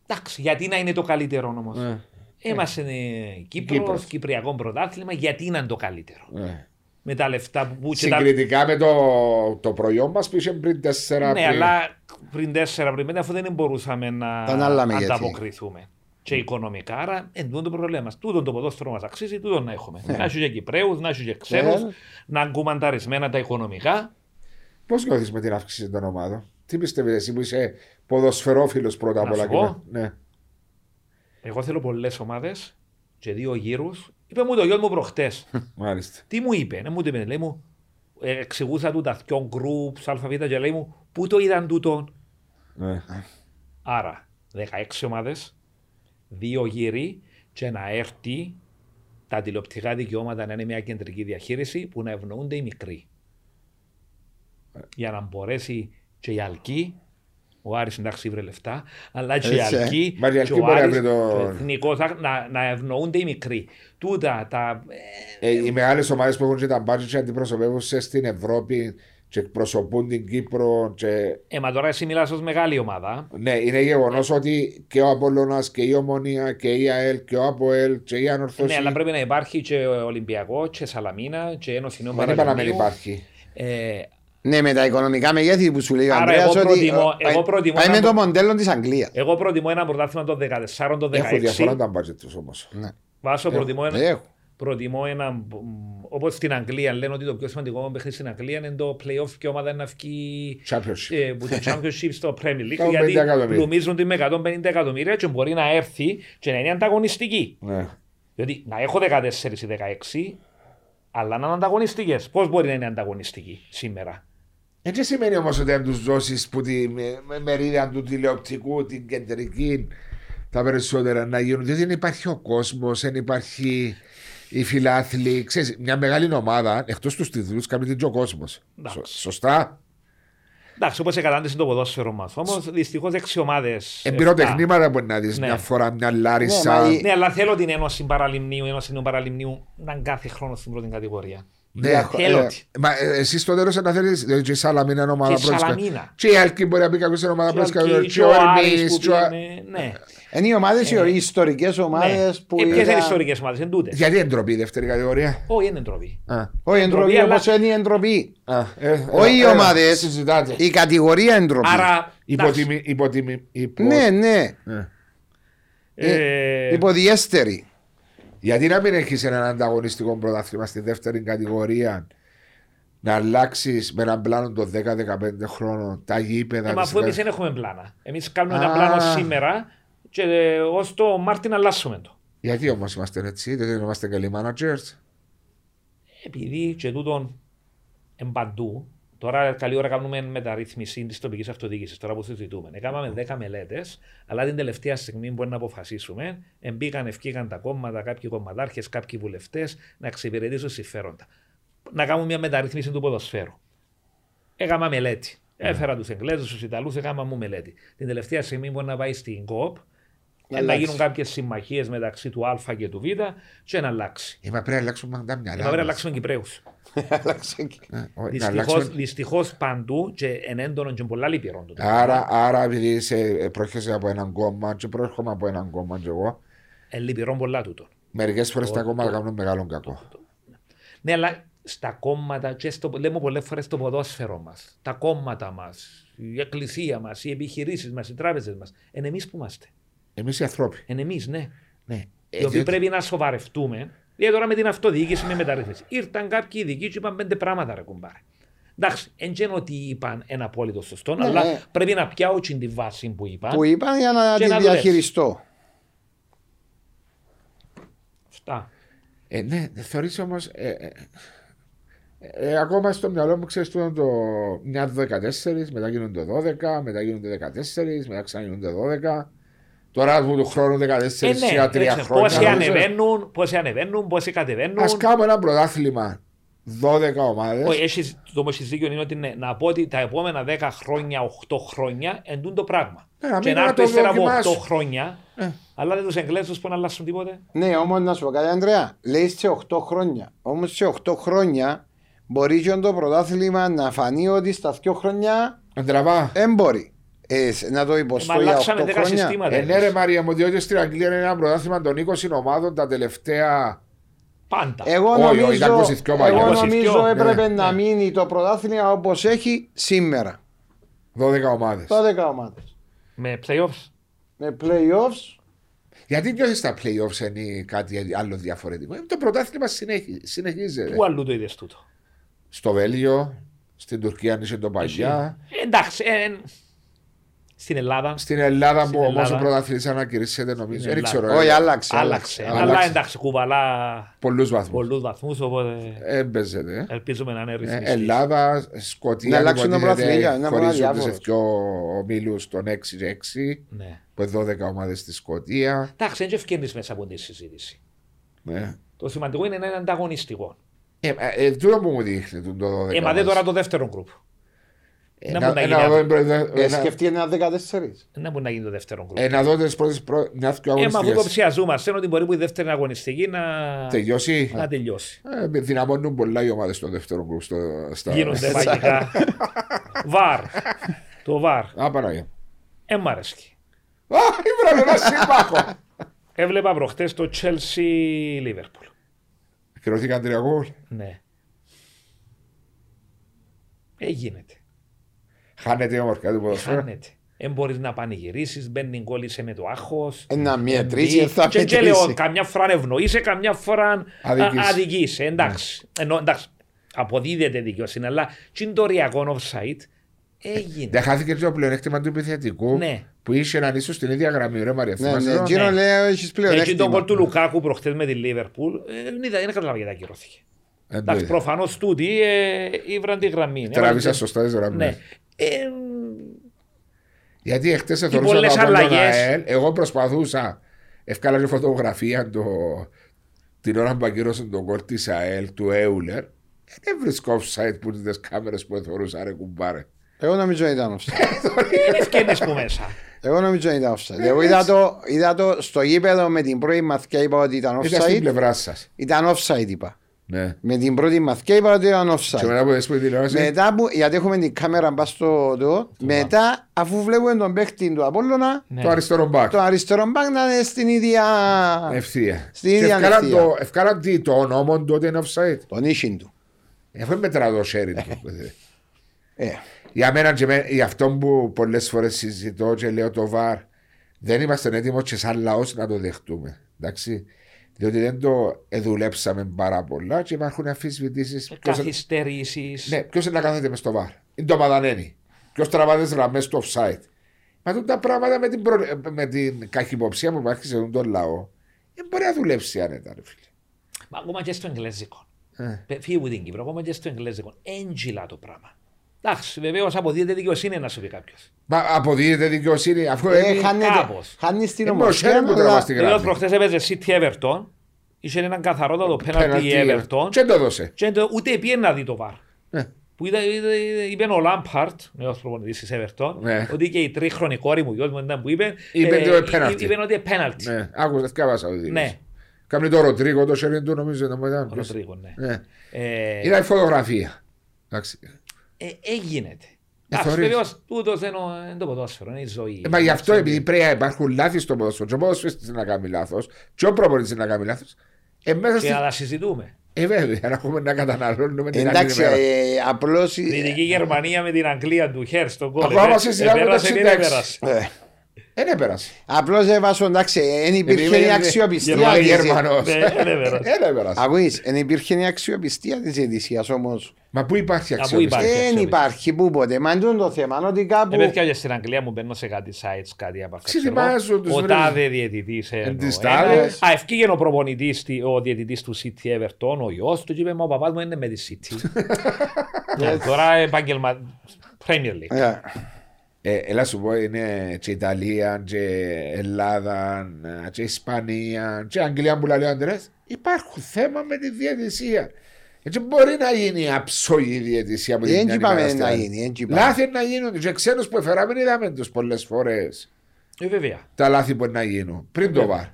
Εντάξει, γιατί να είναι το καλύτερο όμως. Ναι. Είμαστε Κύπρο, Ε, Κύπρος. Κυπριακό πρωτάθλημα, γιατί να είναι το καλύτερο. Ναι. Με τα λεφτά που. που και τα- Συγκριτικά με το, το προϊόν μας που είχε πριν τέσσερα Ναι, πριν. αλλά πριν τέσσερα, πριν πέντε, αφού δεν μπορούσαμε να Ήταν άλλα μεγέθη. ανταποκριθούμε. Και οικονομικά, άρα εν τούτο το πρόβλημά μας. Τούτον το ποδόσφαιρο μας αξίζει, τούτον να έχουμε. Ναι. Να είσαι και Κυπρέους, να είσαι και Ναι. ξένους, να αγκουμανταρισμένα τα οικονομικά. Πώς νιώθεις με την αύξηση των ομάδων, Τι πιστεύεις εσύ που είσαι ποδοσφαιρόφιλος πρώτα απ' Να όλα. σου και πω. να- Ναι. Εγώ θέλω πολλές ομάδες και δύο γύρους. Είπε μου το γιο μου προχτές. Μάλιστα. Τι μου είπε, να μου το είπε, λέει μου, ε, εξηγούσα του τα δυο groups, ΑΒ και λέει μου, πού το είδαν τούτον. Ε, Ναι. Άρα, 16 ομάδες, δύο γύροι και να έρθει τα τηλεοπτικά δικαιώματα να είναι μια κεντρική διαχείριση που να ευνοούνται οι μικροί. Για να μπορέσει και η Αλκή, ο Άρης εντάξει βρε λεφτά, αλλά και η Έτσι, ε. Αλκή, Μα η Αλκή και ο μπορεί να Άρης, βρει το- το εθνικό, θα- να, να ευνοούνται οι μικροί. Τούτα τα... Ε, οι μεγάλες ομάδες που έχουν και τα μπάτζετ και αντιπροσωπεύουν σε στην Ευρώπη και εκπροσωπούν την Κύπρο. Και... Ε, μα τώρα εσύ μιλάς ως μεγάλη ομάδα. Ναι, είναι γεγονός ότι και ο Απόλλωνας και η Ομονία και η ΑΕΛ και ο ΑΠΟΕΛ και η Ανορθώση. Ναι, αλλά πρέπει να υπάρχει και Ολυμπιακό, και Σαλαμίνα, και Ένωση Νέων Μα δεν είπα να μην Παραλυμνίου. υπάρχει. Ε, Ναι, με τα οικονομικά μεγέθη που σου λέει ο Άρα Ανδρέας εγώ ότι προτιμώ- ε, πάει- εγώ προτιμώ πάει να με το- το μοντέλο της Αγγλίας. Εγώ προτιμώ ένα πρωτάθλημα των 14, των Έχουν διαφορά 16. τα Ναι, μπάτζετ τους όμως. Ναι. Βάσο, προτιμώ Έχω. ένα. Έχω. Προτιμώ ένα. Όπως στην Αγγλία λένε ότι το πιο σημαντικό παιχνίδι στην Αγγλία είναι το playoff και η ομάδα να βγει Championship. ε, που το Championship στο Premier League. 150 γιατί εκατομμύρια. πλουμίζουν την με 150 εκατομμύρια και μπορεί να έρθει και να είναι ανταγωνιστική. Ναι. Διότι να έχω 14 ή 16, αλλά να είναι ανταγωνιστικές. Πώς μπορεί να είναι ανταγωνιστική σήμερα. Ε, τι σημαίνει όμως ότι δεν τους δώσεις που τη με- με- μερίδα του τηλεοπτικού, την κεντρική, τα περισσότερα να γίνουν. Διότι δεν υπάρχει ο κόσμος, δεν υπάρχει οι φιλάθλοι. Ξέρεις, μια μεγάλη ομάδα, εκτός τους τίτλου, κάνει την και ο κόσμος. Εντάξει. σωστά. Εντάξει, όπως εκατάντησε το ποδόσφαιρο μας. Όμως δυστυχώς 6 ομάδες. Εμπειροτεχνήματα μπορεί να δεις Ναι. μια φορά, μια Ναι, λάρισα. μα η- Ναι, αλλά θέλω την Ένωση Παραλιμνίου, Ένωση Νέων Παραλιμνίου να είναι κάθε χρόνο στην πρώτη κατηγορία. Ναι, Θέλω ε, τη. Μα ε, εσύ στο τέλος να θέλει. Δηλαδή, και η Σαλαμίνα είναι ομάδα Και η πρώτης κα- Σαλαμίνα. Και η Αλκή μπορεί να μπει κάποιος σε ομάδα Και ο πρώτης Αλκή, κατηγορία. και ο Άρης Ορμής, που και ο Α- πήγαινε, Ναι. Είναι οι ομάδες, οι Ε. ιστορικές ομάδες που Ποιε Ναι. Ε, είναι οι ήταν- ιστορικές ομάδες, είναι τούτες. Γιατί εντροπή η δεύτερη κατηγορία. Όχι, είναι ντροπή. Α. Όχι, Ντροπή, η εντροπή αλλά- όπως είναι η εντροπή. Α, ε, Όχι οι ε, ομάδες, Συζητάτε. η κατηγορία εντροπή. Άρα. εντάξει, Υποτιμη, υποτιμη, υπο... Ναι, ναι. Ε. ε, Υποδιέστερη. Γιατί να μην έχεις έναν ανταγωνιστικό πρωτάθλημα στη δεύτερη κατηγορία, να αλλάξεις με έναν πλάνο των 10-15 χρόνων τα γήπεδα. ε, Μα της αφού εμείς δεύτερης- δεν έχουμε πλάνα. Εμείς κάνουμε ένα Α. πλάνο σήμερα και ως το Μάρτιν αλλάσουμε το. Γιατί όμως είμαστε έτσι, διότι δεν είμαστε καλοί managers. Επειδή και τούτον εμπαντού, τώρα καλή ώρα κάνουμε μεταρρύθμιση της τοπικής αυτοδιοίκησης, τώρα που συζητούμε. Έκαναμε 10 μελέτες, αλλά την τελευταία στιγμή μπορεί να αποφασίσουμε. Εμπήκαν, ευκήκαν τα κόμματα, κάποιοι κομματάρχες, κάποιοι βουλευτές να εξυπηρετήσουν συμφέροντα. Να κάνουμε μια μεταρρύθμιση του ποδοσφαίρου. Έκανα μελέτη. Έφερα τους Εγγλέζους, τους Ιταλούς, έκανα μου μελέτη. Την τελευταία στιγμή μπορεί να πάει στην ΚΟΠ, να, αλλάξει. γίνουν κάποιες συμμαχίες μεταξύ του Α και του Β και να αλλάξει. Είμαι Ε, πρέπει να αλλάξουμε τα μυαλά. Ε, Πρέπει να μας. αλλάξουν Κυπρέου. Ε, όχι, να Δυστυχώς, αλλάξουμε- δυστυχώς παντού και εν έντονο και πολλά λυπηρών του. Άρα, άρα επειδή είσαι, ε, προέρχεσαι από έναν κόμμα και προέρχομαι από έναν κόμμα και εγώ, Ε, λυπηρών πολλά τούτο. μερικές φορές τα κόμματα κάνουν μεγάλο κακό. Ναι, αλλά στα κόμματα, και στο, λέμε πολλές φορές το ποδόσφαιρο μας, τα κόμματα μας, η εκκλησία μας, οι επιχειρήσεις μας, οι τράπεζες μας. Εν εμείς που είμαστε. Εμείς οι άνθρωποι. Εν εμείς, ναι. Ναι. οι οποίοι πρέπει να σοβαρευτούμε. Γιατί τώρα με την αυτοδιοίκηση με μεταρρύθμιση. Ήρθαν κάποιοι ειδικοί και είπαν πέντε πράγματα, ρε κουμπάρε. Εντάξει, εν και είναι ότι είπαν ένα απόλυτο σωστό, Ναι, αλλά ναι. πρέπει να πιάω την τη βάση που είπαν. Που είπα για να Και τη να δουλέψεις. διαχειριστώ. Αυτά. Ε, ναι, θεωρείς όμως. Ε, ε, ε, ακόμα στο μυαλό μου ξέρεις το, το μια το 14, μετά γίνονται 12, μετά γίνονται 14, μετά ξαναγίνονται 12. Τώρα που του χρόνου 14 Ε, ναι, σιγά τρία έτσι, χρόνια. πόσοι ανεβαίνουν, πόσοι ανεβαίνουν, πόσοι κατεβαίνουν. Α κάνουμε ένα πρωτάθλημα 12 Όχι, ομάδε. έχεις, το όμω δίκιο είναι ότι ναι, να πω ότι τα επόμενα 10 χρόνια, 8 χρόνια εντούν το πράγμα. Ναι, να και μην να να έρθει το Ε. ύστερα από 8 δοκιμάσουν. χρόνια, αλλά δεν τους εγκλέψουν που να αλλάσουν τίποτε. Ναι, όμως να σου πω κάτι, Ανδρέα. Λέει σε 8 χρόνια. Όμως σε 8 χρόνια μπορεί και το πρωτάθλημα να φανεί ότι στα 2 χρόνια Αντραβά. δεν μπορεί. Ε, σ- να το Ε, Μα υποστώ για 8 αλλάξαμε 10 χρόνια. συστήματα. Ε, ναι, ρε. ρε Μαρία μου, διότι στην Αγγλία είναι ένα πρωτάθλημα των 20 ομάδων τα τελευταία. Πάντα. Εγώ Όχι, όχι, ήταν νομίζω, 22 εγώ παλιά. νομίζω 22, έπρεπε ναι, να μείνει το πρωτάθλημα όπως έχει σήμερα. 12 ομάδε. 12 ομάδες. Με playoffs. Με playoffs. Γιατί νιώθεις τα playoffs είναι κάτι άλλο διαφορετικό. Ε, Το πρωτάθλημα συνέχι- συνεχίζεται. Πού αλλού το είδες τούτο. Στο Βέλγιο, στην Τουρκία αν είσαι το παγιά. Ε, Εντάξει. ε, ε, στην Ελλάδα. Στην Ελλάδα Στην που όμως ο Ελλάδα. πρωταθλητής ανακηρύσσεται νομίζω. Στην Δεν ξέρω. Όχι, άλλαξε. Άλλαξε. άλλαξε. Αλλά εντάξει, κουβαλά Πολλούς βαθμούς. πολλούς βαθμούς. Οπότε Έμπαιζεται. ε. ελπίζουμε να είναι Ε, ρυθμιστής. Ελλάδα, Να Σκοτία, αλλάξουν τα πρωταθλητικά, υποτίθεται είναι χωρίζονται αδιάφορο. σε δύο ομίλους των 6-6 Ναι. που είναι 12 ομάδες στη Σκοτία. Εντάξει, δεν ευκαιρνεί μέσα από τη συζήτηση. Ναι. Το σημαντικό είναι να είναι ανταγωνιστικό. Ε, ε, ε, τούτο που μου δείχνει το 12. Ε, μα δεν τώρα το δεύτερο γκρουπ. να Ένα- μου τα ένα γίνει δω- αυτό. ένα- Ε, σκεφτεί ένα 14. Δεν μπορεί Ε, να γίνει το δεύτερο γκρουπ. ε, να δω τι πρώτε. Μια δυο Ε, μα αφού αγωνιστικές. υποψιαζόμαστε ότι μπορεί που η δεύτερη αγωνιστική να, Τελειώσει. να τελειώσει. Ε, δυναμώνουν πολλά οι ομάδες στο δεύτερο γκρουπ. στο- στα- Γίνονται μαγικά. Βαρ. Το βαρ. Α, Παναγία. Ε, μ' αρέσκει. Α, ήμουν ένα σύμπαχο. Έβλεπα προχτές το Chelsea Liverpool. Κυρώθηκαν τρία γκολ. Ναι. Ε, γίνεται. Χάνεται η ομορφιά του ποδοσφαίρου. Χάνεται. Δεν μπορείς να πανηγυρίσεις, μπαίνει κόλλησε με το άγχος. Ε, Να μετρήσει, θα Ε, Και και λέω, μετρήσει. καμιά φορά ευνοείσαι, καμιά φορά Αδικείς. α- αδικείς. Ε, Ναι. Εντάξει. Ενώ, εντάξει, αποδίδεται δικαιοσύνη, αλλά τι είναι το ριακό offside έγινε. Δεν χάθηκε και το πλεονέκτημα του επιθετικού Ναι. που είχε έναν ίσω στην ίδια γραμμή. Ρε Μαρία, Ναι, θυμάσαι ναι, το? Τζίνο ναι. λέει έχεις πλέον. Εκεί το γκολ του Λουκάκου προχτές με τη Λίβερπουλ, ε, δεν είδα- δεν καταλάβα γιατί Ναι. ακυρώθηκε. Δεν το Εντάξει, είδα. προφανώς τούτοι ε, ήβραν τη γραμμή. Τράβησα Έβαλαν- σωστά τις Ναι. γραμμέ. Ε, Γιατί εχθές θεωρούσα πολλές τα γκολ των αλλαγές. ΑΕΛ. Εγώ προσπαθούσα. Ευκάλα και φωτογραφία το... την ώρα που ακυρώσαν τον γκολ της ΑΕΛ του Έουλερ. Δεν βρίσκω offside που είναι τις κάμερες που θεωρούσα, ρε κουμπάρε. Εγώ νομίζω ήταν offside. Δεν ευκαιρίες που μέσα. Εγώ νομίζω ήταν offside. Ε, Εγώ είδα το, είδα το στο γήπεδο με την πρώτη μαθηκιά είπα ότι ήταν Ήταν στην offside. πλευρά σας. Ήταν offside Ναι, είπα. Ναι. Με την πρώτη μαθηκιά είπα ότι ήταν Και offside. μετά που δες που η τηλεόραση. Μετά που, γιατί έχουμε την κάμερα μπας στο το, μετά αφού βλέπουμε τον παίχτη του Απόλλωνα, Ναι. Το αριστερό μπακ. το αριστερό μπακ να είναι στην Ναι. ίδια. Ευθεία. Στην ίδια ευθεία. Ευκάλαν τι, το ονόμον τότε είναι offside. τον ίσιν του. Έχω μετρά το χέρι του. Ε, Για μένα και με- για αυτό που πολλές φορές συζητώ και λέω το βαρ, δεν είμαστε έτοιμοι και σαν λαός να το δεχτούμε. Εντάξει. Διότι δεν το εδουλέψαμε πάρα πολλά και υπάρχουν Ε, αμφισβητήσει. Καθυστερήσεις. Ναι, ποιος είναι να κάθεται μες στο βαρ. Είναι το μαδανένι. Ποιο τραβά τις γραμμές του offside. Μα τότε τα πράγματα με την, προ... ε, με την καχυποψία που υπάρχει σε αυτόν τον λαό, δεν μπορεί να δουλέψει άνετα, ρε φίλε. Μα ακόμα και στο εγγλέζικο. Ε. Πε- Φύγει από την Κύπρο, ακόμα και στο εγγλέζικο. Έντζιλα το πράγμα. Εντάξει, βεβαίω αποδίδεται δικαιοσύνη να σου πει κάποιος. Μα αποδίδεται δικαιοσύνη αφού ε, έμεινε- χάνεται. κάπως. Χάνεις την Ε, μα ο ομορφιά. Σέρεν που τραβά αλλά- στη Βεβαίω γραμμή. προχθές έπαιζε City Everton. Είχε έναν καθαρότατο πέναλτι η Ε, Πέναλτι. Everton. Και το δώσε. Και το- ούτε πήγε να δει το βαρ. Ναι. Που είδα, είδα, είδα- είπε ο Λάμπαρτ, νέος προπονητής της Everton, Ναι. ότι και η τρίχρονη κόρη μου, γιος μου ήταν που είπε. Είπε ότι ε, είναι penalty. Είπε ότι είναι πέναλτι. Ναι, άκουσα, δεν διάβασα ότι Ναι, Κάμνει το Ροντρίγκο, το Σέριν του νομίζω να μου ήταν ο ποιος. Ροντρίγκο, ναι. Ναι. Ε, Ήταν η φωτογραφία. Εντάξει. ε, έγινε. θεωρείς. Βεβαίω, τούτο δεν ο- είναι το ποδόσφαιρο, είναι η ζωή. Ε, Μα γι' αυτό επειδή πρέπει να υπάρχουν λάθη στο ποδόσφαιρο, και ο ποδοσφαιριστής να κάνει λάθος, και ο προπονητής να κάνει λάθος, ε, μέσα Και στη... να τα συζητούμε. Ε, βέβαια, να έχουμε να καταναλώνουμε την Εντάξει, άλλη μέρα. ε, απλώ. Δυτική Γερμανία με την Αγγλία του Χέρ στον κόλλο. Ακόμα συζητάμε τα συντάξει. ε, πέρασε. Δεν έπερασε. Απλώ έβασαν, ε, εντάξει, δεν ε, υπήρχε ναι, Ε, Επειδή η είναι αξιοπιστία. Γερμανός, της- Γερμανός. Ναι, δεν έπερασε. Δεν έπερασε. Ακούεις, δεν υπήρχε η αξιοπιστία της ειδησία όμως. Μα πού υπάρχει πού αξιοπιστία. υπάρχει Δεν αξιοπιστία. υπάρχει πούποτε. Μα είναι το θέμα, είναι ότι κάπου. Επειδή Ε, και στην Αγγλία μου μπαίνω σε κάτι sites, κάτι από αυτά. ξέρω εγώ. Ξετοιμάζω τους, Ο βρε. τάδε ε, διαιτητή. Εν τις τάδες. ε, Α, ευκήγε ο προπονητής, ο διαιτητής του City Everton, ο γιος του, και είπε: Μα ο παπάς μου είναι με τη City. Ναι, Τώρα επαγγελμα. Premier League. Ε, Ε, Έλα σου πω, είναι και Ιταλία, και Ελλάδα, και Ισπανία, και Αγγλία που λέει ο Αντρέας. Υπάρχουν θέμα με τη διαιτησία. Έτσι μπορεί να γίνει αψόγη η διαιτησία από την Δεν μια είπαμε ημέρα στην να άλλη. γίνει, δεν είπαμε. Λάθη να γίνονται. Και ξένους που εφεράμε είδαμε τους πολλές φορές Ε, Βέβαια. τα λάθη που να γίνουν πριν Ναι. το βαρ.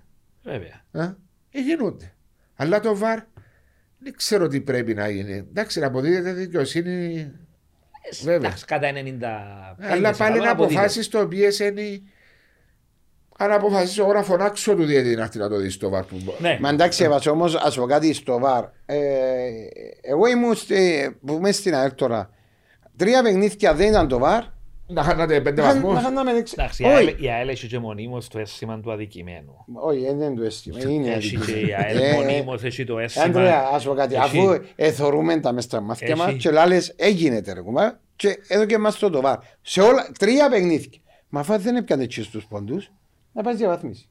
Βέβαια. Α, ε, γίνονται. Αλλά το βαρ δεν ξέρω τι πρέπει να γίνει. Εντάξει, να αποδίδεται δικαιοσύνη. Ε, Βέβαια. Ε, Εντάξει, Κατά 90. Αλλά πάλι είναι αποφάσεις το οποίε είναι. Αν αποφασίσω εγώ να φωνάξω του διαιτητή να έρθει να το δει στο βαρ που μπο- Ναι. Ε, Μα εντάξει, Εύας, όμως, ας πω κάτι στο βαρ. Ε, εγώ ήμουν στη, που είμαι στην ΑΕΛ τώρα. Τρία παιχνίδια δεν ήταν το βαρ. Ε, Να χάνατε πέντε Να βαθμούς. να χάναμε έξι. Εντάξει, η Όχι, ΑΕΛ- η ΑΕΛ έχει και μονίμως το αίσθημα του αδικημένου. όχι, ε, δεν είναι το αίσθημα. Είναι Έχει και η αδικία. ΑΕΛ Ε, μονίμως, έχει το ε, Αντρέα, αίσθημα. ας πω κάτι. Εσύ. Αφού εθωρούμε τα μέσα στα μάτια Εσύ. μα, και λάλες έγινε τερκούμα, και εδώ και μα το το βαρ. Σε όλα, τρία παιχνίδια. Μα αφού δεν έπιανε τσί του ποντού, να πάει διαβαθμίσει.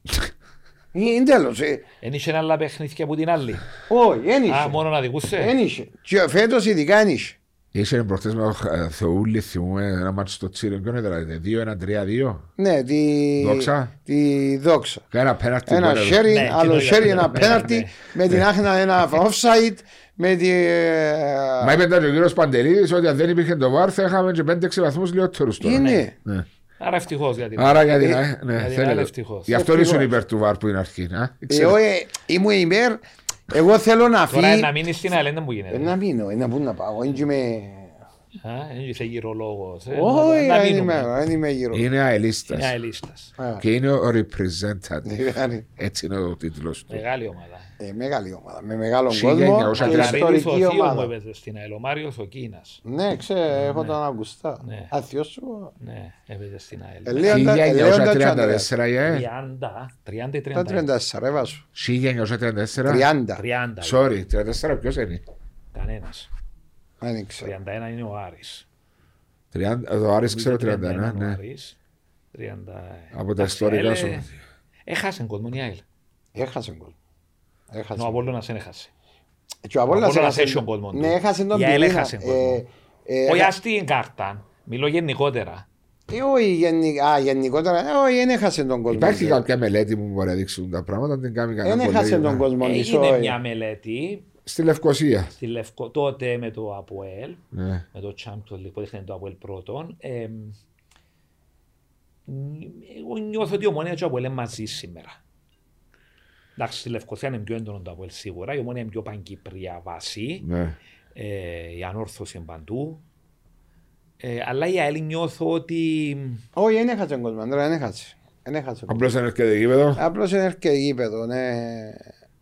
Ε, Είναι τέλο. Εν είχε άλλα παιχνίδια από την άλλη. Όχι, δεν Α, είσαι. μόνο να δικούσε. Δεν είσαι. Και φέτος ειδικά δεν είσαι. Είσαι προχτέ με τον ε, Θεούλη, θυμούμε ένα μάτσο στο Τσίριο. Ποιον έδρατε, 2-1-3-2. Ναι, τη Δόξα. Τη δόξα. Κάνα πέναρτη. Ένα γκολ. χέρι, Ναι, άλλο κοινό χέρι, για ένα μένα. πέναρτι, Ναι. με την άχνα ένα offside, με τη... Μα είπε τότε ο κύριος Παντελίδης ότι αν δεν υπήρχε το βαρ θα είχαμε και 5-6 βαθμού λιγότερου τώρα. Είναι. Ναι. Άρα ευτυχώς γιατί. Άρα για την Ε, ε, ναι, για την θέλετε. άλλη ευτυχώς. Γι' αυτό Ευτυχώς. ήσουν υπέρ του βαρ που είναι αρχή. α. Ξέρω. Εγώ ε, ήμουν υπέρ, εγώ θέλω να Τώρα να φύγει... μείνει στην ΑΕΛ δεν μου γίνεται. Ε, Να μείνω, ε, να πού να πάω, δεν είμαι... Α, Δεν είσαι γυρολόγος. ε. Όχι, Να δεν μείνουμε. είμαι, δεν είμαι γύρω. Είναι Είναι αελίστας. αελίστας. Α, Και είναι ο representative. δηλαδή, Έτσι είναι ο τίτλος του. Μεγάλη ομάδα. ε, Μεγάλη ομάδα, με μεγάλο 1900 κόσμο και Κλαρίνης ο ιστορική θείο μου ομάδα. έπαιζε στην ΑΕΛ, ο Μάριος ο Κίνας. Ναι, ξέρω, έχω τον Αγγουστά. Ναι. Αθιός σου. Ναι, έπαιζε στην ΑΕΛ. Ε, λέω, Λέοντα- Λέοντα 1934 για 30, 30 ή Τα 30. 34, έβαζω. 1934. 30. 30. Sorry, 34 ποιος είναι. Κανένας. Δεν ξέρω. 31 είναι ο Άρης. 30, το Άρης ξέρω 31, ο ναι. Άρης. 30. Από τα Εντάξει, ιστορικά ΑΕΛ, σου. ε, Έχασε κόσμο η ΑΕΛ. Έχασε γκολ. Έχασε. Ο Απόλλωνας δεν έχασε. Και ο Απόλλωνας Ο Απόλλωνας έχασε- έχει τον κόσμο του. Ναι, έχασε τον Η ΑΕΛ Πυρήνα. έχασε τον Ε, ε, Όχι αστή κάρτα. Μιλώ γενικότερα. ε, Όχι, γενι- α, γενικότερα, ε, όχι, δεν έχασε τον κόσμο. Υπάρχει Ε, κάποια μελέτη που μπορεί να δείξουν τα πράγματα, αν την κάνει Δεν κανένα έχασε κολέγιο, τον να- κόσμο. μισό, Έγινε ε. μια μελέτη Στη Λευκοσία. στη Λευκο... τότε με το ΑΠΟΕΛ, Ναι. με το Champions League που έδειχνε το ΑΠΟΕΛ πρώτον. εμ, εγώ νιώθω ότι η ομονία και ο ΑΠΟΕΛ είναι μαζί σήμερα. Εντάξει, στη Λευκοθέα είναι πιο έντονο το ΑΠΟΕΛ σίγουρα, η ομονία είναι πιο πανκύπρια βάση. Ναι. ε, η ανόρθωση είναι παντού. Ε, αλλά η ΑΕΛ νιώθω ότι Όχι, δεν έχασε τον κόσμο. Αντρέα, δεν έχασε. Δεν έχασε. Απλώς δεν έρχεται γήπεδο. Απλώς δεν έρχεται γήπεδο. ναι.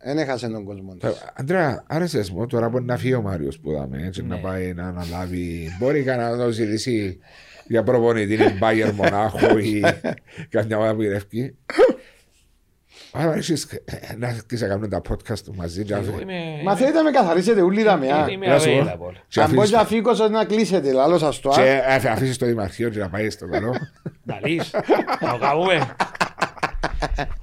Δεν έχασε τον κόσμο. της. Ε, Αντρέα, άρεσες μου τώρα μπορεί να φύγει ο Μάριος που δάμε, έτσι να Ναι. πάει να αναλάβει. Μπορεί κανένα να το ζητήσει για προπονητή, είναι Μπάγερ Μονάχο ή καμιά ομάδα που γυρεύει. Άρα έχεις ε, να αρχίσεις να κάνουμε τα podcast μαζί. και να- εγώ είμαι, Μα θέλετε να με καθαρίσετε, ούλοι τα μεά. είμαι Έλα σου, ε. available. και Αν πω αφήσεις- να φύγω, σας να κλείσετε. Λαλό σας το. α. Και αφήσεις το Δημαρχείο και να πάει στο καλό. Να λύσεις, να το κάνουμε.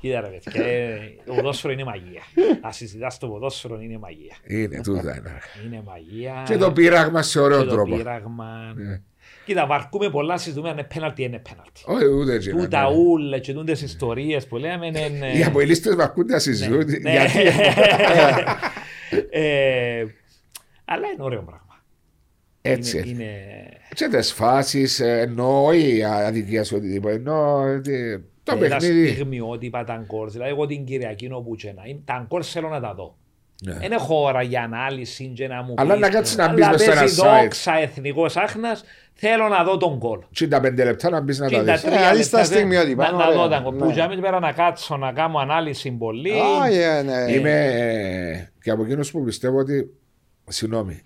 Κοίτα ρε παιδιά, ε, το ποδόσφαιρο είναι μαγεία. Να συζητάς το ποδόσφαιρο είναι μαγεία. Είναι τούτα. είναι. Είναι μαγεία. Και το πείραγμα σε και ωραίο το τρόπο. πείραγμα. Ναι. Κοίτα, βαρκούμε πολλά, συζητούμε αν είναι πέναλτι, είναι πέναλτι. Όχι, ναι, ούτε έτσι. Του τα ούλα και τούντες ιστορίες που λέμε είναι... Οι αποελίστε βαρκούνται να συζητούν. Ναι. Γιατί. Ε, Αλλά είναι ωραίο πράγμα. Έτσι. Είναι- είναι- Και τι φάσει, ενώ όχι αδικία σε οτιδήποτε. Ενώ ότι το Ένα παιχνίδι. στιγμιότυπα τα γκολ. Δηλαδή, εγώ την Κυριακή όπου και να είμαι, τα γκολ θέλω να τα δω. Ναι. Δεν έχω ώρα για ανάλυση και να μου Αλλά πεις, να κάτσεις να «Αλλά μπεις μες σε ένα παίζει site». δόξα εθνικός άχνας, θέλω να δω τον κόλ. Τι τα πέντε λεπτά να μπεις να τα Και δει. τα τρία Ε, λεπτά στα δεν- στιγμιότυπα, να- είναι Να ωραία. δω τα κοπούτια, Ναι. μην πέρα να κάτσω να κάνω ανάλυση πολύ. Α, ε, ναι. Είμαι ε, και από εκείνους που πιστεύω ότι. Συγγνώμη.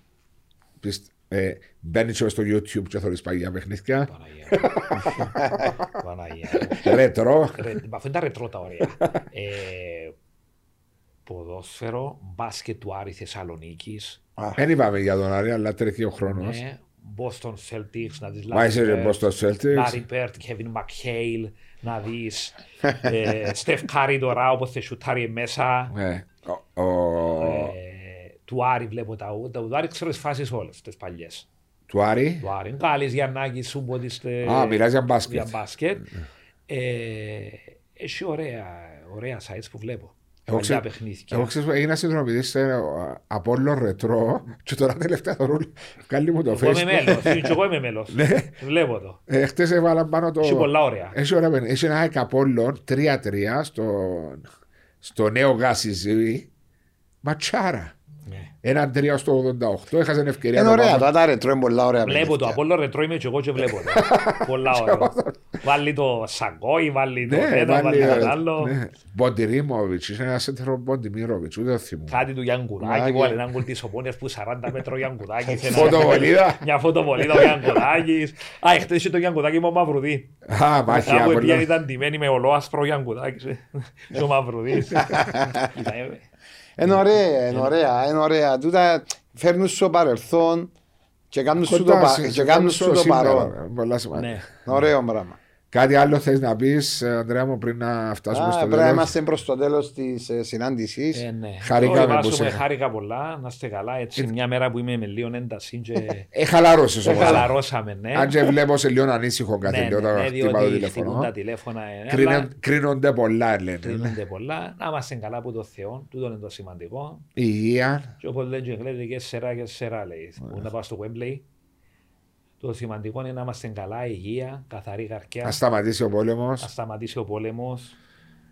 Πιστε, ε, μπαίνεις και στο YouTube και θέλει παγιά παιχνίδια. Παναγία μου. Παναγία μου. Ρετρό. Ρε- μα Αφού είναι τα ρετρό τα ωραία. Ε, Ποδόσφαιρο, μπάσκετ του Άρη Θεσσαλονίκης. Δεν είπαμε για τον Άρη, αλλά τρέχει ο χρόνος. Ναι. Boston Celtics, να δεις Μα είσαι Larry και Bird, μπω στο Celtics. Larry Bird, Kevin McHale, να δεις ε, Steph Curry τώρα όπως θα σουτάρει μέσα. Ναι. Ο- ο- Ε, του Άρη βλέπω τα ούτα. Του Άρη ξέρω τις φάσεις όλες τις παλιές. Του Άρη. Του Άρη. Γκάλης, Γιαννάκης, Σούμποτης. τε- Α, μιλάς για Για μπάσκετ. Ναι. μπάσκετ. Ε, Έχει ωραία, ωραία sites που βλέπω. Εγώ Παλιά ξέρω- παιχνίδια. Εγώ ξέρω, έγινα συνδρομητή σε Απόλλων Ρετρό και τώρα τελευταία θα ρούλ. Βγάλει μου το Εγώ είμαι Facebook. Ναι. μέλος. Και εγώ είμαι μέλος. Βλέπω το. Ε, Χτες έβαλα πάνω το... Έχει πολλά ωραία. Έχει ωραία παιχνίδια. Έχει ένα ΑΕΚ Απόλλων 3-3 στο, στο νέο γάσι ζωή. Ματσάρα. Ναι. Ένα 3 στο 88. Έχασε την ευκαιρία. Είναι να Ε, ωραία, πάμε. τώρα τα ρετρό είναι πολλά ωραία. Βλέπω το παιχνίδια. Απόλλω Ρετρό είμαι και εγώ και βλέπω το. Πολλά ωραία. Βάλει το Σαγκόι, βάλει το Ναι, ένα, βάλει βάλει το ε, άλλο. ναι. Μποντιρίμοβιτς. Είσαι ένας σέντρο Μποντιμίροβιτς. Ούτε το θυμούμαι. Κάτι του Γιανγκουράκη, Μάγια. που βάλει έναν γκολ της Ομόνιας που 40 μέτρο Γιανγκουράκη. ήθελε να- Φωτοβολίδα. Μια φωτοβολίδα ο Γιανγκουράκης. Α, εχθές είχε το Γιανγκουράκη με ο Μαυρουδί. Α, μάχη Κάπου Απόλλων. επειδή ήταν ντυμένη με ολόασπρο ο Γιανγκουράκης. ε, Και ο Μαυρουδής. Ε, Είναι ωραία, είναι ωραία, είναι ωραία. Τούτα φέρνουν στο παρελθόν και κάνουν σου το, Κοντά πα- σε- και κάνουν στο σου το σήμερα. παρόν. Πολλά σημαντικά. Ναι. Ωραίο πράγμα. Κάτι άλλο θες να πεις, ε, Ανδρέα μου, πριν να φτάσουμε Α, στο Πρέπει να τέλος. είμαστε προς το τέλος της ε, συνάντησης. Ε, ναι. Χαρήκαμε Όλοι που βάζουμε, σε είχα. Χάρηκα πολλά, να είστε καλά. Έτσι, μια μέρα που είμαι με λίγο ένταση και Ε, χαλάρωσες όμως. χαλαρώσαμε, ναι. Αν και βλέπω σε λίγο ανήσυχο Ναι, κάτι ναι, λίγο όταν ναι, χτυπάω το διότι χτυπούν τηλέφωνο. τα τηλέφωνα. ε, Κρίνε- απλά Κρίνονται πολλά, λένε. κρίνονται πολλά. Να είμαστε καλά από το Θεό, τούτο είναι το σημαντικό. Η υγεία. Και όπως λένε και οι Εγγλέζοι, και σειρά και σειρά λέει. Που να πάω στο Wembley. Το σημαντικό είναι να είμαστε καλά, υγεία, καθαρή καρκιά. Να σταματήσει ο πόλεμος. να σταματήσει ο πόλεμος.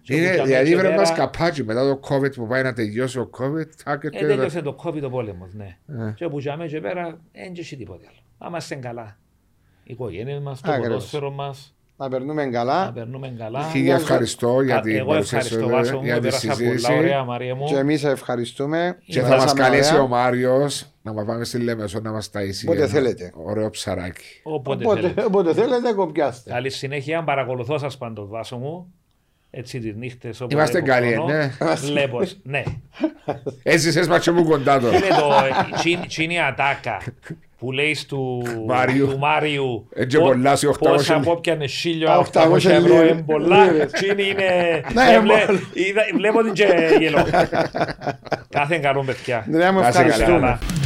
Είναι δηλαδή βρε μας καπάκι μετά το COVID που πάει να τελειώσει ο COVID. τάκ, Ε, και- τέλειωσε το COVID ο πόλεμος, ναι. Ε. Και όπου τζάμε και πέρα, δεν έχει τίποτε άλλο. Να είμαστε καλά. Οι οικογένειε μας, το Ακριβώς. ποδόσφαιρο μας, Να περνούμε να καλά. περνούμε καλά. Χίλια ευχαριστώ για Κα- την Εγώ παρουσία σου ευχαριστώ, Βάσο εδώ, μου, για τη πέρασα πολλά συζήτηση. ωραία, Μαρία μου. Και εμείς ευχαριστούμε. Και θα Περάσαμε μας καλέσει ωραία. ο Μάριος να μας πάμε στη Λέμεσο να μας ταΐσει. Όποτε ένα θέλετε. Ωραίο ψαράκι. Όποτε Όποτε- θέλετε. Όποτε θέλετε, κοπιάστε. Καλή συνέχεια, παρακολουθώ σας πάντως, Βάσο μου. Έτσι τις νύχτες όποτε Είμαστε έχω καλοί, χρόνο. ναι. Βλέπως, ναι. Έζησες μας και μου κοντά τώρα. Είναι το τσι- τσίνη ατάκα που λέει του Μάριου. του Μάριου Ε, και πο- πολλά σε 800 πόσα από πιάνε Α, 1800 ευρώ 800 είναι πολλά λίρες. τσίνη είναι Ναι, ε, βλέ- μόνο. είδα- βλέπω την και γελώ κάθε καλό παιδιά Ανδρέα μου, Να είσαι καλά. Ναι, Né, ευχαριστούμε. Καλά.